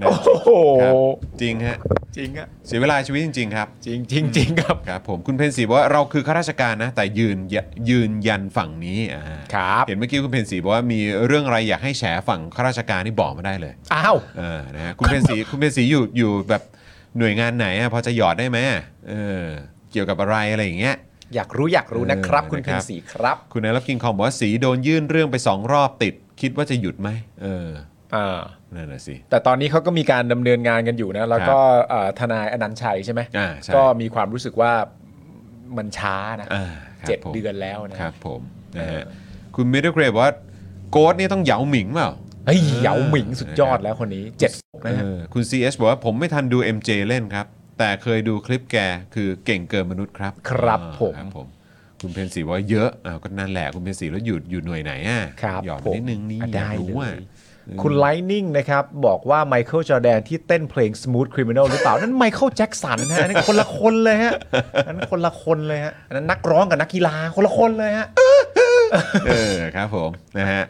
นะ โอ้โห ครับจริงฮะ จริงอ่ะ เสียเวลาชีวิตจริง ๆ ครับ จริงจริงจริงครับ ครับผมคุณเพนสีบอกว่าเราคือข้าราชการนะ แต่ยืนยะยืนยันฝั่งนี้อ่า ครับ เห็นเมื่อกี้คุณเพนสีบอกว่ามีเรื่องอะไรอยากให้แฉฝั่งข้าราชการนี่บอกมาได้เลย อ้าว เออนะฮะคุณเพนสีคุณเพนสีอยู่อยู่แบบหน่วยงานไหนอะพอจะหยอดได้ไหมอะเออเกี่ยวกับอะไรอะไรอย่างเงี้ย อยากรู้อยากรู้นะครับ เออ คุณ นะค เพ รับ นสีครับ คุณนายรับกินคอมบอกว่าสีโดนยื่นเรื่องไปสองรอบติด คิดว่าจะหยุดไหมเออ อ่า นั่นน่ะสิ แต่ตอนนี้เขาก็มีการดำเนินงานกันอยู่นะ แล้วก็เอ่อทนายอนันต์ชัยใช่ไหม อ่าใช่ ก็มีความรู้สึกว่ามันช้านะ อ่าครับ เจ็ด ผม เดือนแล้วนะครับ ผมนะฮะคุณมิดเดิลเกรบอกว่าโกดนี่ต้องเหยาหมิงเปล่า เฮ้ยเหยาหมิงสุดยอดแล้วคนนี้เจ็ดนะฮะ เออคุณ CS บอกว่าผมไม่ทันดู MJ เล่นครับ แต่เคยดูคลิปแกคือเก่งเกินมนุษย์ครับ ครับ อ่า ผม ผม คุณเพนสีบอกว่าเยอะอ้าวก็นั่นแหละคุณเพนสีแล้วอยู่อยู่หน่วยไหนอ่ะ ครับ หยอดไป ผม นิดนึงนี่ อ่ะ อยาก ได้ รู้อ่ะ เลย คุณไลนิ่งนะครับ บอกว่าไมเคิลจอแดนที่เต้นเพลง Smooth Criminal หรือเปล่า นั่นไมเคิลแจ็คสันฮะอันนั้นคนละคนเลยฮะอันนั้นคนละคนเลยฮะอันนั้นนักร้องกับนักกีฬาคนละคนเลยฮะ เออครับผมนะฮะ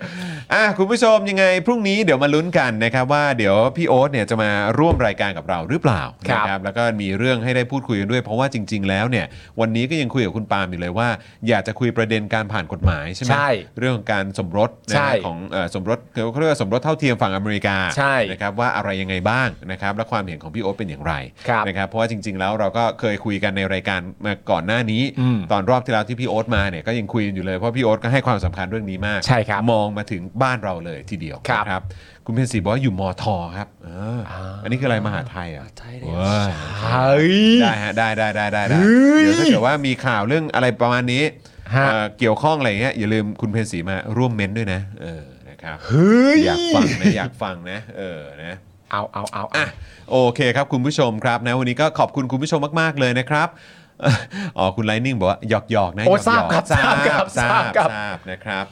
อ่ะคุณผู้ชมยังไงพรุ่งนี้เดี๋ยวมาลุ้นกันนะครับ ว่าเดี๋ยวพี่โอ๊ตเนี่ยจะมาร่วมรายการกับเราหรือเปล่า ครับ นะแล้วก็มีเรื่องให้ได้พูดคุยกันด้วย เพราะว่าจริง ๆ แล้วเนี่ยวันนี้ก็ยังคุยกับคุณปาล์มอยู่เลยว่า อยากจะคุยประเด็นการผ่านกฎหมายใช่ไหม ใช่ เรื่องของการสมรสนะ ใช่ ฮะของเอ่อสมรสเขาเรียกว่าสมรสเท่าเทียมฝั่งอเมริกา ใช่ นะครับว่าอะไรยังไงบ้างนะครับและความเห็นของพี่โอ๊ตเป็นอย่างไร ครับ นะครับเพราะว่าจริง ๆ แล้วเราก็เคยคุยกันในรายการมาก่อนหน้านี้ อืม ตอนรอบที่แล้วที่พี่โอ๊ตมาเนี่ยก็ยังคุยกันอยู่เลยเพราะพี่โอ๊ตก็ให้ความสำคัญเรื่องนี้มาก ใช่ครับ มองมาถึงบ้านเราเลยทีเดียว ครับ นะคุณเพนสีบอกว่าอยู่มอทอครับเอออา อันนี้คืออะไรมหาไทยเหรอ่ะ ไทยเนี่ย เฮ้ย ได้ฮะได้ได้ได้ได้ได้ เฮ้ย เดี๋ยวถ้าเกิดว่ามีข่าวเรื่องอะไรประมาณนี้ ฮะ เอ่อเกี่ยวข้องอะไรอย่างเงี้ยอย่าลืมคุณเพนสีมาร่วมเม้นท์ด้วยนะเออนะครับ เฮ้ย อยากฟังนะอยากฟังนะเออนะ เอาเอาเอา อ่ะโอเคครับคุณผู้ชมครับนะวันนี้ก็ขอบคุณคุณผู้ชมมากๆเลยนะครับ เอ่ออ๋อคุณไลนิ่งบอกว่าหยอกหยอกๆนะ โอ้ หยกๆ ทราบครับทราบครับทราบครับ ทราบนะครับ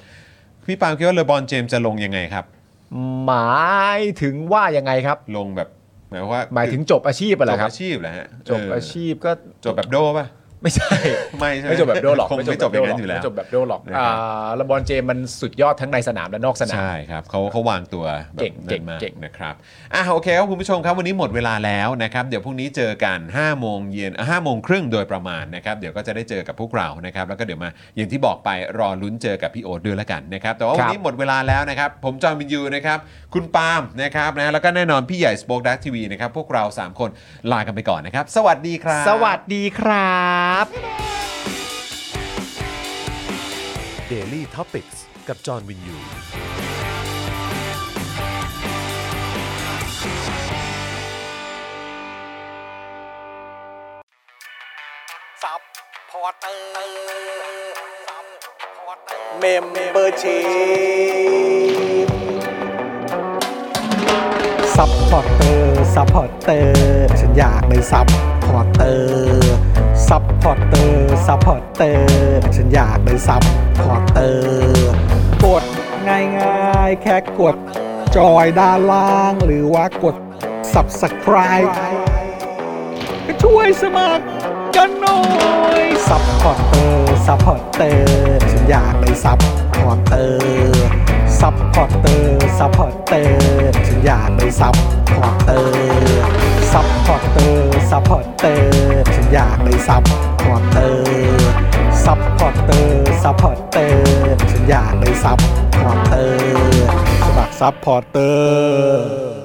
พี่ปาล์มคิดว่าเลบอนเจมส์จะลงยังไงครับ หมายถึงว่ายังไงครับ ลงแบบหมายว่า หมายถึงจบอาชีพอะ จ ไรอบ ครับ อาชีพเหรอฮะ จบอาชีพก็ จบแบบโดป่ะ ไม่ใช่ ไม่ใช่ห ไม่จบแบบโดหรอก คงไม่จบอย่างนั้นอยู่แล้ว ไม่จบแบบโดหรอก นะครับ อ่าลบอนเจมส์มันสุดยอดทั้งในสนามและนอกสนาม ใช่ครับเขาเขาวางตัวแบบ เก่งเก่ง นั้นมาก เก่ง นะครับอ่ะโอเคครับคุณผู้ชมครับวันนี้หมดเวลาแล้วนะครับเดี๋ยวพรุ่งนี้เจอกัน5โมงเย็น5โมงครึ่งโดยประมาณนะครับเดี๋ยวก็จะได้เจอกับพวกเรานะครับแล้วก็เดี๋ยวมาอย่างที่บอกไปรอลุ้นเจอกับพี่โอ๊ตด้วยละกันนะครับแต่ว่า ค วั รั น บ นี้หมดเวลาแล้วนะครับผมจอห์นวินยูนะครับคุณปาล์มนะครับนะแล้วก็แน่นอนพี่ใหญ่สป็อคดักทีวีนะครับพวกเราสามคนลากันไปก่อนนะครับสวัสดีครับ สวัสดีครับ Daily Topics กับจอห์นวินยู ซับพอร์เตอร์ซับพอร์เตอร์ เมมเบอร์ชี ซัพพอร์เตอร์ซัพพอร์เตอร์ฉันอยากได้ซัพพอร์เตอร์ซัพพอร์เตอร์ซัพพอร์เตอร์ฉันอยากได้ซัพพอร์เตอร์กดง่ายง่ายๆ แค่กดจอยด้านล่าง หรือว่ากด subscribe ก็ช่วยสมัคร กันหน่อยซัพพอร์เตอร์ซัพพอร์เตอร์ฉันอยากได้ซัพพอร์เตอร์ซัพพอร์เตอร์ซัพพอร์เตอร์ฉันอยากได้ซัพพอร์เตอร์ซัพพอร์เตอร์ซัพพอร์เตอร์ฉันอยากได้ซัพพอร์เตอร์ซัพพอร์เตอร์ซัพพอร์เตอร์ฉันอยากได้ซัพพอร์เตอร์สมัครซัพพอร์เตอร์